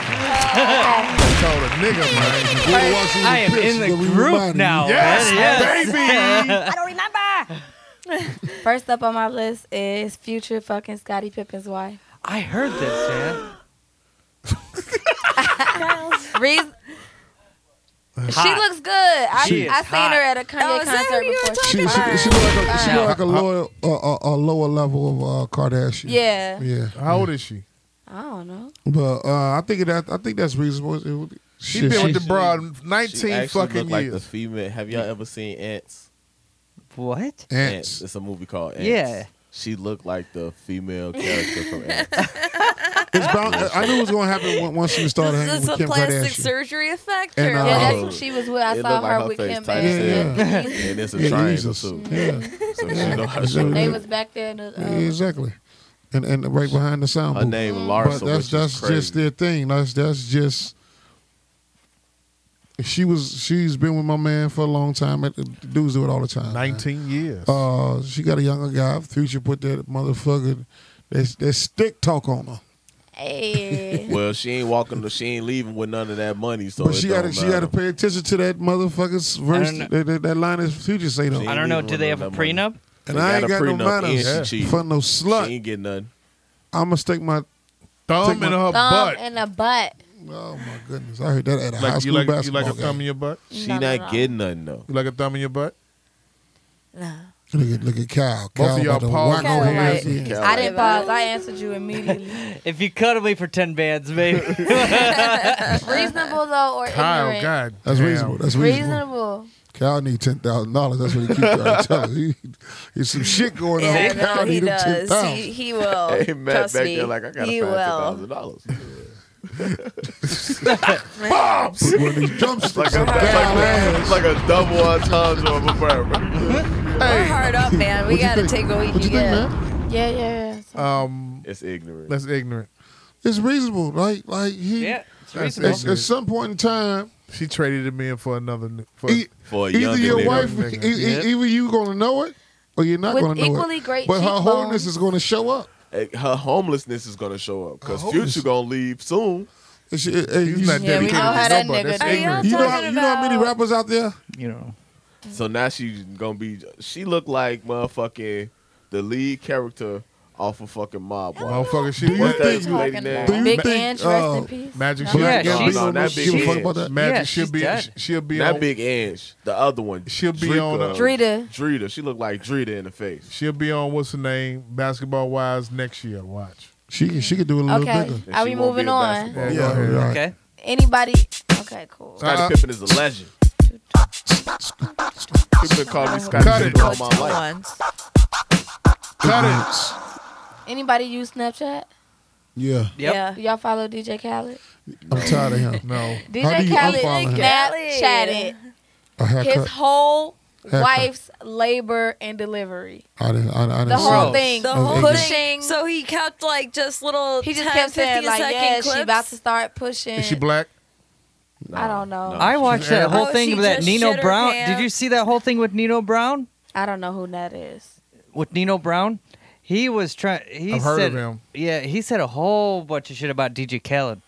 S5: called a nigga, man.
S13: I, I am in the group now.
S5: Yes,
S13: man. Yes.
S5: baby.
S6: I don't remember. First up on my list is future fucking Scottie Pippen's wife.
S13: I heard this, man.
S6: Reason. She
S13: Hot.
S6: looks good. I,
S4: She is
S6: I seen
S4: hot.
S6: her at a Kanye
S15: Oh, is that
S6: concert
S15: who you were
S6: before.
S4: She, she, she look like a, she look like a lower, uh, uh, a lower level of uh, Kardashian.
S6: Yeah.
S4: Yeah.
S5: How old is she?
S6: I don't know.
S4: But uh, I think that I think that's reasonable. It would-
S5: She
S4: shit.
S5: been with the broad
S14: She
S5: 19
S14: actually
S5: fucking
S14: look like the
S5: years.
S14: female. Have y'all ever seen Ants?
S13: What?
S4: Ants.
S14: It's a movie called Ants.
S13: Yeah.
S14: She looked like the female character from Ants.
S4: It's bound, I knew it was gonna happen when- once she started hanging
S15: Is this
S4: with
S15: a
S4: Kim
S15: plastic
S4: Kardashian.
S15: surgery effect?
S4: And,
S15: or
S4: uh,
S6: Yeah, that's what she was with. I
S14: It
S6: saw
S14: looked like
S6: her
S14: her
S6: with
S14: face
S6: Kim
S14: tight
S6: and
S14: as hell.
S6: Nicki.
S14: And it's a
S4: Yeah,
S14: triangle,
S4: Jesus.
S14: too.
S4: Yeah.
S14: So she know how
S4: Yeah.
S14: to-
S6: They was back there in the.
S4: Yeah,
S6: Uh, Mm-hmm.
S4: exactly. And and right behind the sound
S14: Her
S4: booth.
S14: name Larsa,
S4: But that's
S14: which is
S4: that's just
S14: crazy.
S4: their thing. That's that's just. She was she's been with my man for a long time. and Dudes do it all the time. man.
S5: 19 years.
S4: Uh, she got a younger guy. Future put that motherfucker that that stick talk on her.
S6: Hey.
S14: well, she ain't walking. She ain't leaving with none of that money. So
S4: but
S14: it
S4: she got
S14: don't
S4: to she got to
S14: matter.
S4: pay attention to that motherfucker's verse.
S14: know.
S4: That, that, that line is Future say though.
S14: She
S13: I
S14: ain't
S13: don't know.
S14: leaving
S13: Do
S14: with
S13: they
S14: none
S13: have a
S14: of that money.
S13: prenup?
S4: And
S14: They
S4: I ain't
S14: a
S4: got no
S14: prenup,
S4: manners
S14: and she
S4: for no slut.
S14: She ain't get none.
S4: I'm gonna stick my
S5: Thumb
S4: take
S5: in her
S6: thumb in the butt.
S4: Oh my goodness! I heard that at a high
S5: Like, you
S4: school
S5: like, you
S4: basketball
S5: like a
S4: game.
S5: thumb in your butt?
S14: She
S6: No, no,
S14: not
S6: no.
S14: getting none though.
S5: You like a thumb in your butt?
S4: Look at look at Kyle.
S5: Both of
S4: Kyle
S5: y'all
S4: about to
S5: paused
S4: whack
S5: over
S4: on his
S5: here.
S4: ass.
S5: Cal-
S6: I didn't pause. I answered you immediately.
S13: If you cut away for ten bands, maybe.
S6: Reasonable though, or
S5: Kyle,
S6: ignorant?
S5: God.
S4: That's
S5: damn.
S4: reasonable. Oh, That's reasonable.
S6: Reasonable.
S4: Kyle need ten thousand dollars. That's what he keeps trying to tell us. He, there's some shit going on.
S15: Yeah,
S4: Kyle
S15: no, he
S4: need them ten
S15: does.
S4: thousand.
S15: He, he will.
S14: Hey, Matt
S15: Trust
S14: back
S15: me.
S14: there like I gotta
S15: he
S14: find ten
S15: will.
S14: thousand dollars.
S4: Bombs! When these jumps
S14: like a, like, a, like a double entendre of a
S15: We're hard up, man. We
S5: What you
S15: got to
S5: think?
S15: take what we
S5: What
S15: can
S5: you think, man?
S15: get. Yeah, yeah, yeah.
S5: Um,
S14: it's ignorant.
S5: That's ignorant.
S4: It's reasonable. Like like he
S13: Yeah, it's
S4: That's
S13: reasonable.
S4: ignorant. At, some point in time e,
S5: she traded him in for another ni- for,
S14: for
S4: either your wife e- e- either you gonna know it or you're not
S6: With
S4: gonna know it.
S6: equally great
S4: But her
S6: cheekbones.
S4: wholeness is gonna show up.
S14: Eh, Her homelessness is gonna show up because
S4: Her homelessness-
S14: Future gonna leave soon.
S5: eh,
S4: He's
S14: not
S6: Yeah, we dedicated know to how that nobody. nigga That's do. ignorant.
S4: You know,
S6: Y'all
S4: how,
S6: talking
S4: you know how many rappers out there?
S13: You know.
S14: So now she's gonna be. She looked like motherfucking the lead character off of fucking Mob.
S5: Motherfucker, she-
S14: do you
S5: What
S14: think?
S5: you talking
S14: Lady name?
S5: about? Do you Big think, Ange, rest in uh,
S14: peace.
S5: Magic No. should Yeah, be- she's-
S14: no, not big
S5: she's- give a fuck
S14: Ange.
S5: about that. Magic Yeah, should she's be- dead. she'll be
S14: not
S5: on-
S14: big Ange. The other one. She'll
S5: be on, uh, Drita.
S14: Drita. She looked like Drita in the face.
S5: She'll be on what's her name basketball wise next year. Watch.
S4: She can she can do it a little
S6: Okay.
S4: bigger.
S6: Are we moving on?
S5: Yeah,
S4: Yeah,
S5: go ahead.
S4: right. Uh,
S13: Okay.
S6: Anybody? Okay, cool.
S14: Scottie Pippen is a legend. People been calling me Scottie
S5: Cut it.
S14: Pippen all my life.
S5: Cut it.
S6: Anybody use Snapchat?
S4: Yeah.
S6: Yeah. Do y'all follow DJ Khaled?
S4: I'm tired of him.
S5: No.
S4: How do
S6: DJ
S4: you
S6: Khaled
S4: unfollow him?
S6: Snapchatted
S4: A
S6: his
S4: haircut.
S6: whole
S4: Haircut.
S6: wife's labor and delivery.
S4: I didn't. I, I didn't
S6: The
S4: see
S6: whole
S4: it.
S6: thing.
S4: I
S15: The
S4: was
S15: whole
S4: ignorant.
S15: pushing. So he kept like just little.
S6: He just kept saying like, yeah, she about to start pushing.
S5: Is she black?
S6: I don't know.
S13: I watched that whole
S6: Oh,
S13: thing
S6: she
S13: with that
S6: just
S13: Nino
S6: shit her
S13: Brown. Did
S6: pants.
S13: you see that whole thing with Nino Brown?
S6: I don't know who that is.
S13: With Nino Brown, he was trying. He
S5: I've
S13: said,
S5: heard of him.
S13: Yeah, he said a whole bunch of shit about DJ Khaled.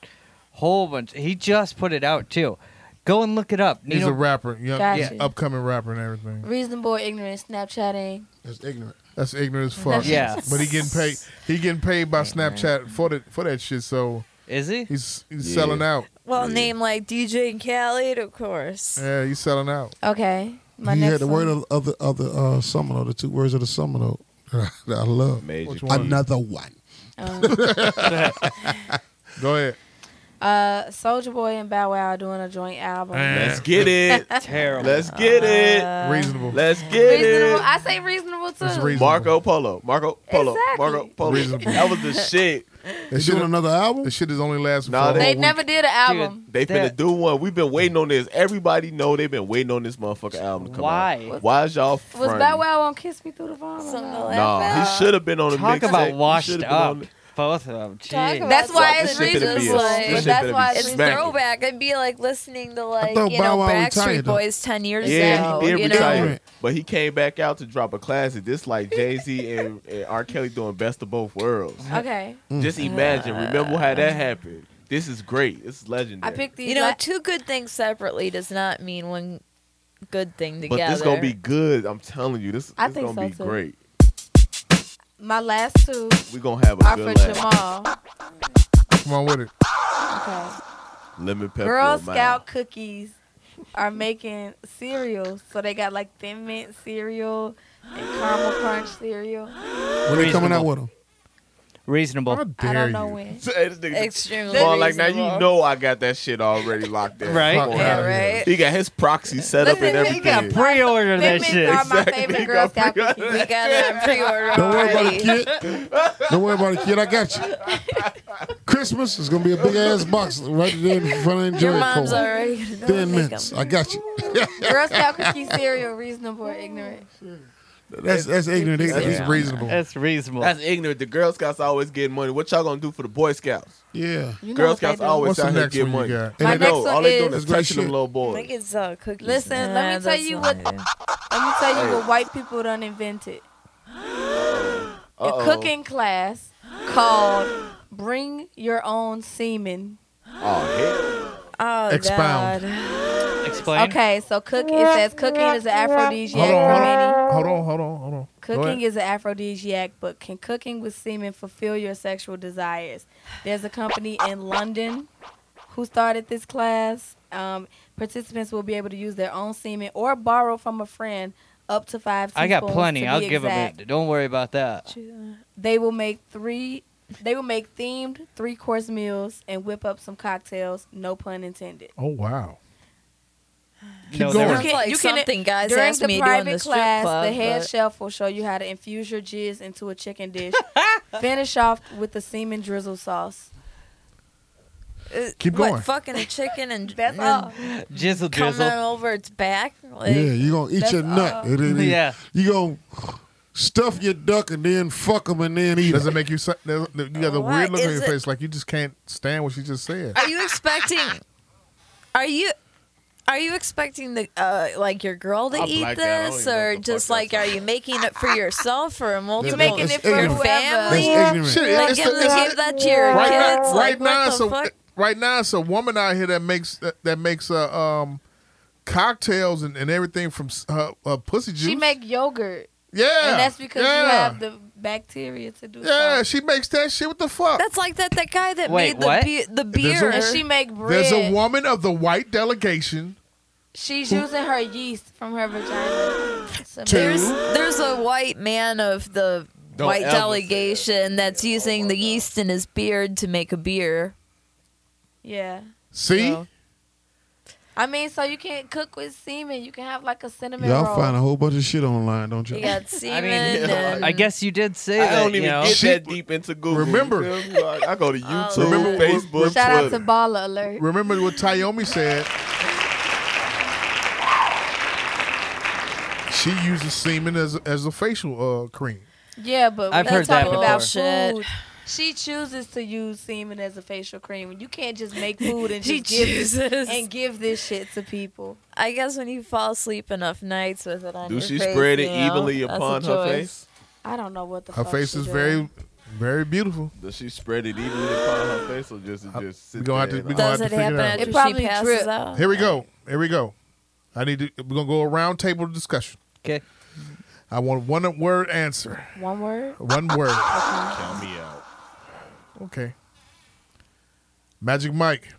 S13: Whole bunch. He just put it out too. Go and look it up.
S5: He's
S13: Nino-
S5: a rapper, young,
S6: Gotcha.
S5: upcoming rapper and everything.
S6: Reasonable ignorance Snapchatting.
S4: That's ignorant.
S5: That's ignorant as fuck.
S13: Yeah.
S5: but he getting paid. He getting paid by Snapchat for that for that shit. So
S13: is he?
S5: He's he's
S13: Yeah.
S5: selling out.
S15: Well, name like DJ Khaled, of course.
S5: Yeah, he's selling out.
S6: Okay. My
S4: he
S6: next
S4: had the
S6: one.
S4: word of, of the of the uh, summer though, the two words of the summer though that I- that I love.
S14: Major
S5: Which one?
S4: Another one.
S5: Oh. Go ahead.
S6: Uh, Soldier Boy and Bow Wow doing a joint album.
S14: Let's get it.
S13: Terrible. Uh,
S14: Let's get it.
S5: reasonable.
S14: Let's get
S6: Reasonable.
S14: it.
S6: I say reasonable too.
S14: Marco Polo. Marco Polo. Marco Polo.
S5: Reasonable.
S14: That was the shit.
S4: They doing another album.
S5: The shit is only lasting
S14: Nah,
S5: for a
S14: they-
S6: They
S5: whole week.
S6: never did an album.
S14: They finna
S6: That-
S14: do one. We've been waiting on this. Everybody know they've been waiting on this motherfucking album to come
S13: Why?
S14: out. Why is y'all
S6: Was
S14: front?
S6: Bow Wow on Kiss Me Through the Phone? or no?
S14: Nah, he should have been on the
S13: Talk
S14: mixtape.
S13: about
S14: He
S13: washed
S14: should've been
S13: up.
S14: on the-
S13: Both of them.
S15: Talk
S13: Jeez.
S15: about
S6: That's why
S15: something
S6: it's
S15: that
S6: reasonable.
S15: just,
S6: This shit
S15: like,
S6: finna That's be why a
S15: it's
S6: smacking.
S15: throwback. It'd be like listening to like
S4: thought
S15: you know
S4: Bow Wow
S15: Backstreet
S4: retired, though.
S15: Boys ten years
S14: Yeah,
S15: ago.
S14: he did
S15: you
S14: retire,
S15: know?
S14: but he came back out to drop a classic. This like Jay Z and, and R. Kelly doing best of both worlds.
S6: Okay. Uh,
S14: Just imagine. Remember how that happened. This is great. This is legendary.
S6: I picked these.
S15: You know,
S6: la-
S15: two good things separately does not mean one good thing
S14: but
S15: together.
S14: this gonna be good. I'm telling you. This,
S6: I
S14: this
S6: think
S14: gonna
S6: so,
S14: be
S6: too.
S14: great.
S6: my last two
S14: We gonna have a
S6: are for
S14: good laugh.
S6: Jamal.
S5: Come on with it.
S6: Okay.
S14: Lemon pepper.
S6: Girl
S14: on mine.
S6: Scout cookies are making cereals, so they got like thin mint cereal and caramel crunch cereal.
S4: When they coming out with them?
S13: Reasonable.
S6: I don't know when.
S14: Hey, this nigga-
S15: Extremely
S14: Come on, like now
S15: reasonable.
S14: you know I got that shit already locked in.
S13: Right?
S14: Come on.
S13: Yeah,
S15: right.
S14: He got his proxy set up and
S6: Listen,
S14: everything.
S6: he got
S13: Pre-order that
S6: Thin
S13: shit.
S6: mints are my favorite Girl Scout cookies.
S15: We got it on pre-order
S4: Don't worry about it,
S15: already.
S4: kid. Don't worry about it, kid. I got you. Christmas is gonna be a big ass box right there in front of the
S15: Your
S4: joint
S15: mom's
S4: corner.
S15: already gonna know
S4: Ten
S15: to make
S4: minutes. I got you.
S6: Girl Scout cookie cereal, reasonable or ignorant.
S4: That's that's ignorant. That's
S14: Yeah.
S4: reasonable.
S13: That's reasonable.
S14: That's ignorant. The Girl Scouts always get money. What y'all gonna do for the Boy Scouts?
S4: Yeah.
S6: You know
S14: Girl
S6: what they
S14: Scouts
S6: do.
S14: always
S5: What's the
S14: out here
S5: next
S14: get
S5: one you
S14: money.
S5: got?
S14: And
S6: My
S14: I know
S6: next
S14: all
S6: one
S14: they doing
S6: is-
S14: is
S4: That's great
S14: touching them
S4: shit.
S14: little boys.
S15: Like it's uh, cookies.
S6: Listen, let me
S15: Nah,
S6: tell you
S15: that's
S6: what.
S15: not it.
S6: Let me tell you
S14: Hey.
S6: what white people done invented.
S14: Uh-oh.
S6: A cooking class called "Bring Your Own Semen."
S14: Oh
S15: Oh,
S5: Expound.
S15: God.
S13: Explain.
S6: Okay, so cook. It says cooking is an aphrodisiac
S5: Hold on,
S6: for
S5: hold
S6: many.
S5: on, hold on, hold on, hold on. Go
S6: Cooking
S5: ahead.
S6: is an aphrodisiac, but can cooking with semen fulfill your sexual desires? There's a company in London who started this class. Um, participants will be able to use their own semen or borrow from a friend up to five.
S13: I got
S6: teaspoons
S13: plenty.
S6: to
S13: I'll
S6: be
S13: give
S6: exact.
S13: them it. Don't worry about that.
S6: They will make three. They will make themed three course meals and whip up some cocktails. No pun intended.
S5: Oh wow. Keep
S13: No,
S5: going.
S13: they're-
S15: Sounds like something guys
S6: during
S15: asked
S6: the
S15: me to do in
S6: private
S15: the strip
S6: class,
S15: club,
S6: the head
S15: but-
S6: chef will show you how to infuse your jizz into a chicken dish. Finish off with the semen drizzle sauce.
S15: Uh,
S4: Keep
S15: what,
S4: going.
S15: fucking a chicken and,
S6: That's
S15: and
S6: all.
S13: Jizzle
S15: coming
S13: jizzle.
S15: over its back. Like,
S4: yeah, you gonna eat
S15: that's
S4: your nut.
S15: all.
S4: It- it- it-
S15: Yeah.
S4: You gonna stuff your duck and then fuck them and then eat.
S5: Does
S4: it
S5: it make you? si- You got a
S15: Why
S5: weird look on
S15: is
S5: your
S15: it-
S5: face, like you just can't stand what she just said.
S15: Are you expecting? Are you? Are you expecting the uh, like your girl to
S5: I'll
S15: eat
S5: black out. I don't
S15: this,
S5: even know
S15: or just like are you making it for yourself or multiple?
S5: making it for
S15: your
S5: whoever.
S15: family.
S5: Shit,
S15: like,
S5: it's
S15: give,
S5: the- it's-
S15: give that to your
S5: right
S15: kids.
S5: Now,
S15: like,
S5: right now,
S15: what
S5: it's
S15: the
S5: a,
S15: fuck?
S5: right now, it's a woman out here that makes that, that makes uh, um cocktails and, and everything from s- her, her pussy juice.
S6: She make yogurt.
S5: yeah,
S6: And that's because
S5: yeah.
S6: you have the bacteria to do
S5: yeah, she makes that shit. What the fuck?
S15: That's like that that guy that
S5: Wait,
S15: made
S5: what?
S15: the be- the
S5: There's a-
S15: beer.
S5: And she
S6: make
S5: There's a
S6: bread.
S5: woman of the white delegation.
S6: She's using her yeast from her vagina. So
S15: There's there's a white man of the
S5: Don't
S15: white
S5: ever say
S15: delegation that's using the yeast in his beard to make a beer.
S6: yeah.
S5: See,
S6: I mean, so you can't cook with semen. You can have like a cinnamon
S4: Y'all
S6: roll.
S4: find a whole bunch of shit online, don't y'all?
S6: You got
S13: I
S6: semen.
S13: mean,
S6: and-
S13: I guess you did say
S14: I
S13: that.
S14: don't
S13: you
S14: even
S13: know?
S14: get that deep into Google.
S5: Remember-
S14: you feel me? Like, I go to YouTube,
S5: Remember-
S14: Facebook,
S6: Oh. Shout out
S14: Twitter.
S6: to Bala Alert.
S5: Remember what Tayomi said? She uses semen as as a facial uh, cream.
S6: Yeah, but when
S5: I've
S6: you're
S5: heard that
S6: talking about
S5: before.
S6: food, she chooses to use semen as a facial cream. You can't just make food and
S15: She
S6: just give
S15: chooses.
S6: and give this shit to people.
S15: I guess when you fall asleep enough nights with it on
S14: Do
S15: your
S14: she
S15: face,
S14: spread it
S15: you know,
S14: evenly
S15: that's a
S14: upon her
S15: choice.
S14: face?
S6: I don't know what the
S5: Her
S6: fuck
S5: face
S6: she
S5: is
S6: doing.
S5: very, very beautiful.
S14: Does she spread it evenly upon her face, or just it just
S5: Uh, We
S14: sit
S5: gonna have
S14: there and
S5: to. We
S14: all-
S5: gonna have to figure it out.
S15: after she
S6: probably
S15: passes
S6: drip.
S15: out?
S5: Here we go. Here we go. I need to. We're gonna go around table discussion.
S13: Okay.
S5: I want one word answer.
S6: One word.
S5: One word.
S14: Count me out.
S5: Okay. Magic Mike.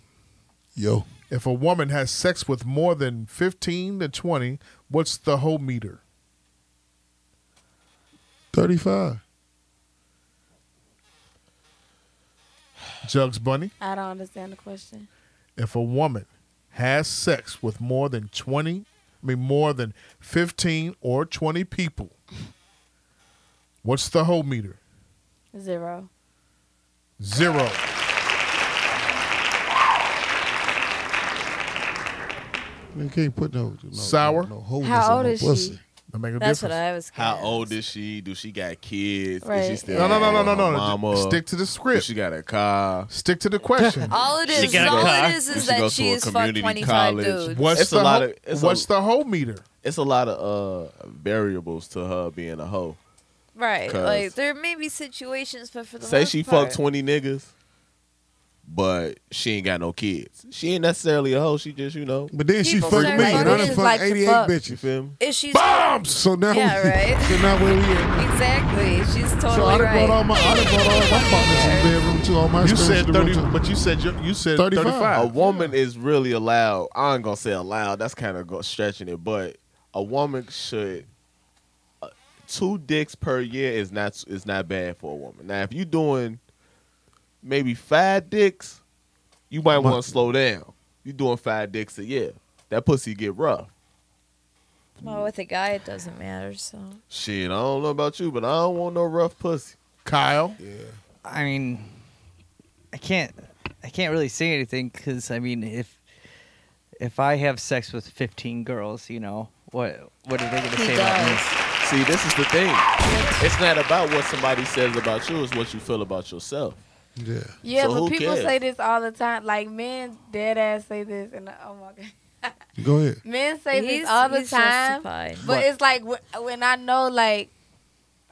S4: Yo.
S5: If a woman has sex with more than 15 to 20, what's the whole meter?
S4: 35.
S5: Jugs Bunny.
S6: I don't understand the question.
S5: If a woman has sex with more than 20, I mean, more than 15 or 20 people, what's the whole meter?
S6: Zero.
S5: Zero.
S4: You can't put no, no
S5: Sour.
S4: No, no holes in
S6: How old
S4: no
S6: is she?
S4: pussy.
S5: That make a
S15: That's what
S5: difference.
S15: I was.
S14: How old is she? Do she got kids? Is she
S15: Right.
S14: still
S5: No, no, no, no,
S14: with
S5: no,
S14: her
S5: no.
S14: Mama?
S5: Stick to the script.
S14: Does she got a car?
S5: Stick to the question.
S15: All it
S14: She
S15: is,
S14: got a
S15: all
S14: car.
S15: it is,
S14: Did
S15: is
S14: she go
S15: that
S14: to
S15: she
S14: a
S15: has fucked
S14: community
S15: 25
S14: college?
S15: dudes.
S5: What's
S14: It's a
S5: the
S14: lot
S5: whole-
S14: of- it's a-
S5: what's the whole meter?
S14: It's a lot of uh, variables to her being a hoe.
S15: Right.
S14: 'Cause
S15: Like there may be situations, but for the
S14: Say
S15: most
S14: she
S15: part,
S14: fucked twenty niggas, but she ain't got no kids. She ain't necessarily a hoe. She just you know.
S4: But then she
S14: People
S4: fucked
S14: serve
S4: me,
S14: like
S4: and I
S14: bitches
S4: done
S14: like
S4: fucked
S14: to
S4: 88
S14: fuck.
S4: bitches.
S14: You feel me?
S15: Is she
S4: Bombs! So now,
S15: Yeah, right.
S4: so now where we at?
S15: Exactly. She's totally
S4: so I done
S15: right.
S4: brought all my, I done brought all my partners in the bedroom too. All my
S5: You
S4: students
S5: said
S4: in the room,
S5: 30,
S4: too.
S5: but you said you, you said
S4: 35.
S5: 35.
S14: A woman is really allowed. I ain't gonna say allowed. That's kind of stretching it, but a woman should. uh, Two dicks per year is not is not bad for a woman. Now, if you doing maybe five dicks, you might want to slow down. You doing five dicks a year, that pussy get rough.
S15: Well, with a guy, it doesn't matter. So
S14: Shit, I don't know about you, but I don't want no rough pussy.
S5: Kyle,
S14: yeah,
S13: I mean, I can't, I can't really say anything because I mean, if if I have sex with fifteen girls, you know, what what are they gonna
S14: He
S13: say about me?
S14: does. See, this is the thing. It's not about what somebody says about you; it's what you feel about yourself.
S4: Yeah.
S6: Yeah,
S14: So
S6: but
S14: who
S6: people
S14: cares?
S6: say this all the time. Like men, dead ass say this, and oh my god.
S4: Go ahead.
S6: Men say
S15: He's-
S6: this all the
S15: he's
S6: time,
S15: justified.
S6: but
S15: What?
S6: it's like wh- when I know, like,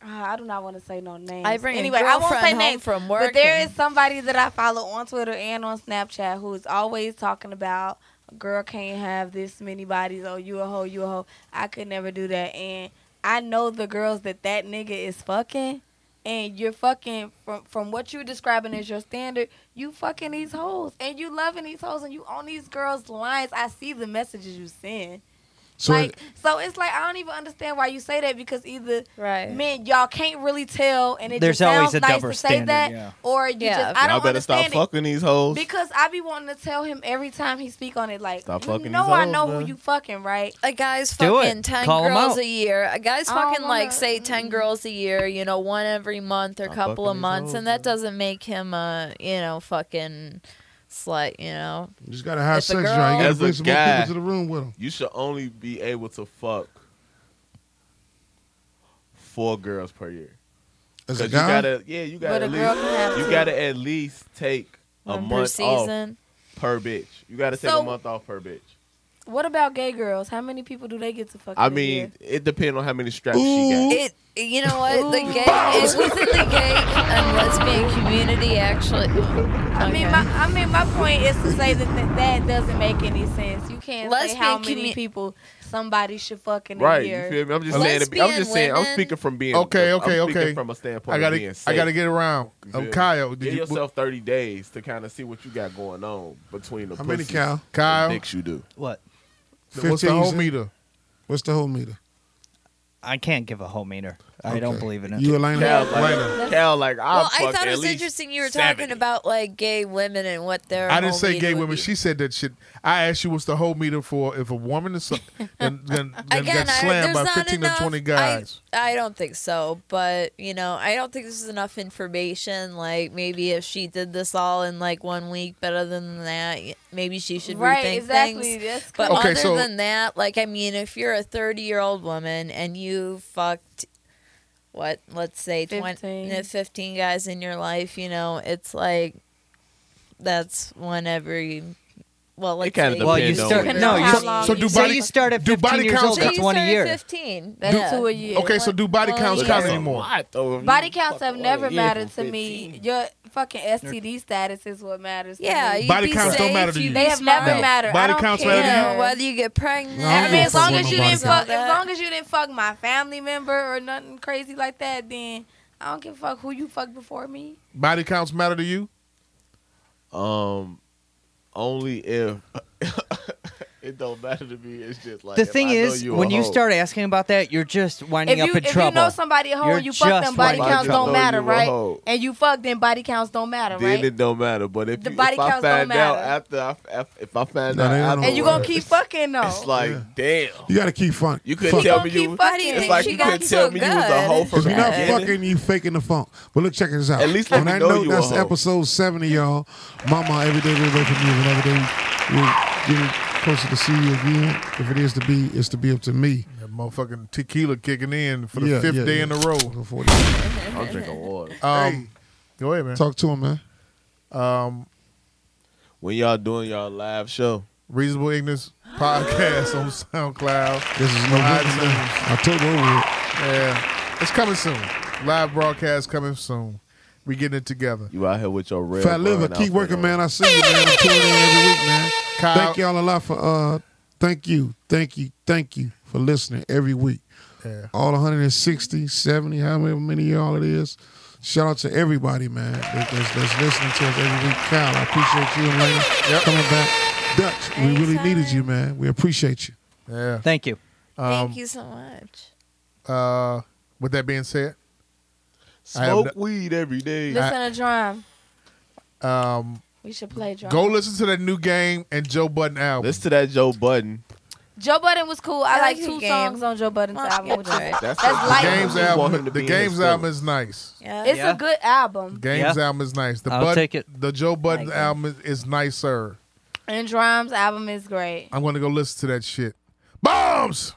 S6: uh, I do not want to say no names.
S15: I bring a
S6: anyway. I won't
S15: girlfriend
S6: say
S15: home
S6: names
S15: from
S6: But there
S15: working.
S6: is somebody that I follow on Twitter and on Snapchat who is always talking about a girl can't have this many bodies. Oh, you a hoe, you a hoe. I could never do that. And I know the girls that that nigga is fucking. And you're fucking from from what you're describing as your standard. You fucking these hoes, and you loving these hoes, and you on these girls' lines. I see the messages you send.
S4: So
S6: like, so it's like I don't even understand why you say that because either
S15: right,
S6: man, y'all can't really tell, and it
S14: There's
S6: just sounds
S14: always a
S6: nice
S14: double
S6: to say
S14: standard,
S6: that,
S14: yeah.
S6: or you
S15: Yeah.
S6: just I
S14: Y'all
S6: don't
S14: better stop
S6: understand it.
S14: fucking these hoes.
S6: because I be wanting to tell him every time he speak on it, like
S14: Stop
S6: you
S14: fucking
S6: know
S14: these
S6: I
S14: hoes,
S6: know
S14: man.
S6: who you fucking right.
S15: a guy's
S14: Do it.
S15: fucking ten
S14: Call 'em
S15: girls
S14: out.
S15: a year. A guy's
S6: I don't
S15: fucking like
S6: wanna-
S15: say ten girls a year. You know, one every month or
S6: I'm
S15: couple
S6: fucking
S15: of
S6: these
S15: months,
S6: hoes,
S15: and that doesn't make him a you know fucking slut, you know.
S4: You just gotta have
S15: If a
S4: sex,
S15: girl-
S4: right? You gotta
S14: As a
S4: bring some more people
S14: guy,
S4: to the room with them.
S14: You should only be able to fuck four girls per year.
S4: As a
S14: 'Cause
S4: guy?
S14: you gotta, yeah, you
S15: But
S14: gotta
S15: a
S14: at
S15: girl can have
S14: least,
S15: two.
S14: you gotta at least take a
S15: One per
S14: month
S15: season.
S14: off per bitch. You gotta take
S6: So-
S14: a month off per bitch.
S6: What about gay girls? How many people do they get to fuck?
S14: I
S6: in a year?
S14: mean, it depends on how many straps she got.
S15: It, you know what? The gay, it within the gay and lesbian community, actually.
S6: I mean, my, I mean, my point is to say that that, that doesn't make any sense. You can't say how
S15: Lesbian
S6: many
S15: commu-
S6: people somebody should fuck in
S14: Right,
S6: a year.
S14: you feel me? I'm just saying. to be- I'm just saying. I'm speaking from being
S5: Okay,
S14: I'm
S5: okay,
S14: speaking
S5: okay.
S14: From a standpoint,
S5: I gotta-
S14: of being
S5: I
S14: safe.
S5: gotta get around.
S14: You
S5: Um,
S14: feel me?
S5: Kyle, did
S14: give
S5: you-
S14: yourself 30 days to kind of see what you got going on between the
S4: How many,
S14: pussies
S4: Kyle?
S14: and
S4: Kyle?
S14: dicks you do.
S13: What?
S4: What's the whole meter? What's the whole meter?
S13: I can't give a whole meter. I don't
S4: Okay.
S13: believe in it.
S4: You Elena?
S14: Cal like, Cal like, I'll
S15: well, I
S14: fuck
S15: thought
S14: at
S15: it was
S14: least
S15: interesting you were talking
S14: 70.
S15: about like gay women and what their.
S5: I didn't
S15: whole
S5: say
S15: meter
S5: gay
S15: would
S5: women.
S15: be.
S5: She said that shit. I asked you what's the whole meter for if a woman is then then, then
S15: Again,
S5: got
S15: I-
S5: slammed by
S15: there's not
S5: fifteen
S15: enough-
S5: to twenty
S15: I-
S5: guys.
S15: I don't think so, but you know, I don't think this is enough information. Like maybe if she did this all in like one week, better than that, y- maybe she should
S6: Right,
S15: rethink
S6: exactly.
S15: things.
S6: That's
S15: but
S6: correct. Okay,
S15: other
S6: so-
S15: than that, like I mean, if you're a 30 year old woman and you fucked what let's say 20,
S6: 15.
S15: 15 guys in your life, you know, it's like that's one every. Well, like
S14: kinda Well, you depends on start-
S13: no, you- so do body- do body counts- So you start at
S15: 15.
S6: That's two a year.
S5: Okay, so do body
S6: Well,
S5: counts
S6: yeah.
S5: count
S6: That's a
S5: anymore?
S6: Body counts have never
S5: yeah,
S6: mattered
S5: from
S6: to me. Your fucking STD status is what matters. to
S15: Yeah,
S6: me.
S15: you'd Body be counts don't safe, matter to you'd you. be
S6: They have never
S15: smart.
S6: mattered.
S15: Body
S6: I don't
S15: counts
S6: care.
S15: matter to you? Whether you get pregnant, No, I
S6: I
S15: don't
S6: mean, as
S15: fuck
S6: long
S15: with
S6: as you
S15: nobody
S6: didn't
S15: counts.
S6: fuck, as long as you didn't fuck my family member or nothing crazy like that, then I don't give a fuck who you fucked before me.
S5: Body counts matter to you?
S14: Um, only if it don't matter to me. It's just like
S13: the
S14: if
S13: thing
S14: I know
S13: is,
S14: you a
S13: when you
S14: hoe,
S13: start asking about that, you're just winding
S6: if
S13: up
S6: you
S13: in
S6: if
S13: trouble.
S6: you know somebody at home,
S13: You're
S6: you fuck them.
S13: just
S6: Body
S13: winding
S6: counts
S13: up.
S6: don't matter,
S14: you a
S6: right?
S14: hoe.
S6: And you fuck, then body counts don't matter,
S14: then
S6: right?
S14: it don't matter. But if
S6: The
S14: you,
S6: body
S14: if I
S6: counts don't
S14: find out
S6: matter.
S14: after, I, if, if I find
S4: No,
S14: out,
S4: they don't
S14: afterwards,
S6: And you gonna keep fucking though.
S14: It's like, damn.
S4: You gotta keep fun.
S14: You couldn't
S4: fuck-
S14: tell me you.
S6: fucking.
S14: It's like you couldn't tell me you was a hoe from
S4: If
S14: the
S4: you're not
S14: beginning.
S4: fucking, you faking the funk. But look, check this out.
S14: At least let
S4: on
S14: me
S4: that
S14: know
S4: note,
S14: you a
S4: that's
S14: hoe.
S4: episode seventy, y'all. Mama, every day we away from you, and every day we get closer to see you again. If it is to be, it's to be up to me.
S5: That motherfucking tequila kicking in for the
S4: Yeah,
S5: fifth
S4: yeah,
S5: day
S4: yeah.
S5: in a row.
S14: I'm drinking water.
S5: Um, go ahead, man.
S4: Talk to him, man.
S5: Um,
S14: when y'all doing y'all live show,
S5: Reasonable Ignorance podcast on SoundCloud.
S4: This is no
S5: on
S4: good, man.
S5: iTunes.
S4: I told you over it.
S5: Yeah, it's coming soon. Live broadcast coming soon. We getting it together.
S14: you out here with your red.
S4: Fat liver,
S14: bun
S4: keep
S14: outfit
S4: working,
S14: on.
S4: man. I see you, man. I'm tuning in every week, man.
S5: Kyle-
S4: Thank y'all a lot for uh, thank you, thank you, thank you for listening every week.
S5: Yeah.
S4: All 160, 70, however many of y'all it is. Shout out to everybody, man, that, that's, that's listening to us every week. Kyle, I appreciate you and Lane coming back. Dutch, we really needed you, man. We appreciate you.
S5: Yeah.
S13: Thank you.
S5: Um,
S15: Thank you so much.
S5: Uh, with that being said, I have
S14: Smoke
S5: no-
S14: weed every day.
S6: Listen to drum.
S5: um,
S6: We should play drum.
S5: go listen to that new game and Joe Budden album.
S14: Listen to that Joe Budden.
S6: Joe Budden was cool. I,
S15: I
S6: like
S15: like
S6: two
S15: the game.
S6: songs on Joe Budden's album. which is-
S14: That's,
S5: the games
S14: You want him
S5: album.
S14: to
S5: The
S14: be in his
S5: games
S14: feelings.
S5: album is nice.
S15: Yeah.
S6: It's
S13: Yeah.
S6: a good album.
S5: Games
S13: Yeah.
S5: album is nice. The
S13: I'll
S5: Bud,
S13: take it.
S5: The Joe Budden
S6: Like it.
S5: album is, is nicer.
S6: And Drum's album is great.
S5: I'm gonna go listen to that shit. Bombs.